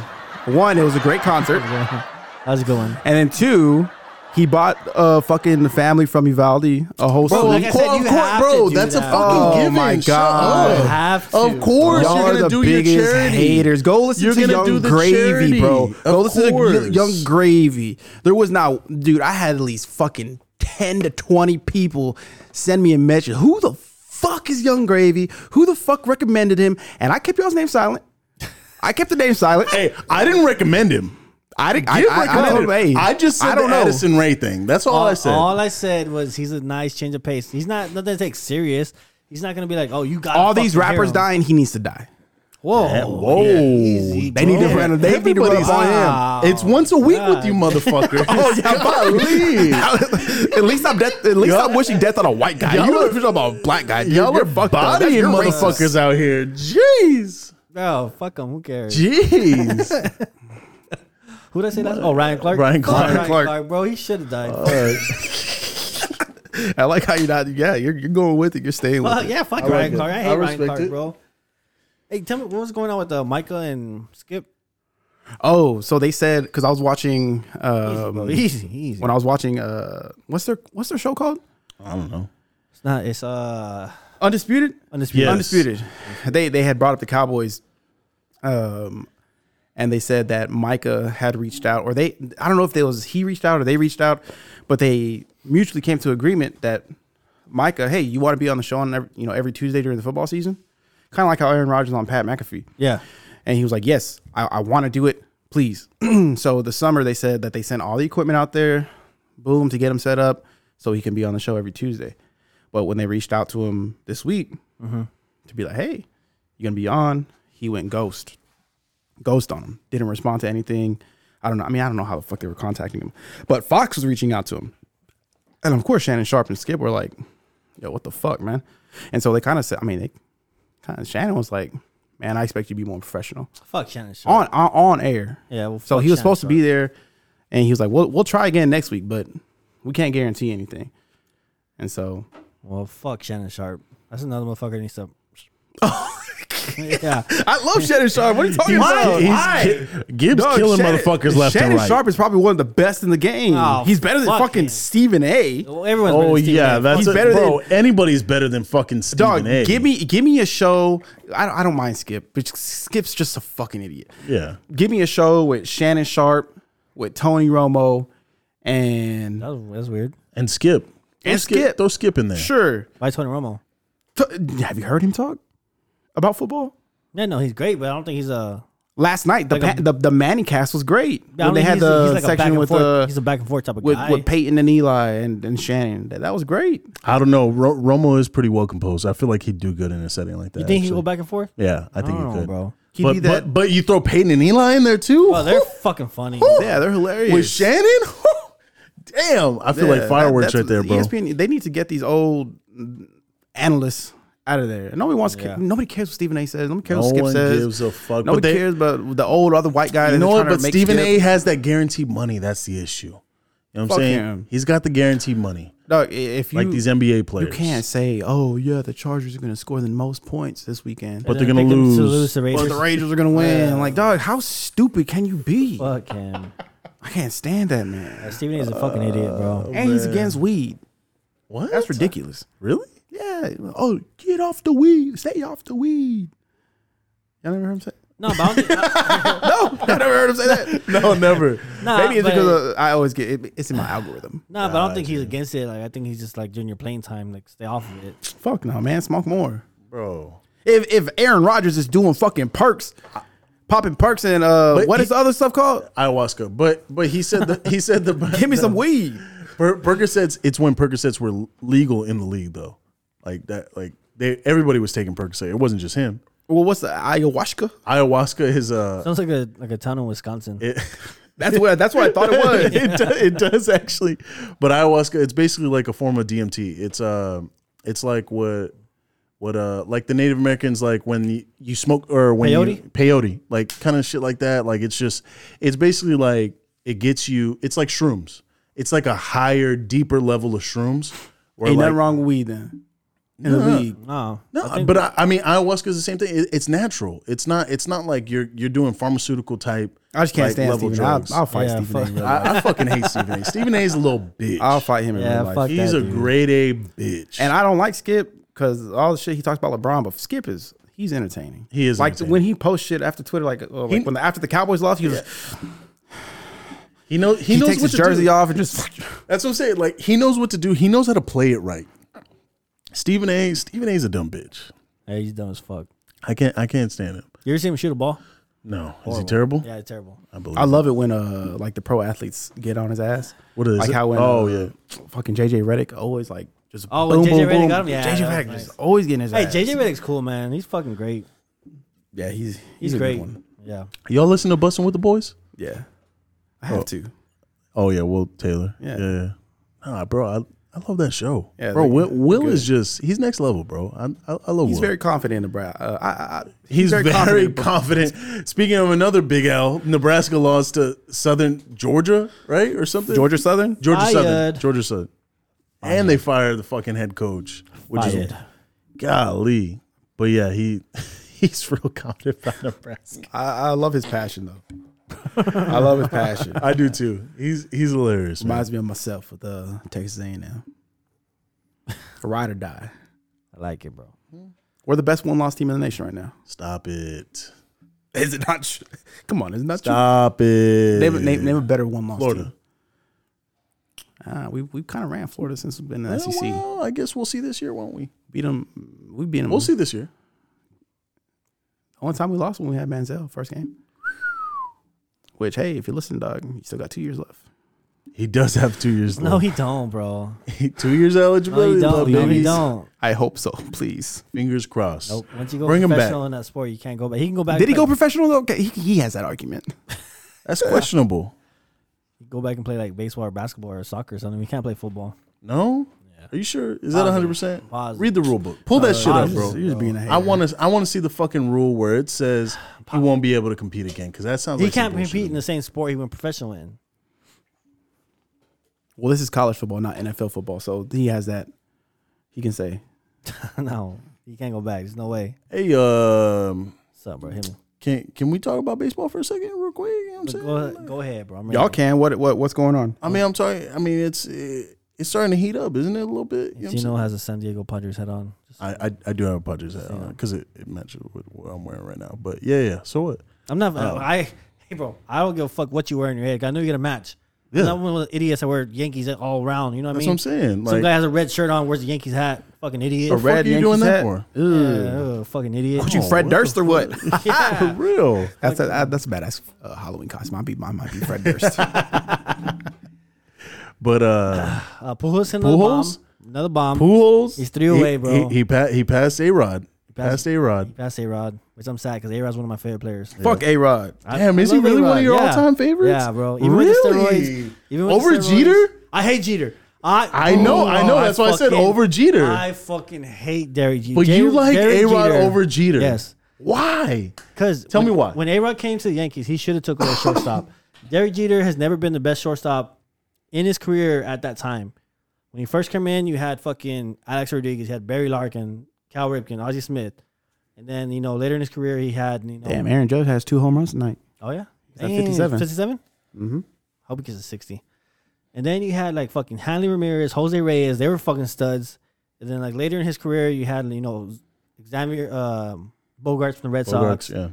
S5: One, it was a great concert.
S3: How's it going?
S5: And then two, he bought uh fucking the family from Uvalde a whole
S3: Bro,
S5: sleeve.
S3: like I said, you have
S4: bro,
S3: to do
S4: that's a
S3: that.
S4: fucking
S5: Oh
S4: given.
S5: my
S4: Shut
S5: God.
S4: up.
S5: You
S3: have to,
S4: of
S3: bro.
S4: course,
S5: Y'all
S4: you're
S5: are
S4: gonna
S5: the
S4: do
S5: biggest
S4: your charity.
S5: haters. Go listen
S4: You're
S5: to
S4: gonna
S5: Young
S4: do the
S5: Gravy, bro.
S4: charity.
S5: Go
S4: Of
S5: listen to
S4: course.
S5: Young Gravy. There was not, dude. I had at least fucking ten to twenty people send me a message. Who the fuck is Young Gravy? Who the fuck recommended him? And I kept y'all's name silent. I kept the name silent.
S4: Hey, I didn't recommend him.
S5: I didn't.
S4: I,
S5: I, I, I,
S4: recommend
S5: don't- hey,
S4: him. I just said
S5: I
S4: the
S5: don't know.
S4: Addison Ray thing. That's all, I said.
S3: All I said was he's a nice change of pace. He's not nothing to take serious. He's not gonna be like, oh, you got
S5: All these rappers dying. He needs to die.
S3: Whoa,
S4: Whoa.
S3: Easy,
S5: They need
S3: bro.
S5: to run. They need to run
S4: Everybody's
S5: up on him.
S3: Wow.
S4: It's once a week with
S3: God.
S4: you, motherfucker.
S5: Oh yeah,
S4: Golly.
S5: at least I'm death. At least I'm wishing death on a white guy.
S4: Y'all
S5: you
S4: are-
S5: are talking about a black guy. dude.
S4: Y'all
S5: You're
S4: are
S5: fucked up. That's-
S4: bodying
S5: you're racist.
S4: motherfuckers out here. Jeez.
S3: bro. Fuck him. Who cares?
S4: Jeez.
S3: Who did I say that? Oh, Ryan Clark.
S4: Ryan
S3: Fuck
S4: Clark.
S3: Ryan
S5: Clark.
S3: Clark. bro. He should have died.
S5: I like how you're not. Yeah, you're, you're going with it. You're staying with
S3: Fuck,
S5: it.
S3: yeah, fuck
S4: like
S3: Ryan
S4: it.
S3: Clark. I hate
S4: I
S3: Ryan
S4: respect
S3: Clark,
S4: it.
S3: bro. Hey, tell me what was going on with uh, Micah and Skip?
S5: Oh, so they said because I was watching
S3: Easy, bro.
S5: um,
S3: easy, easy.
S5: when I was watching uh, what's their what's their show called?
S4: I don't know.
S3: It's not. It's uh
S5: Undisputed.
S3: undisputed.
S4: Yes.
S5: Undisputed. They they had brought up the Cowboys, um, and they said that Micah had reached out, or they I don't know if it was he reached out or they reached out, but they mutually came to agreement that Micah, hey, you want to be on the show on every, you know every Tuesday during the football season, kind of like how Aaron Rodgers on Pat McAfee.
S3: Yeah.
S5: And he was like, Yes, I, I want to do it, please. so the summer, they said that they sent all the equipment out there, boom, to get him set up so he can be on the show every Tuesday. But when they reached out to him this week to be like, Hey, you going to be on? He went ghost, ghost on him, didn't respond to anything. I don't know. I mean, I don't know how the fuck they were contacting him, but Fox was reaching out to him. And of course, Shannon Sharp and Skip were like, Yo, what the fuck, man? And so they kind of said, I mean, they kind of, Shannon was like, Man, I expect you to be more professional
S3: Fuck Shannon Sharp.
S5: on on, on air.
S3: Yeah, well,
S5: so
S3: fuck
S5: he was
S3: Shannon
S5: supposed to be there, and he was like, "We'll we'll try again next week, but we can't guarantee anything." And so,
S3: Well, fuck Shannon Sharp. That's another motherfucker that needs to.
S5: Oh
S3: yeah.
S5: I love Shannon Sharp. What are you talking
S4: He's, ki- Gibbs killing motherfuckers left
S5: Shannon
S4: and right.
S5: Sharp is probably one of the best in the game.
S3: Oh,
S5: He's better than
S3: fuck
S5: fucking
S3: him.
S5: Stephen A.
S3: Well, everyone's
S4: Oh
S3: been to Stephen
S4: yeah,
S3: A.
S4: that's
S5: He's
S4: a,
S5: better
S4: bro. anybody's better than fucking Stephen
S5: Dog,
S4: A.
S5: give me give me a show. I don't, I don't mind Skip, but Skip's just a fucking idiot.
S4: yeah.
S5: Give me a show with Shannon Sharp, with Tony Romo, and
S3: That was, that's weird.
S4: And Skip. Throw
S5: And Skip.
S4: Throw Skip in there.
S5: sure.
S3: Why Tony Romo?
S5: T- have you heard him talk about football?
S3: Yeah, no, he's great, but I don't think he's a.
S5: Last night, the
S3: Like
S5: pa- the, the Manny cast was great.
S3: I don't
S5: When they
S3: think
S5: had
S3: he's,
S5: the
S3: he's like a back
S5: section
S3: and
S5: with
S3: forth,
S5: uh,
S3: he's a back and forth type of
S5: with,
S3: guy.
S5: with Peyton and Eli and, and Shannon. That, that was great.
S4: I don't know. Ro- Romo is pretty well composed. I feel like he'd do good in a setting like that.
S3: you think he
S4: actually.
S3: go back and forth?
S4: Yeah, I think
S3: I don't
S5: Oh,
S4: he
S3: know,
S4: could,
S3: bro.
S5: He'd be
S4: But,
S5: that-
S4: but but you throw Peyton and Eli in there too.
S3: Oh, they're fucking funny.
S5: Yeah, they're hilarious.
S4: with Shannon. Damn, I feel
S5: Yeah,
S4: like
S5: that-
S4: fireworks
S5: that's- E
S4: right there, bro.
S5: ESPN, they need to get these old analysts out of there. Nobody wants.
S3: Yeah.
S5: Nobody cares what Stephen A. says. Nobody cares
S4: No
S5: what Skip
S4: one
S5: says.
S4: gives a fuck. But
S5: Nobody
S4: they-
S5: cares about the old other white guy.
S4: you know what? But
S5: Stephen
S4: Stephen A. has that guaranteed money. That's the issue. You know what I'm
S5: Fuck
S4: saying?
S5: him.
S4: He's got the guaranteed money,
S5: Dog, i- if you
S4: like these NBA
S5: you
S4: players.
S5: can't say, oh yeah, the Chargers are going to score the most points this weekend.
S4: but
S3: And
S4: they're gonna
S3: pick them to lose
S4: lose.
S3: the
S5: But
S3: Raiders.
S5: the Rangers are gonna win. Like, dog, how stupid can you be?
S3: Fuck him.
S5: I can't stand that man.
S3: Stephen A. is a fucking idiot, bro.
S5: And he's against weed.
S4: What?
S5: That's ridiculous.
S4: Really?
S5: Yeah. Oh, get off the weed. Stay off the weed. Y'all never heard him say?
S3: No, but I don't think-
S5: No, I never heard him say that.
S4: No, never.
S3: Nah,
S5: Maybe it's
S3: but-
S5: because of, I always get it, it's in my algorithm.
S3: No, but I don't think he's against it. Like I think he's just like during your playing time, like stay off of it.
S5: Fuck no, man. Smoke more.
S4: bro.
S5: If if Aaron Rodgers is doing fucking perks, popping perks and uh,
S4: But
S5: what
S4: he-
S5: is the other stuff called?
S4: ayahuasca. But but he said the he said the
S5: Give me some weed.
S4: Per- Percocets. It's when Percocets were legal in the league though, like that. Like they everybody was taking Percocet. It wasn't just him.
S5: Well, what's the ayahuasca?
S4: Ayahuasca is uh
S3: Sounds like a like a town in Wisconsin.
S4: it,
S5: That's what that's what I thought it was.
S4: it, do, it does actually, but ayahuasca it's basically like a form of DMT. It's uh it's like what what uh like the Native Americans like when you, you smoke or when you
S3: Peyote?
S4: peyote like kind of shit like that. Like it's just it's basically like it gets you. It's like shrooms. It's like a higher, deeper level of shrooms. Where
S5: Ain't
S4: like,
S5: nothing wrong with weed then. In the league,
S3: no,
S4: No, but I, I mean ayahuasca is the same thing. It, it's natural. It's not. It's not like you're you're doing pharmaceutical type.
S5: I just can't
S4: like,
S5: stand
S4: level
S5: Stephen. I'll,
S4: drugs.
S5: I'll fight
S3: Yeah,
S5: Stephen.
S3: fuck.
S5: A in real life.
S4: I, I fucking hate Stephen A. Stephen A. is a little bitch.
S5: I'll fight him in
S3: Yeah,
S5: real
S3: fuck
S5: life.
S4: He's
S3: that
S4: a
S3: dude.
S4: grade A bitch.
S5: And I don't like Skip because all the shit he talks about LeBron, but Skip is he's entertaining.
S4: He is
S5: like
S4: entertaining.
S5: when he posts shit after Twitter, like, oh, like when the, after the Cowboys lost, he was
S4: he knows. He,
S5: he,
S4: knows
S5: takes
S4: what
S5: his
S4: to
S5: jersey
S4: do.
S5: off and just
S4: That's what I'm saying. Like he knows what to do. He knows how to play it right. Stephen A. Stephen A. is a dumb bitch.
S3: hey, he's dumb as fuck.
S4: I can't. I can't stand him.
S3: You ever see him shoot a ball?
S4: No, is he terrible?
S3: Yeah, terrible.
S4: I believe.
S5: I love it when uh like the pro athletes get on his ass.
S4: What is
S5: like
S4: it?
S5: how when
S4: Oh,
S5: uh,
S4: yeah.
S5: fucking JJ Reddick always like just
S3: Oh, when
S5: boom,
S3: JJ
S5: boom,
S3: Redick
S5: boom.
S3: got him? Yeah, that
S5: JJ
S3: was
S5: Redick
S3: nice.
S5: just always getting his
S3: Hey,
S5: ass.
S3: JJ Reddick's cool, man. He's fucking great.
S5: yeah, he's he's,
S3: He's,
S5: a good
S3: great.
S5: one.
S3: Yeah.
S4: Y'all listen to Bustin' with the Boys?
S5: Yeah, I have to.
S4: Oh yeah, Will Taylor.
S5: Yeah.
S4: yeah. Nah, bro, I, I love that show.
S5: Yeah,
S4: bro,
S5: they-
S4: Will,
S5: they're
S4: Will
S5: good.
S4: is just he's next level, bro. I I, I love
S5: He's
S4: Will.
S5: very confident in the bra. Uh, I, I, I-
S4: He's very,
S5: confident, but-
S4: confident. Speaking of another Big L, Nebraska lost to Southern Georgia, right, or something?
S5: Georgia Southern.
S4: Georgia Southern,
S3: Fired.
S4: Georgia Southern, and they fired the fucking head coach, which is
S3: Fired.
S4: golly. But yeah, he he's real confident about Nebraska.
S5: I, I love his passion though. I love his passion.
S4: I do too. He's he's hilarious. Man.
S5: Reminds me of myself with uh, Texas A&M. Ride or die.
S3: I like it, bro.
S5: We're the best one-loss team in the nation right now.
S4: Stop it.
S5: Is it not? True? Come on, is it not
S4: Stop it.
S5: true? Name, a- name, name a better one-loss
S4: Florida.
S5: team. Ah, we we kind of ran Florida since we've been in the
S4: Well,
S5: SEC.
S4: well, I guess we'll see this year, won't we?
S5: Beat them. We beat them.
S4: We'll see this year.
S5: Only time we lost when we had Manziel first game. Which hey, if you listen, dog, you still got two years left.
S4: He does have two years
S3: No,
S4: left.
S3: he don't, bro.
S4: two years
S3: No,
S4: eligibility
S3: he
S4: left,
S3: don't. No, he
S4: babies.
S3: don't.
S5: I hope so, please.
S4: Fingers crossed.
S3: Nope. Once you go
S4: Bring him back.
S3: professional in that sport, you can't go back. He can go back.
S5: Did he go
S3: play-
S5: professional? though? Okay, he, he has that argument.
S4: That's questionable.
S3: go back and play like baseball or basketball or soccer or something? We can't play football.
S4: No? Are you sure? Is that 100? percent
S3: Positive. Uh,
S4: Read the rule book. Pull that shit up,
S3: Positive.
S4: bro.
S5: You're just being a hater.
S4: I want to. I want to see the fucking rule where it says he won't be able to compete again because that sounds.
S3: He
S4: like some
S3: can't
S4: bullshit.
S3: compete in the same sport he went professional in.
S5: Well, this is college football, not NFL football. So he has that. He can say,
S3: no, he can't go back. There's no way.
S4: Hey, um,
S3: What's up, bro? Hit me.
S4: can can we talk about baseball for a second, real quick? You know what I'm saying.
S3: Go ahead, go ahead, bro. I'm ready.
S5: "Y'all can what what what's going on?"
S4: I mean, I'm sorry. I mean, it's it, it's starting to heat up, isn't it? A little bit. You know what I'm saying?
S3: Gino has a San Diego Padres head on. Just-
S4: I, I, I do have a Padres hat on because it, it matches with what I'm wearing right now. But yeah, yeah. So what?
S3: I'm not.
S4: Oh.
S3: I hey, bro. I don't give a fuck what you wear in your head. I know you get a match.
S4: Yeah.
S3: I'm not one of the idiots that wear Yankees all around. You know what
S4: That's
S3: I
S4: what
S3: mean?
S4: I'm saying.
S3: Some
S4: Like,
S3: guy has a red shirt on, wears a Yankees hat. Fucking idiot.
S4: the fuck are you doing
S5: Yankees
S4: that
S5: hat?
S4: for?
S3: Yeah, ugh, fucking idiot. Oh,
S5: What you, Fred Durst or what?
S4: For real?
S5: that's a, that's a badass uh, Halloween costume. I might be mine might be Fred Durst.
S4: But uh,
S3: Uh, Pujols hit another bomb.
S4: Pujols?
S3: Another bomb.
S4: Pujols,
S3: He's three away, bro.
S4: He he, pa- he passed A Rod. Passed A Rod.
S3: That's A Rod, which I'm sad because A Rod's one of my favorite players.
S5: Fuck A Rod.
S3: I-
S4: Damn,
S3: I
S4: is he
S3: love
S4: really one of
S3: A-Rod.
S4: your
S3: Yeah.
S4: all-time favorites?
S3: Yeah, bro. Even with the
S4: Really?
S3: steroids, even with the
S4: Over
S3: steroids-
S4: Jeter?
S3: I hate Jeter. I
S4: I know, I know. That's why I said
S3: fucking-
S4: over Jeter.
S3: I fucking hate Derek Jeter.
S4: But you like A
S3: Derek
S4: Rod over Jeter?
S3: Yes,
S4: Why?
S3: because
S4: Tell me why.
S3: When A Rod came to the Yankees, he should have took over shortstop. Derek Jeter has never been the best shortstop in his career at that time. When he first came in, you had fucking Alex Rodriguez, you had Barry Larkin, Cal Ripken, Ozzie Smith, and then you know later in his career he had you know
S5: Damn, Aaron Judge has two home runs tonight.
S3: Oh yeah,
S5: at 57.
S3: 57? Mm-hmm. Hope he gets a sixty. And then you had like fucking Hanley Ramirez, Jose Reyes. They were fucking studs. And then like later in his career, you had you know Xavier um, Bogarts from the Red Sox,
S4: Bogarts, yeah,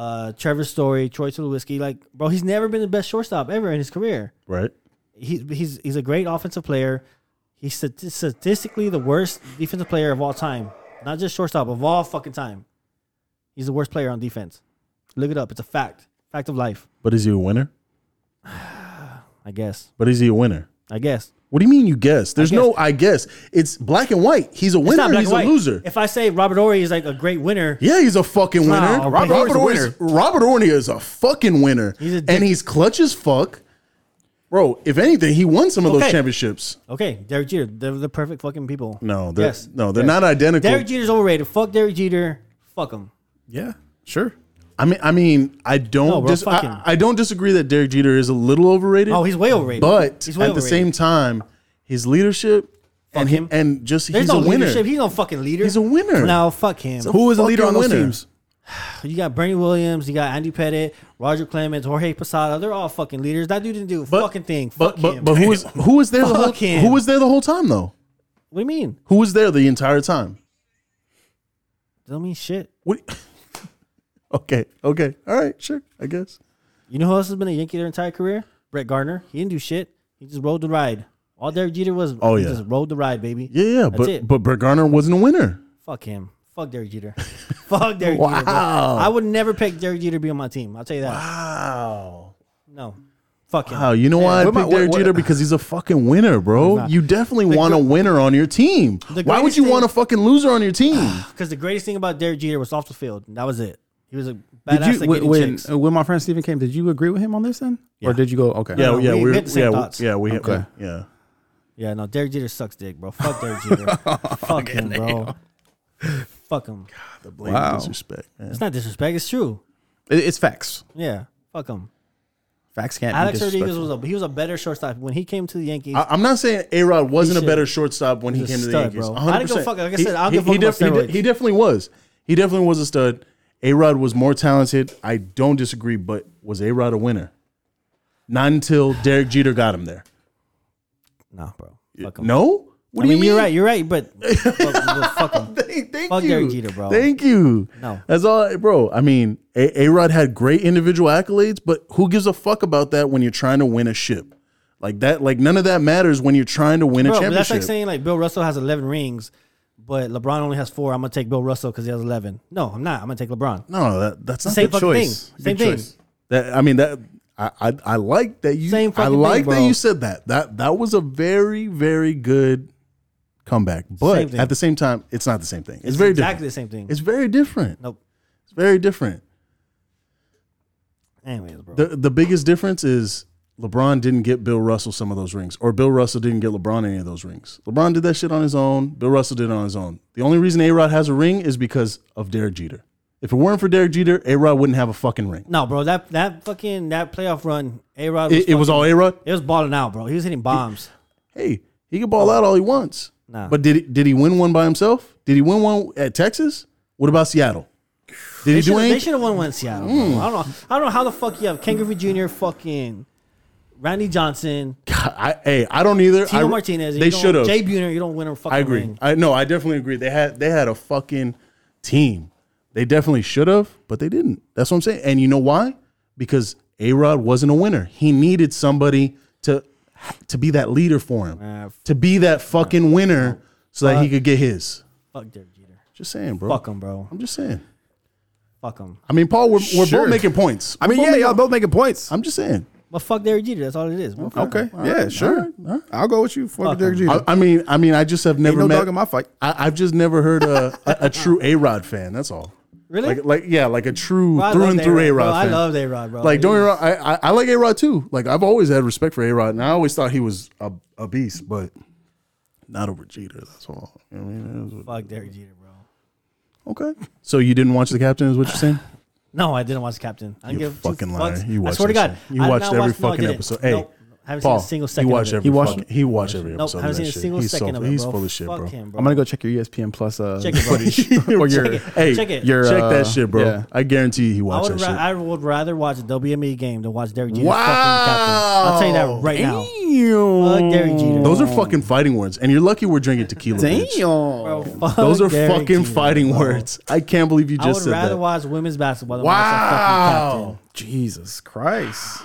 S3: uh, Trevor Story, Troy Tulowitzki. Like bro, he's never been the best shortstop ever in his career.
S4: right.
S3: He's he's he's a great offensive player. He's stati- statistically the worst defensive player of all time. Not just shortstop of all fucking time. He's the worst player on defense. Look it up. It's a fact. Fact of life,
S4: But is he a winner?
S3: I guess.
S4: But is he a winner?
S3: I guess.
S4: What do you mean you guess? There's
S3: guess.
S4: no I guess. It's black and white. He's a
S3: It's not
S4: winner,
S3: black
S4: he's
S3: and
S4: a
S3: white.
S4: loser.
S3: If I say Robert Ory is like a great winner,
S4: yeah, he's a fucking winner.
S3: No, Robert
S5: Ory's a
S4: Ory's- Robert Ory is a fucking winner.
S3: He's a dick.
S4: and he's clutch as fuck. Bro, if anything, he won some of those
S3: Okay.
S4: championships.
S3: okay, Derek Jeter, they're the perfect fucking people.
S4: No, they're no, they're not identical.
S3: Derek Jeter's overrated. Fuck Derek Jeter. Fuck him.
S5: Yeah, sure.
S4: I mean, I mean, I don't.
S3: No, bro,
S4: dis-
S3: fucking-
S4: I, I don't disagree that Derek Jeter is a little overrated.
S3: Oh, he's way overrated.
S4: But
S3: He's way
S4: at the
S3: overrated.
S4: same time, his leadership and
S3: him.
S4: him and just
S3: There's
S4: he's
S3: no
S4: a winner.
S3: leadership. He's no fucking leader.
S4: He's a winner.
S3: Now fuck him.
S4: So-
S5: Who was the leader on
S4: Fucking
S5: those
S4: winner.
S5: teams?
S3: you got Bernie Williams. You got Andy Pettit, Roger Clemens, Jorge Posada. They're all fucking leaders. That dude didn't do a
S4: But-
S3: fucking thing.
S4: But
S3: fuck
S4: but
S3: him.
S4: but who was who was there the whole
S3: Fuck him.
S4: who was there the whole time though?
S3: what do you mean?
S4: Who was there the entire time?
S3: Don't mean shit.
S4: What? okay, okay, all right, sure, I guess.
S3: You know who else has been a Yankee their entire career? Brett Gardner. He didn't do shit. He just rode the ride. All Derek Jeter was,
S4: Oh,
S3: he
S4: yeah.
S3: just rode the ride, baby.
S4: Yeah, yeah,
S3: That's
S4: but
S3: it.
S4: but Brett Garner wasn't a winner.
S3: Fuck him. Fuck Derek Jeter. Fuck Derek Jeter. bro.
S4: Wow.
S3: I would never pick Derek Jeter to be on my team. I'll tell you that.
S4: Wow.
S3: No. Fuck him.
S4: Wow, you know why I
S5: What am I-
S4: picked Derek
S5: what- what-
S4: Jeter because he's a fucking winner, bro. You definitely want a winner on your team.
S3: The
S4: Why would
S3: greatest
S4: you
S3: thing-
S4: want a fucking loser on your team?
S3: Because the greatest thing about Derek Jeter was off the field. And that was it. He was a
S5: Did
S3: badass
S5: you
S3: at
S5: when
S3: getting
S5: when,
S3: chicks.
S5: uh, when my friend Stephen came? Did you agree with him on this then, or did you go okay?
S4: yeah,
S3: no,
S4: yeah,
S3: we- we
S4: we,
S3: had the same
S4: yeah,
S3: thoughts.
S4: yeah, we
S5: Okay.
S4: yeah.
S3: Yeah, no, Derek Jeter sucks dick, bro. Fuck Derek Jeter. Fuck him, bro. Fuck him.
S4: The blatant
S5: Wow.
S4: disrespect, man.
S3: It's not disrespect. It's true.
S5: It, it's facts.
S3: Yeah. Fuck him.
S5: Facts can't.
S3: Alex
S5: be
S3: Rodriguez
S5: disrespectful.
S3: was a he was a better shortstop when he came to the Yankees.
S4: I, am not saying A Rod wasn't a
S3: should.
S4: better shortstop when he
S3: He's a
S4: came to the
S3: stud,
S4: Yankees.
S3: bro.
S4: 100%.
S3: I didn't give a fuck. Like I said, I don't give a fuck
S4: he,
S3: about
S4: def- he de-
S3: steroids.
S4: he definitely was. He definitely was a stud. A Rod was more talented. I don't disagree, but was A Rod a winner? Not until Derek Jeter got him there.
S3: no, bro. Fuck him.
S4: No?
S3: I
S4: What do
S3: mean,
S4: you mean?
S3: you're right. You're right, but fuck, fuck him.
S4: Thank, thank
S3: Fuck
S4: you.
S3: Derek Jeter, bro.
S4: Thank you.
S3: No.
S4: That's all, bro. I mean, A Rod had great individual accolades, but who gives a fuck about that when you're trying to win a ship? Like that, like none of that matters when you're trying to win a
S3: Bro, but
S4: championship.
S3: that's like saying like Bill Russell has 11 rings, but LeBron only has four. I'm gonna take Bill Russell because he has 11. No, I'm not. I'm gonna take LeBron.
S4: no, that, that's not
S3: Same
S4: the
S3: fucking
S4: choice.
S3: thing. Same thing.
S4: That I mean that I I, I like that you
S3: Same
S4: I
S3: fucking
S4: like
S3: thing,
S4: that
S3: bro.
S4: you said that. That that was a very very good comeback.
S3: Same
S4: But
S3: thing.
S4: at the same time, it's not the same thing. It's, very
S3: exactly
S4: different.
S3: the same thing.
S4: It's very different.
S3: nope.
S4: It's very different.
S3: Anyways, bro.
S4: The the biggest difference is LeBron didn't get Bill Russell some of those rings, or Bill Russell didn't get LeBron any of those rings. LeBron did that shit on his own. Bill Russell did it on his own. The only reason A Rod has a ring is because of Derek Jeter. If it weren't for Derek Jeter, A Rod wouldn't have a fucking ring.
S3: no, bro. That that fucking that playoff run, A Rod.
S4: It, it was all A Rod.
S3: It was balling out, bro. He was hitting bombs.
S4: hey, he can ball out all he
S3: Oh.
S4: wants.
S3: Nah.
S4: But did he, did he win one by himself? Did he win one at Texas? What about Seattle? Did
S3: They
S4: he do
S3: should, they
S4: anything?
S3: should have won one in Seattle. bro. I don't know. I don't know how the fuck you have Ken Griffey Jr. fucking Randy Johnson,
S4: I, hey, I don't either.
S3: Tino
S4: I-
S3: Martinez. you
S4: They
S3: don't-
S4: should have.
S3: Jay Buhner. You don't win a fucking
S4: I agree.
S3: ring.
S4: I no, I definitely agree. They had they had a fucking team. They definitely should have, but they didn't. That's what I'm saying. And you know why? Because A Rod wasn't a winner. He needed somebody to to be that leader for him,
S3: Nah, f-
S4: to be that fucking winner, so that he could get his.
S3: Fuck Derek Jeter.
S4: Just saying, bro.
S3: Uh, Fuck him, bro.
S4: I'm just saying.
S3: Fuck him.
S4: I mean, Paul, we're, we're
S5: Sure.
S4: both making points.
S5: I mean, yeah, y'all both making points.
S4: I'm just saying.
S3: But fuck Derek Jeter. That's all it is.
S5: okay, yeah, sure. I'll go with you. Fuck Derek Jeter.
S4: I, I mean, I mean, I just have never
S5: no
S4: met.
S5: dog in my fight.
S4: I, I've just never heard a, a, a true A Rod fan. That's all.
S3: Really?
S4: Like, like, yeah, like a true
S3: Bro, I
S4: through
S3: love
S4: and through A
S3: A-Rod, bro.
S4: Rod.
S3: I
S4: fan.
S3: love A-Rod, bro.
S4: Like, don't get me wrong, I, I, I like A Rod too. Like, I've always had respect for A Rod, and I always thought he was a, a beast, but not over Jeter. That's all. You know what I mean,
S3: Fuck Derek Jeter, bro.
S4: It was- okay. So you didn't watch the captain, is what you're saying?
S3: No, I didn't watch Captain. I
S4: You
S3: didn't give two
S4: fucking liar.
S3: fucks.
S4: You
S3: I
S4: watched
S3: swear to
S4: that
S3: God,
S4: shit. You
S3: I did
S4: watched
S3: not
S4: every
S3: watch- no, I
S4: fucking
S3: didn't.
S4: episode. Hey,
S3: Nope. I haven't
S4: Paul,
S3: seen a single second.
S4: He
S3: of
S4: watched
S3: it.
S4: every.
S5: He watched
S4: fucking-
S5: it.
S4: He watched every
S3: Nope, I
S4: episode. of
S3: haven't
S4: that
S3: seen a
S4: shit.
S3: single
S4: He's so-
S3: second of it.
S4: He's
S3: bro.
S4: full of shit,
S3: Fuck
S4: bro.
S3: Him, bro.
S5: I'm gonna go check your ESPN Plus uh,
S3: Check it, bro.
S5: footage or your
S4: check Hey,
S3: Check it.
S5: your,
S4: check
S5: uh,
S4: that shit, bro.
S5: yeah.
S4: I guarantee you he
S3: I
S4: watched
S3: would,
S4: that
S3: ra-
S4: shit.
S3: I would rather watch a WME game than watch Derek Jeter fucking captain. I'll tell you that right now.
S4: now.
S3: Fuck Derek Jeter.
S4: Those are fucking fighting words, and you're lucky we're drinking tequila. bitch.
S3: Bro, fuck
S4: Those are
S3: Derek
S4: fucking
S3: Jeter,
S4: fighting
S3: bro.
S4: words. I can't believe you
S3: I would
S4: just said
S3: rather
S4: that.
S3: watch women's basketball than watch a fucking
S4: Wow,
S5: Jesus Christ.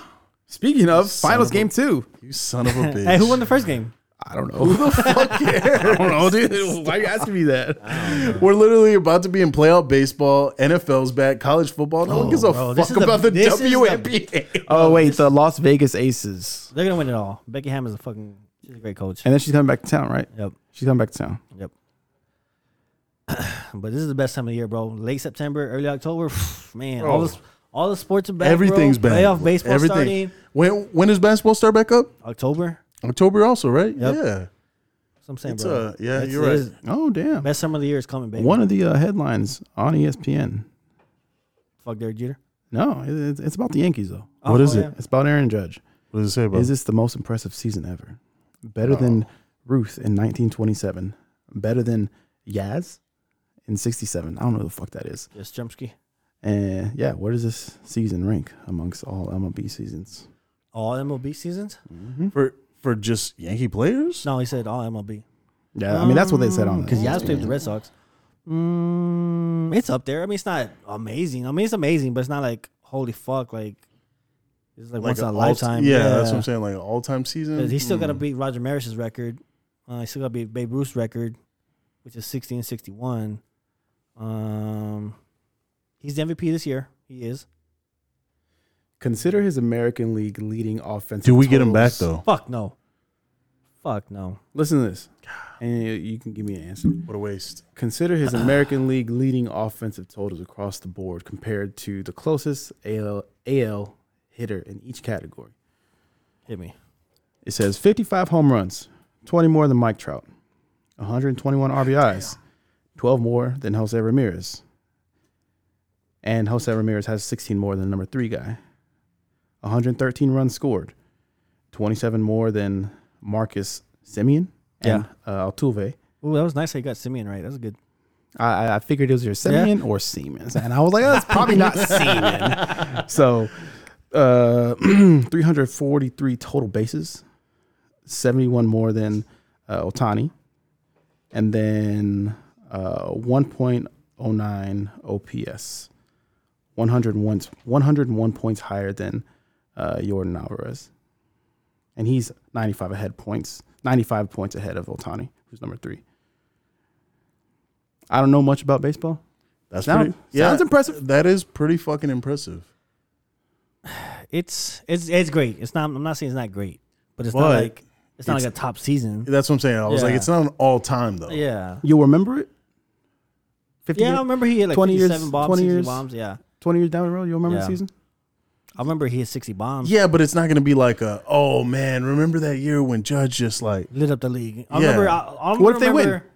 S5: Speaking of finals game two,
S4: you son of a bitch!
S3: captain. Hey, who won the first game?
S6: I don't know.
S4: I don't know, dude.
S6: Why are you asking me that?
S4: We're literally about to be in playoff baseball. NFL's back. College football. No one gives a
S3: Oh, bro, this
S4: fuck
S3: is the-
S4: about the,
S3: this is the-
S4: WNBA.
S5: Oh wait, the Las Vegas Aces,
S3: They're gonna win it all. Becky Hammond's a fucking she's a great coach.
S5: and then she's coming back to town, right?
S3: Yep.
S5: She's coming back to town.
S3: Yep. but this is the best time of year, bro. Late September, early October, man. All this, all the sports are back.
S4: Everything's
S3: bro.
S4: back.
S3: Playoff baseball starting
S4: When when does basketball start back up?
S3: October.
S4: October also, right?
S3: Yep.
S4: Yeah.
S3: That's what I'm saying,
S4: It's,
S3: bro.
S4: uh, yeah,
S3: It's-
S4: you're
S3: it
S4: right.
S3: is-
S5: Oh damn!
S3: Best summer of the year is coming, baby.
S5: One of the uh, headlines on E ESPN.
S3: Fuck Derek Jeter.
S5: No, it- it's, it's about the Yankees though.
S4: What is
S3: oh,
S4: it?
S3: yeah.
S5: It's about Aaron Judge.
S4: What does it say about?
S5: Is this the most impressive season ever? Better than Ruth in 1927. Better than Yaz in 67. I don't know who the fuck that is.
S3: Yes, Jumski.
S5: And yeah, where does this season rank amongst all MLB seasons?
S3: All MLB seasons?
S4: for for just Yankee players?
S3: No, he said "Oh, all MLB.
S5: Yeah, I mean that's what they said on
S3: Because Yaz
S5: ESPN.
S3: played with the Red Sox. Mm, it's up there. I mean, it's not amazing. I mean, it's amazing, but it's not like holy fuck. Like it's like, once in a
S4: all-
S3: lifetime.
S4: Yeah, that's what I'm saying. Like all time season.
S3: Because he's still got to beat Roger Maris's record. Uh, he's still got to beat Babe Ruth's record, which is 60 and 61. Um, he's the MVP this year. He is.
S5: Consider his American League leading offensive.
S4: Do we get him back
S5: totals.
S4: though?
S3: Fuck no. Fuck no.
S5: Listen to this, and you- you can give me an answer.
S4: What a waste.
S5: Consider his American League leading offensive totals across the board compared to the closest AL, AL hitter in each category.
S3: Hit me.
S5: It says 55 home runs, 20 more than Mike Trout, 121 RBIs, 12 more than Jose Ramirez. And Jose Ramirez has 16 more than the number three guy, 113 runs scored, 27 more than Marcus Simeon and uh, Altuve.
S3: Ooh, that was nice how you got Simeon right. That was good.
S5: I, I- I figured it was your Simeon or Siemens. And I was like, that's probably not Siemens. So uh, 343 total bases, 71 more than uh, Otani, and then uh, 1.09 OPS, 101, 101 points higher than uh, Jordan Alvarez. And he's 95 ahead points, 95 points ahead of Otani, who's number three. I don't know much about baseball.
S4: That's
S5: Sound-
S4: pretty, yeah,
S5: sounds impressive.
S4: That is pretty fucking impressive.
S3: It's it's it's great. It's not. I'm not saying it's not great, but it's not
S4: But
S3: like it's not like a top season.
S4: That's what I'm saying. I was like,
S3: Yeah.
S4: it's not an all time though.
S3: yeah.
S5: You'll remember it? 50
S3: Yeah, I
S5: years,
S3: remember he had like
S5: 20 years-
S3: 57 bombs,
S5: 20
S3: 60
S5: years.
S3: bombs. Yeah.
S5: 20 years down the road, you'll remember the
S3: Yeah.
S5: season?
S3: I remember he had 60 bombs.
S4: Yeah, but it's not gonna be like a oh man, remember that year when Judge just like
S3: Lit up the league. I
S4: Yeah.
S3: remember. I, I
S5: What if they win?
S3: remember-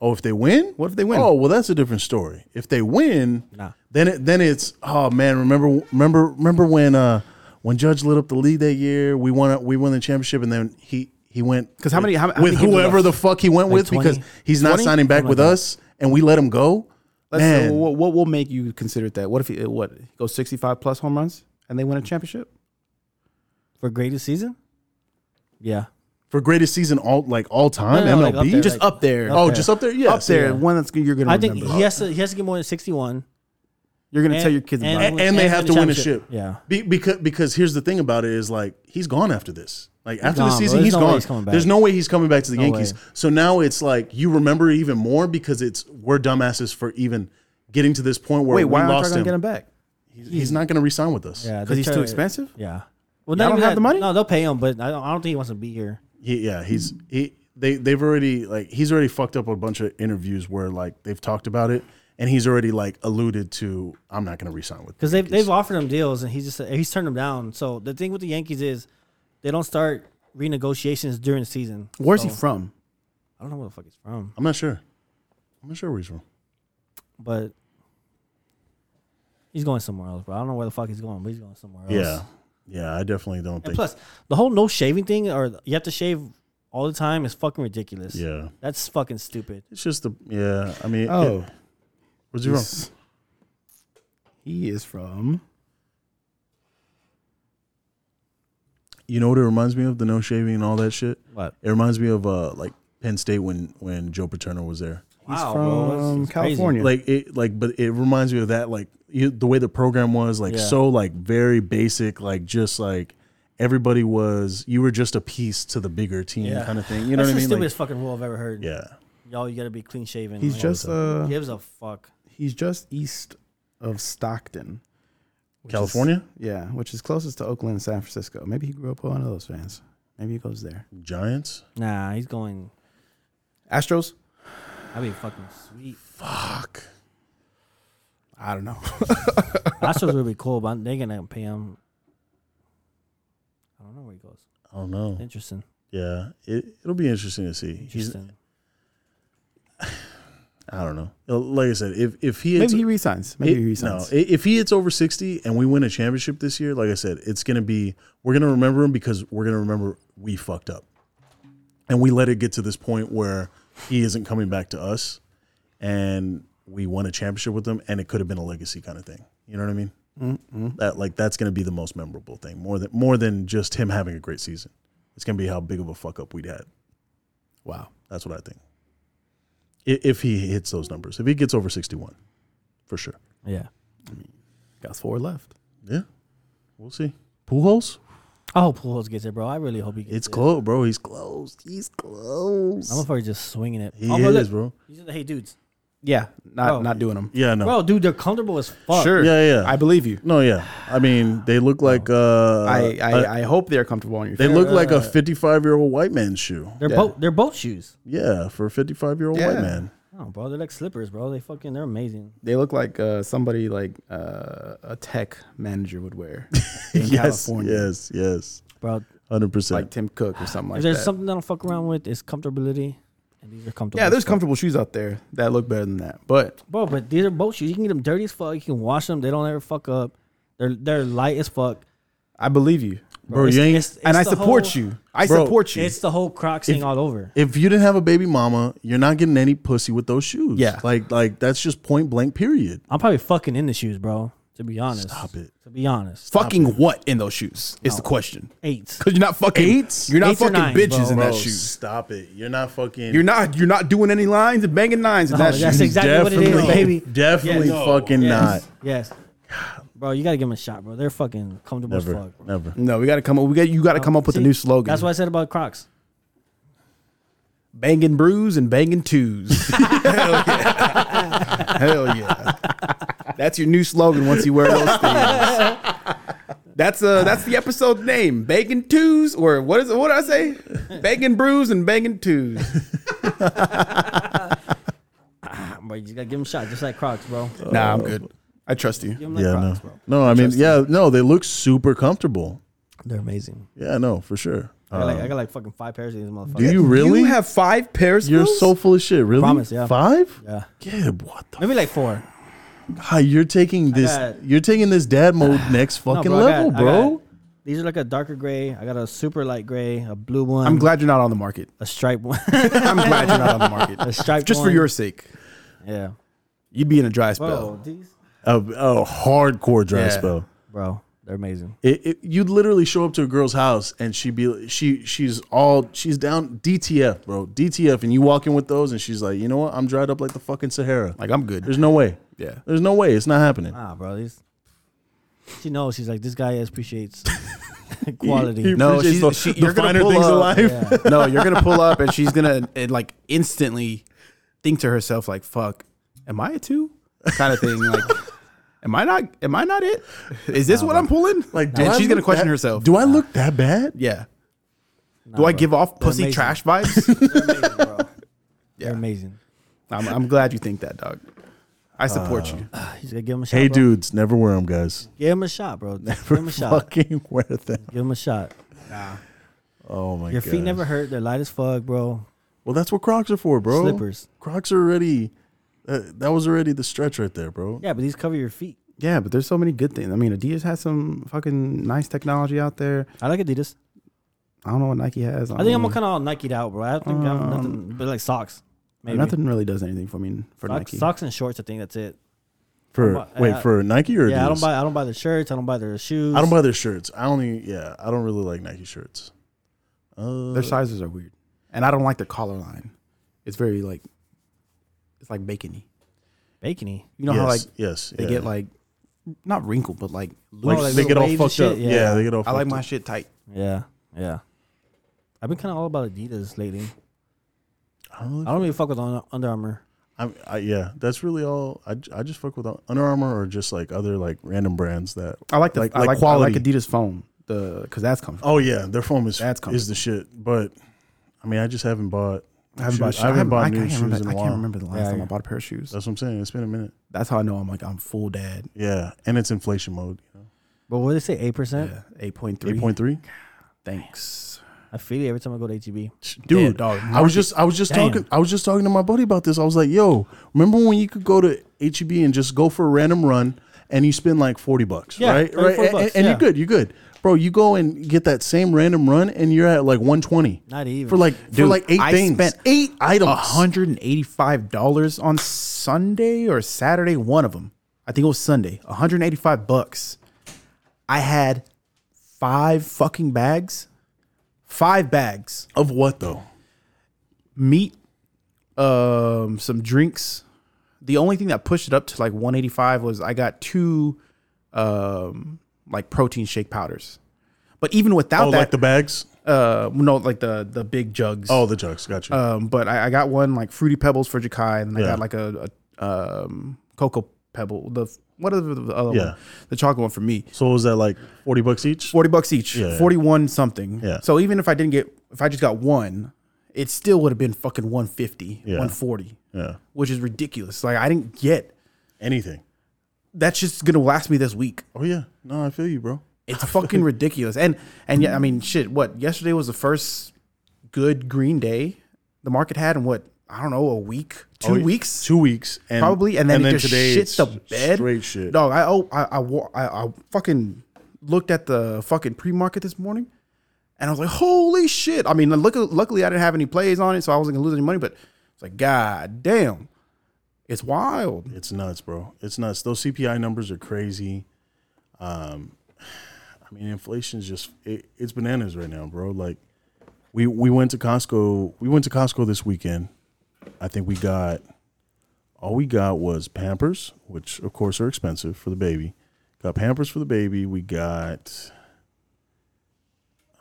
S4: oh if they win?
S5: What if they win?
S4: Oh well that's a different story. If they win,
S3: Nah.
S4: then it then it's oh man, remember remember remember when uh when Judge lit up the league that year, we won we won the championship and then he he went
S5: 'Cause how many- how- how
S4: with
S5: many games were
S4: whoever
S5: left?
S4: the fuck he went with
S3: 20?
S4: because he's not signing back
S3: Something
S4: with
S3: like that.
S4: us and we let him go.
S5: Let's
S4: Man.
S5: See, what, what will make you consider that? What if he, what he goes 65 plus home runs and they win a championship?
S3: For greatest season? Yeah.
S4: for greatest season all like all time
S3: No, no,
S4: MLB
S3: like up there,
S4: just
S3: like-
S5: Up there.
S4: oh
S3: there.
S4: just up there yeah
S5: up there. One that's you're going to
S3: I
S5: remember.
S3: think he has to he has to get more than 61.
S5: you're going to
S3: And-
S5: tell your kids about it.
S4: and, and they have to win a ship
S3: championship. Yeah.
S4: Be- because because here's the thing about it is like he's gone after this like after
S3: gone,
S4: the
S3: bro.
S4: season
S3: There's
S4: he's
S3: no way
S4: gone
S3: he's coming back.
S4: there's no way he's coming back to the
S3: No
S4: Yankees
S3: way.
S4: so now it's like you remember even more because it's we're dumbasses for even getting to this point where
S5: Wait,
S4: we
S5: why aren't I
S4: lost
S5: going to
S4: him
S5: get him back?
S4: he's, he's not going to resign with us yeah
S3: Yeah.
S5: 'Cause he's
S3: they
S5: too
S3: try-
S5: expensive?
S3: Yeah. Well, not
S5: Y'all don't
S3: even
S5: have
S3: that-
S5: the money?
S3: No, they'll pay him, but I don't, I don't think he wants to be here.
S4: he, yeah he's he they they've already like he's already fucked up a bunch of interviews where like they've talked about it and he's already like alluded to I'm not going to resign with the
S3: Because they've,
S4: Yankees."
S3: they've offered him deals and he's just he's turned them down. So the thing with the Yankees is they don't start renegotiations during the season.
S5: Where's he
S3: So,
S5: from?
S3: I don't know where the fuck he's from,
S4: I'm not sure. I'm not sure where he's from.
S3: but he's going somewhere else, bro. I don't know where the fuck he's going, but he's going somewhere else.
S4: Yeah. Yeah, I definitely don't
S3: And
S4: think.
S3: plus, the whole no shaving thing, or you have to shave all the time, is fucking ridiculous.
S4: Yeah.
S3: that's fucking stupid.
S4: It's just the yeah. I mean,
S5: Oh,
S4: it, where's he from?
S5: he's- he is from.
S4: You know what it reminds me of? The no shaving and all that shit.
S3: What?
S4: It reminds me of uh like Penn State when when Joe Paterno was there.
S5: He's
S3: Wow, bro, that's-
S4: um,
S5: from
S3: that's crazy.
S5: California.
S4: Like it like but it reminds me of that like you, the way the program was like
S3: Yeah.
S4: so like very basic like just like everybody was you were just a piece to the bigger team
S3: Yeah.
S4: kind of thing. You know
S3: That's
S4: what I
S3: the
S4: mean? Like,
S3: stupidest fucking rule I've ever heard.
S4: yeah.
S3: Y'all, you gotta be clean shaven.
S5: He's
S3: Like,
S5: just uh,
S3: gives a fuck.
S5: he's just east of Stockton, which is-
S4: California?
S5: yeah, which is closest to Oakland and San Francisco. Maybe he grew up one of those fans. Maybe he goes there.
S4: Giants?
S3: Nah, he's going.
S5: Astros?
S3: That'd be fucking sweet.
S4: Fuck.
S5: I don't know.
S3: Astros would be cool, but they're gonna pay him. I don't know where he goes.
S4: I don't know.
S3: Interesting.
S4: Yeah. It it'll be interesting to see. He's
S3: Interesting.
S4: I don't know. Like I said, if if he hits,
S5: Maybe he resigns. Maybe he
S4: it- no,
S5: resigns.
S4: i- if he hits over sixty and we win a championship this year, like I said, it's gonna be we're gonna remember him because we're gonna remember we fucked up, and we let it get to this point where he isn't coming back to us, and we won a championship with him, and it could have been a legacy kind of thing. You know what I mean?
S5: Mm-hmm.
S4: That like that's gonna be the most memorable thing more than more than just him having a great season. It's gonna be how big of a fuck up we'd had.
S5: wow.
S4: That's what I think. I- If he hits those numbers, if he gets over 61, for sure.
S3: Yeah.
S5: Got four left.
S4: Yeah. We'll see. Pujols?
S3: I hope Pujols gets it, bro. I really hope he gets
S4: It's
S3: it.
S4: close, bro. He's close. He's close.
S3: I'm afraid just swinging it.
S4: he
S3: Oh, but look,
S4: is, bro.
S3: These are the hey dudes.
S5: Yeah, not
S3: Oh.
S5: not doing them.
S4: Yeah, no.
S3: Bro, dude, they're comfortable as fuck.
S5: Sure.
S4: Yeah, yeah, yeah.
S5: I believe you.
S4: no, yeah. I mean, they look like uh,
S5: I, I,
S4: uh,
S5: I Uh, hope they're comfortable on your
S4: they
S5: feet.
S4: look like a 55 year old white man's shoe.
S3: They're
S5: Yeah.
S3: both they're both shoes.
S4: Yeah, for a 55 year old
S5: Yeah.
S4: white man.
S3: Oh, bro, they're like slippers, bro. They fucking they're amazing.
S5: They look like uh, somebody like uh, a tech manager would wear in
S4: Yes,
S5: California,
S4: yes, yes.
S3: Bro,
S4: 100%.
S5: like Tim Cook or something like
S3: if there's
S5: that.
S3: something that I don't fuck around with, it's comfortability. And these are comfortable.
S5: yeah, there's
S3: as fuck.
S5: comfortable shoes out there that look better than that. But
S3: Bro, but these are boat shoes. You can get them dirty as fuck. You can wash them. They don't ever fuck up. They're they're light as fuck.
S5: I believe you,
S4: bro, you ain't.
S5: and I
S3: the
S5: support
S3: whole-
S5: you. I
S4: Bro,
S5: support you.
S3: It's the whole Crocs thing all over.
S4: if you didn't have a baby mama, you're not getting any pussy with those shoes.
S5: Yeah.
S4: Like, like that's just point blank, period.
S3: I'm probably fucking in the shoes, bro. To be honest.
S4: Stop it.
S3: To be honest.
S5: fucking what in those shoes is the question.
S3: Eights.
S5: Because you're not fucking
S4: Eights?
S5: You're not
S3: Eights or
S5: fucking
S3: nines,
S5: bitches
S3: bro.
S5: in that
S4: Bro,
S5: shoes.
S4: Stop it. You're not fucking.
S5: You're not you're not doing any lines and banging nines in
S3: No,
S5: that
S3: that's
S5: shoe.
S3: exactly what it is, baby.
S4: Definitely
S3: Yes.
S4: fucking
S3: Yes.
S4: not.
S3: Yes. Bro, you gotta give them a shot, bro. They're fucking comfortable
S4: Never.
S3: as fuck.
S4: Never.
S5: No, we got to come up. We got you got to come up with
S3: Oh,
S5: a
S3: See,
S5: new slogan.
S3: That's what I said about Crocs.
S5: banging brews and banging twos. Hell yeah. Hell yeah. That's your new slogan once you wear those things. That's uh that's the episode name. Banging twos or what is it? What did I say? Banging brews and banging twos.
S3: Bro, you just gotta give them a shot, just like Crocs, bro. Give
S5: Nah, I'm good. Uh, I trust you.
S3: 'em like
S4: Yeah,
S3: Crocs,
S4: no.
S3: bro.
S4: No, I mean, yeah, no, they look super comfortable.
S3: They're amazing.
S4: Yeah, no, for sure.
S3: I got, like,
S4: Um,
S3: I got like fucking five pairs of these motherfuckers.
S4: do you really?
S5: Uh, You have five pairs.
S4: You're
S5: of those?
S4: so full of shit, really?
S3: Promise, yeah.
S4: Five?
S3: Yeah.
S4: Gib, what the
S3: Maybe like four.
S4: God, you're taking this
S3: got-
S4: you're taking this dad mode next
S3: No,
S4: fucking
S3: I got-
S4: level,
S3: I
S4: bro.
S3: got- these are like a darker gray. I got a super light gray, a blue one.
S5: I'm glad you're not on the market.
S3: a striped one.
S5: I'm glad you're not on the market.
S3: a striped
S5: Just for
S3: one.
S5: your sake.
S3: Yeah.
S5: You'd be in a dry spell.
S3: Bro, these
S4: a, a hardcore dry
S5: Yeah.
S4: spell.
S3: bro, they're amazing.
S4: It, it, you'd literally show up to a girl's house and she'd be she she's all she's down DTF, bro. DTF and you walk in with those and she's like, "You know what? I'm dried up like the fucking Sahara."
S5: Like I'm good.
S4: There's no way.
S5: Yeah.
S4: There's no way. It's not happening.
S3: Nah, bro, these she knows she's like, this guy appreciates quality.
S4: He
S5: No,
S4: appreciates
S5: she's-
S4: the-
S5: she-
S4: the
S5: you're gonna
S4: finer
S5: pull
S4: things in
S5: up.
S4: life.
S3: Yeah.
S5: no, you're gonna pull up and she's gonna and like instantly think to herself like, "Fuck, am I a two? Kind of thing. Like, am I not? Am I not it? Is this what I'm pulling?
S4: Like, do I
S5: and she's
S4: look
S5: gonna question
S4: that-
S5: herself.
S4: Do I look that bad?
S5: yeah.
S3: Nah,
S5: Do I
S3: bro.
S5: give off
S3: They're
S5: pussy
S3: amazing.
S5: trash vibes?
S3: They're amazing, bro.
S5: Yeah.
S3: They're amazing.
S5: I'm, I'm glad you think that, dog. I support
S4: Uh,
S5: you.
S3: He's gonna give him a shot.
S4: Hey,
S3: bro.
S4: dudes, never wear them, guys.
S3: Give him a shot, bro. Give him a shot.
S4: Fucking wear them.
S3: Give him a shot.
S4: Oh my god.
S3: Your feet never hurt. They're light as fuck, bro.
S4: Well, that's what Crocs are for, bro.
S3: Slippers.
S4: Crocs are already. Uh, that was already the stretch right there, bro.
S3: Yeah, but these cover your feet.
S5: Yeah, but there's so many good things. I mean, Adidas has some fucking nice technology out there.
S3: I like Adidas.
S5: I don't know what Nike has.
S3: I
S4: Oh.
S3: think I'm kind of all Nike'd out, bro. I don't think I
S4: Uh,
S3: have nothing but like socks. Maybe
S5: Nothing really does anything for me for
S3: Socks-
S5: Nike.
S3: Socks and shorts. I think that's it.
S4: For
S3: I don't buy-
S4: wait,
S3: I-
S4: for Nike or
S3: Yeah, I
S4: Adidas?
S3: don't buy. I don't buy their shirts. I don't buy their shoes.
S4: I don't buy their shirts. I only. Yeah, I don't really like Nike shirts. Uh,
S5: Their sizes are weird, and I don't like their collar line. It's very like, it's like bacony.
S3: bacony.
S5: You know
S4: yes,
S5: how like
S4: yes,
S5: they
S4: yeah.
S5: get like not wrinkled, but like loose.
S4: Like,
S3: like
S4: they
S3: little
S4: get all
S3: waves and
S4: fucked
S3: shit,
S4: up.
S3: yeah.
S4: Yeah. they get all. Fucked
S5: I like my
S4: Up.
S5: shit tight.
S3: Yeah, yeah. I've been kind of all about Adidas lately.
S4: I don't really
S3: I don't really fuck with Un- Under Armour.
S4: I, I yeah, that's really all. I, j- I just fuck with Under Armour or just like other like random brands that.
S5: I like the
S4: Like-
S5: I
S4: like
S5: like
S4: quality.
S5: I like Adidas foam. The because that's comfortable.
S4: Oh yeah, their foam is
S5: That's coming.
S4: is the shit. But I mean, I just haven't bought.
S5: I haven't bought,
S4: shoes- I haven't bought new
S5: can't
S4: shoes
S5: remember,
S4: in a
S5: I
S4: while.
S5: can't remember the last
S3: Yeah,
S5: time
S3: yeah.
S5: I bought a pair of shoes.
S4: That's what I'm saying. It's been a minute.
S5: That's how I know I'm like I'm full dad.
S4: Yeah, and it's inflation mode.
S3: But what do they say? Eight percent.
S5: Eight point three.
S4: Eight point three,
S5: Thanks,
S3: I feel it every time I go to E HEB.
S4: dude.
S5: dog.
S4: I was just I was just
S3: Damn.
S4: talking I was just talking to my buddy about this. I was like, "Yo, remember when you could go to HEB and just go for a random run and you spend like 40 bucks,
S3: Yeah,
S4: right?
S3: 30,
S4: Right?
S3: 40
S4: And,
S3: bucks,
S4: and
S3: yeah.
S4: you're good, you're good. Bro, you go and get that same random run and you're at like 120.
S3: Not even.
S4: For like for
S5: Dude,
S4: like eight
S5: I
S4: things.
S5: spent
S4: eight items.
S5: hundred and eighty-five dollars on Sunday or Saturday. One of them, I think it was Sunday. One hundred and eighty-five bucks. I had five fucking bags. Five bags.
S4: of what though?
S5: meat, um, some drinks. The only thing that pushed it up to like 185 was I got two um like protein shake powders. But even without
S4: Oh,
S5: that,
S4: like the bags?
S5: uh no, like the the big jugs.
S4: Oh, the jugs. Got you.
S5: Um, but I, I got one like fruity pebbles for Jakai, and then I
S4: Yeah.
S5: got like a, a um cocoa pebble. The what are the, the other
S4: Yeah.
S5: one? The chocolate one for me.
S4: so was that like 40 bucks each?
S5: 40 bucks each.
S4: Yeah.
S5: 41 something.
S4: Yeah.
S5: So even if I didn't get if I just got one, it still would have been fucking 150,
S4: Yeah.
S5: 140.
S4: Yeah.
S5: Which is ridiculous. Like I didn't get
S4: Anything.
S5: that's just going to last me this week.
S4: Oh yeah. No, I feel you, bro.
S5: It's fucking ridiculous. And and yeah, I mean shit, what? Yesterday was the first good green day the market had in what? I don't know, a week, two
S4: Oh, yeah.
S5: weeks.
S4: Two weeks. And,
S5: probably, and then, it just
S4: today
S5: shit
S4: it's
S5: the bed.
S4: Straight shit.
S5: Dog, I oh, I, I wa- I I fucking looked at the fucking pre market this morning, and I was like, holy shit! I mean, look, luckily I didn't have any plays on it, so I wasn't gonna lose any money. But it's like, god damn, it's wild.
S4: It's nuts, bro. It's nuts. Those CPI numbers are crazy. Um, I mean, inflation's just it, it's bananas right now, bro. Like, we we went to Costco. We went to Costco this weekend. I think we got all we got was Pampers, which of course are expensive for the baby. Got Pampers for the baby. We got.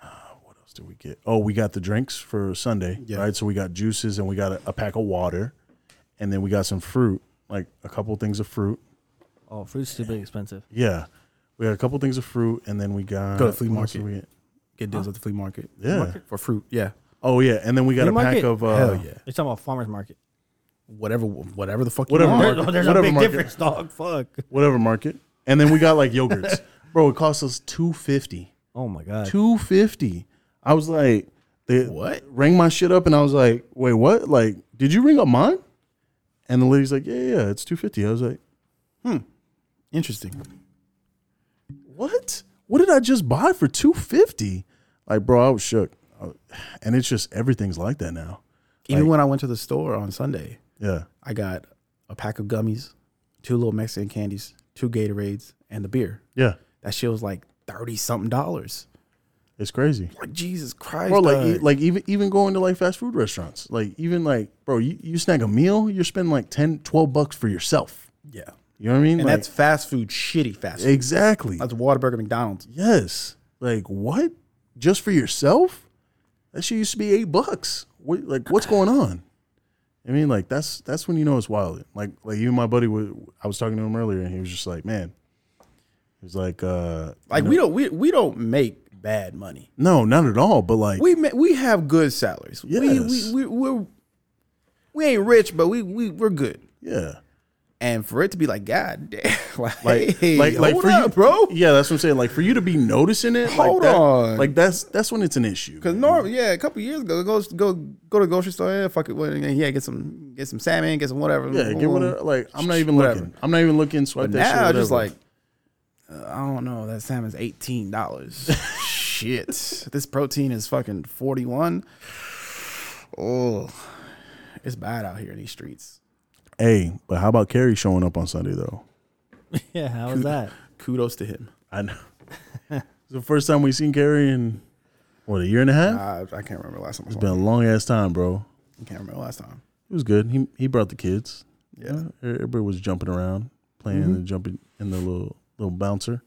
S4: uh, what else Did we get? Oh, we got the drinks for Sunday, right? So we got juices and we got a, a pack of water, and then we got some fruit, like a couple things of fruit.
S3: Oh, fruit's stupid expensive.
S4: Yeah, we got a couple things of fruit, and then we got
S5: Go to flea
S4: what else
S5: market.
S4: did we get?
S5: Get deals at the flea market.
S4: Yeah. Market?
S5: for fruit. Yeah,
S4: Oh yeah, and then we got
S3: Flea
S4: a pack
S3: market?
S4: of uh,
S5: hell yeah.
S3: You're talking about farmers market.
S5: Whatever, whatever the fuck.
S4: Whatever oh,
S5: You
S4: market.
S5: want.
S3: There's, there's a
S4: whatever
S3: big
S4: market.
S3: difference, dog. Fuck.
S4: whatever market, and then we got like yogurts, bro. It cost us two fifty.
S3: Oh my god.
S4: Two fifty. I was like, they
S5: What?
S4: Rang my shit up, and I was like, wait, what? Like, did you ring up mine? And the lady's like, yeah, yeah, it's two fifty. I was like,
S5: Interesting.
S4: what? What did I just buy for two fifty? Like, bro, I was shook. I- And it's just everything's like that now.
S5: Even when I went to the store on Sunday,
S4: Yeah.
S5: I got a pack of gummies, two little Mexican candies, two Gatorades, and the beer.
S4: Yeah.
S5: That shit was like thirty something dollars.
S4: It's crazy.
S5: Like Jesus Christ,
S4: Bro, like, e-
S5: dog.
S4: like even even going to like fast food restaurants, like even like, bro, you, you snag a meal, you're spending like 10, 12 bucks for yourself.
S5: yeah,
S4: You know what I mean?
S5: and
S4: Like,
S5: that's fast food, shitty fast food.
S4: exactly.
S5: That's Waterburger, McDonald's.
S4: Yes. Like what? Just for yourself? That shit used to be eight bucks. What, like what's going on? I mean, like that's that's when you know it's wild. Like like you and my buddy, were, I was talking to him earlier, and he was just like, man, he was like, uh,
S5: Like we don't we, we don't make bad money.
S4: no, not at all. But like,
S5: We ma- we have good salaries. We,
S4: Yes.
S5: we we we're we ain't rich, but we we we're good.
S4: yeah.
S5: And for it to be like, God damn, like,
S4: Like,
S5: hey,
S4: like, like
S5: hold
S4: for
S5: up,
S4: you,
S5: bro.
S4: Yeah, that's what I'm saying. Like for you to be noticing it, like
S5: Hold
S4: that,
S5: on.
S4: like that's that's when it's an issue.
S5: Cause norm, yeah, a couple years ago, go go go to the grocery store, yeah, fuck it, what- yeah, get some get some salmon, get some whatever.
S4: yeah, get whatever. Like I'm not even
S5: Whatever.
S4: looking. I'm not even looking. Swipe
S5: But
S4: that shit.
S5: now it's just
S4: whatever.
S5: like, uh, I don't know, that salmon's eighteen dollars. Shit, this protein is fucking forty one. Oh, it's bad out here in these streets.
S4: hey, but how about Carrie showing up on Sunday though?
S3: Yeah, how was that?
S5: Kudos to him.
S4: I know. it's the first time we seen Gary in what a year and a half.
S5: I, I can't remember last time. I,
S4: It's
S5: saw
S4: been a
S5: him.
S4: long ass time, bro.
S5: I can't remember last time.
S4: It was good. He he brought the kids.
S5: Yeah.
S4: everybody was jumping around, playing and jumping in the little little bouncer.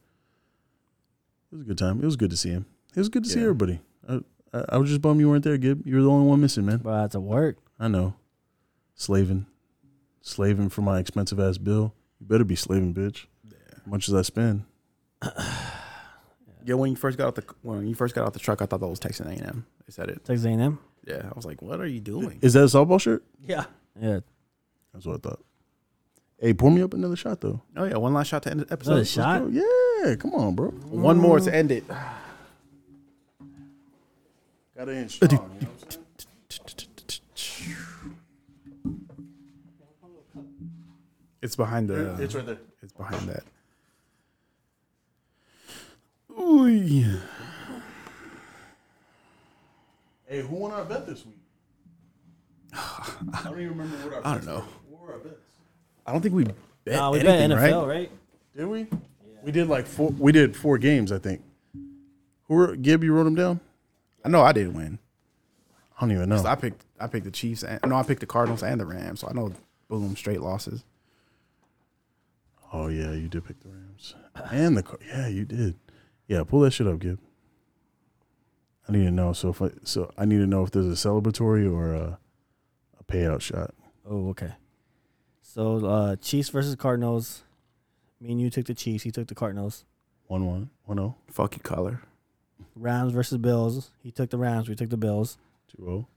S4: It was a good time. It was good to see him. It was good to see everybody. I, I, I was just bummed you weren't there, Gib. You're the only one missing, man.
S3: Bro, it's a work.
S4: I know. Slaving. Slaving for my expensive ass bill. You better be slaving, bitch. Much as I spend.
S5: Yeah, when you first got out the when you first got out the truck, I thought that was Texas A&M. They said it.
S3: Texas A&M.
S5: Yeah, I was like, "What are you doing?"
S4: Is that a softball shirt?
S5: Yeah.
S3: Yeah.
S4: That's what I thought. Hey, pour me up another shot though.
S5: Oh yeah, one last shot to end the episode.
S3: Another shot.
S4: Oh, yeah, come on, bro.
S5: One more to end it.
S4: Got an inch.
S5: It's behind the. It's,
S4: right there.
S5: behind that.
S4: Hey, who won our bet this week? I don't even remember what our
S5: I don't know.
S4: were our bets.
S5: I don't think we bet
S3: Nah, we
S5: anything,
S3: bet
S5: right?
S3: NFL, right?
S4: Did we? We did like four. We did four games, I think. Who were Gib? You wrote them down?
S5: I know I didn't win.
S4: I don't even know.
S5: So I picked I picked the Chiefs. And, no, I picked the Cardinals and the Rams. So I know boom straight losses.
S4: Oh yeah, you did pick the Rams and the Car- yeah, you did. Yeah, pull that shit up, Gib. I need to know. So if I, so, I need to know if there's a celebratory or a, a payout shot.
S3: Oh, okay. So uh Chiefs versus Cardinals. Me and you took the Chiefs. He took the Cardinals.
S4: One one one oh, zero
S5: Fuck you, color.
S3: Rams versus Bills. He took the Rams. We took the Bills.
S4: two oh. zero.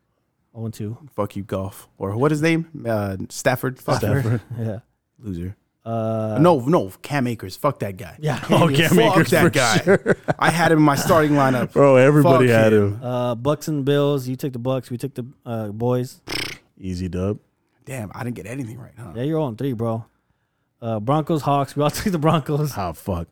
S3: 0 and 2.
S5: Fuck you, golf. Or what is his name? Uh, Stafford. Fuck
S4: Stafford.
S5: Stafford.
S3: Yeah.
S5: Loser.
S3: Uh,
S5: no, no, Cam Akers. Fuck that guy.
S3: Yeah.
S4: Oh, Cam
S5: Fuck
S4: Akers
S5: that
S4: for
S5: guy.
S4: sure.
S5: I had him in my starting lineup.
S4: Bro, everybody
S5: Fuck
S4: had
S5: him.
S4: him.
S3: Uh, Bucks and Bills. You took the Bucks. We took the uh, boys.
S4: Easy dub.
S5: Damn, I didn't get anything right, huh?
S3: Yeah, you're on three, bro. Uh, Broncos, Hawks. We all took the Broncos.
S4: Ah fuck.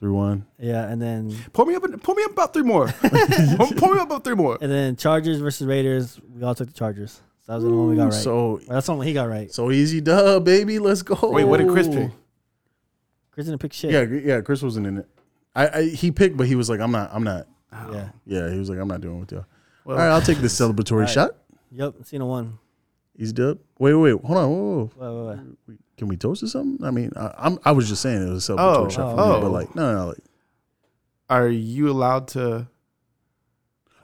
S4: Three one.
S3: Yeah, and then
S5: Pull me up. Pull me up about three more. pull, pull me up about three more.
S3: and then Chargers versus Raiders. We all took the Chargers. So that was the only one we got right.
S4: So
S3: Well, that's the only he got right.
S4: so easy dub, baby. Let's go.
S5: Wait, what did Chris pick?
S3: Chris didn't pick shit.
S4: Yeah, yeah. Chris wasn't in it. I, I he picked, but he was like, I'm not. I'm not.
S3: Yeah.
S4: Yeah, he was like, I'm not doing it with y'all. All right, I'll take the celebratory
S3: right.
S4: shot.
S3: Yep. Cena won.
S4: Easy dub. Wait, wait, wait. Hold on. Whoa, whoa, whoa.
S3: Wait, wait, wait.
S4: Can we toast to something? I mean, I, I'm. I was just saying it was a celebratory
S5: Oh,
S4: shot for
S5: oh.
S4: me, but like, no, no, no, like,
S5: Are you allowed to?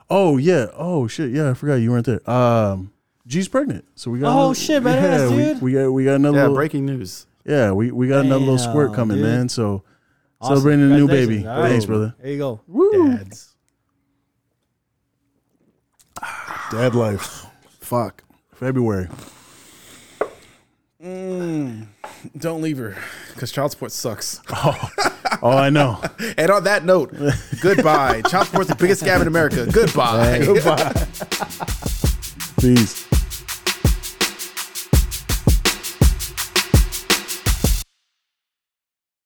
S4: oh yeah, oh shit, yeah. I forgot you weren't there. Um, G's pregnant, so we got.
S3: Oh, shit, badass,
S4: yeah,
S3: dude.
S4: We, we got we got another
S5: Yeah,
S4: little,
S5: breaking news.
S4: yeah we, we got another little squirt
S3: Damn,
S4: coming,
S3: dude.
S4: man. So
S3: Awesome.
S4: celebrating a new
S3: Congratulations.
S4: baby.
S3: All right.
S4: Thanks, brother.
S3: There you go.
S5: Dads.
S4: Dad life. Fuck. February.
S5: Don't leave her, because child support sucks.
S4: Oh, I know.
S5: And on that note, goodbye. Child support's the biggest scam in America. Goodbye.
S4: Peace.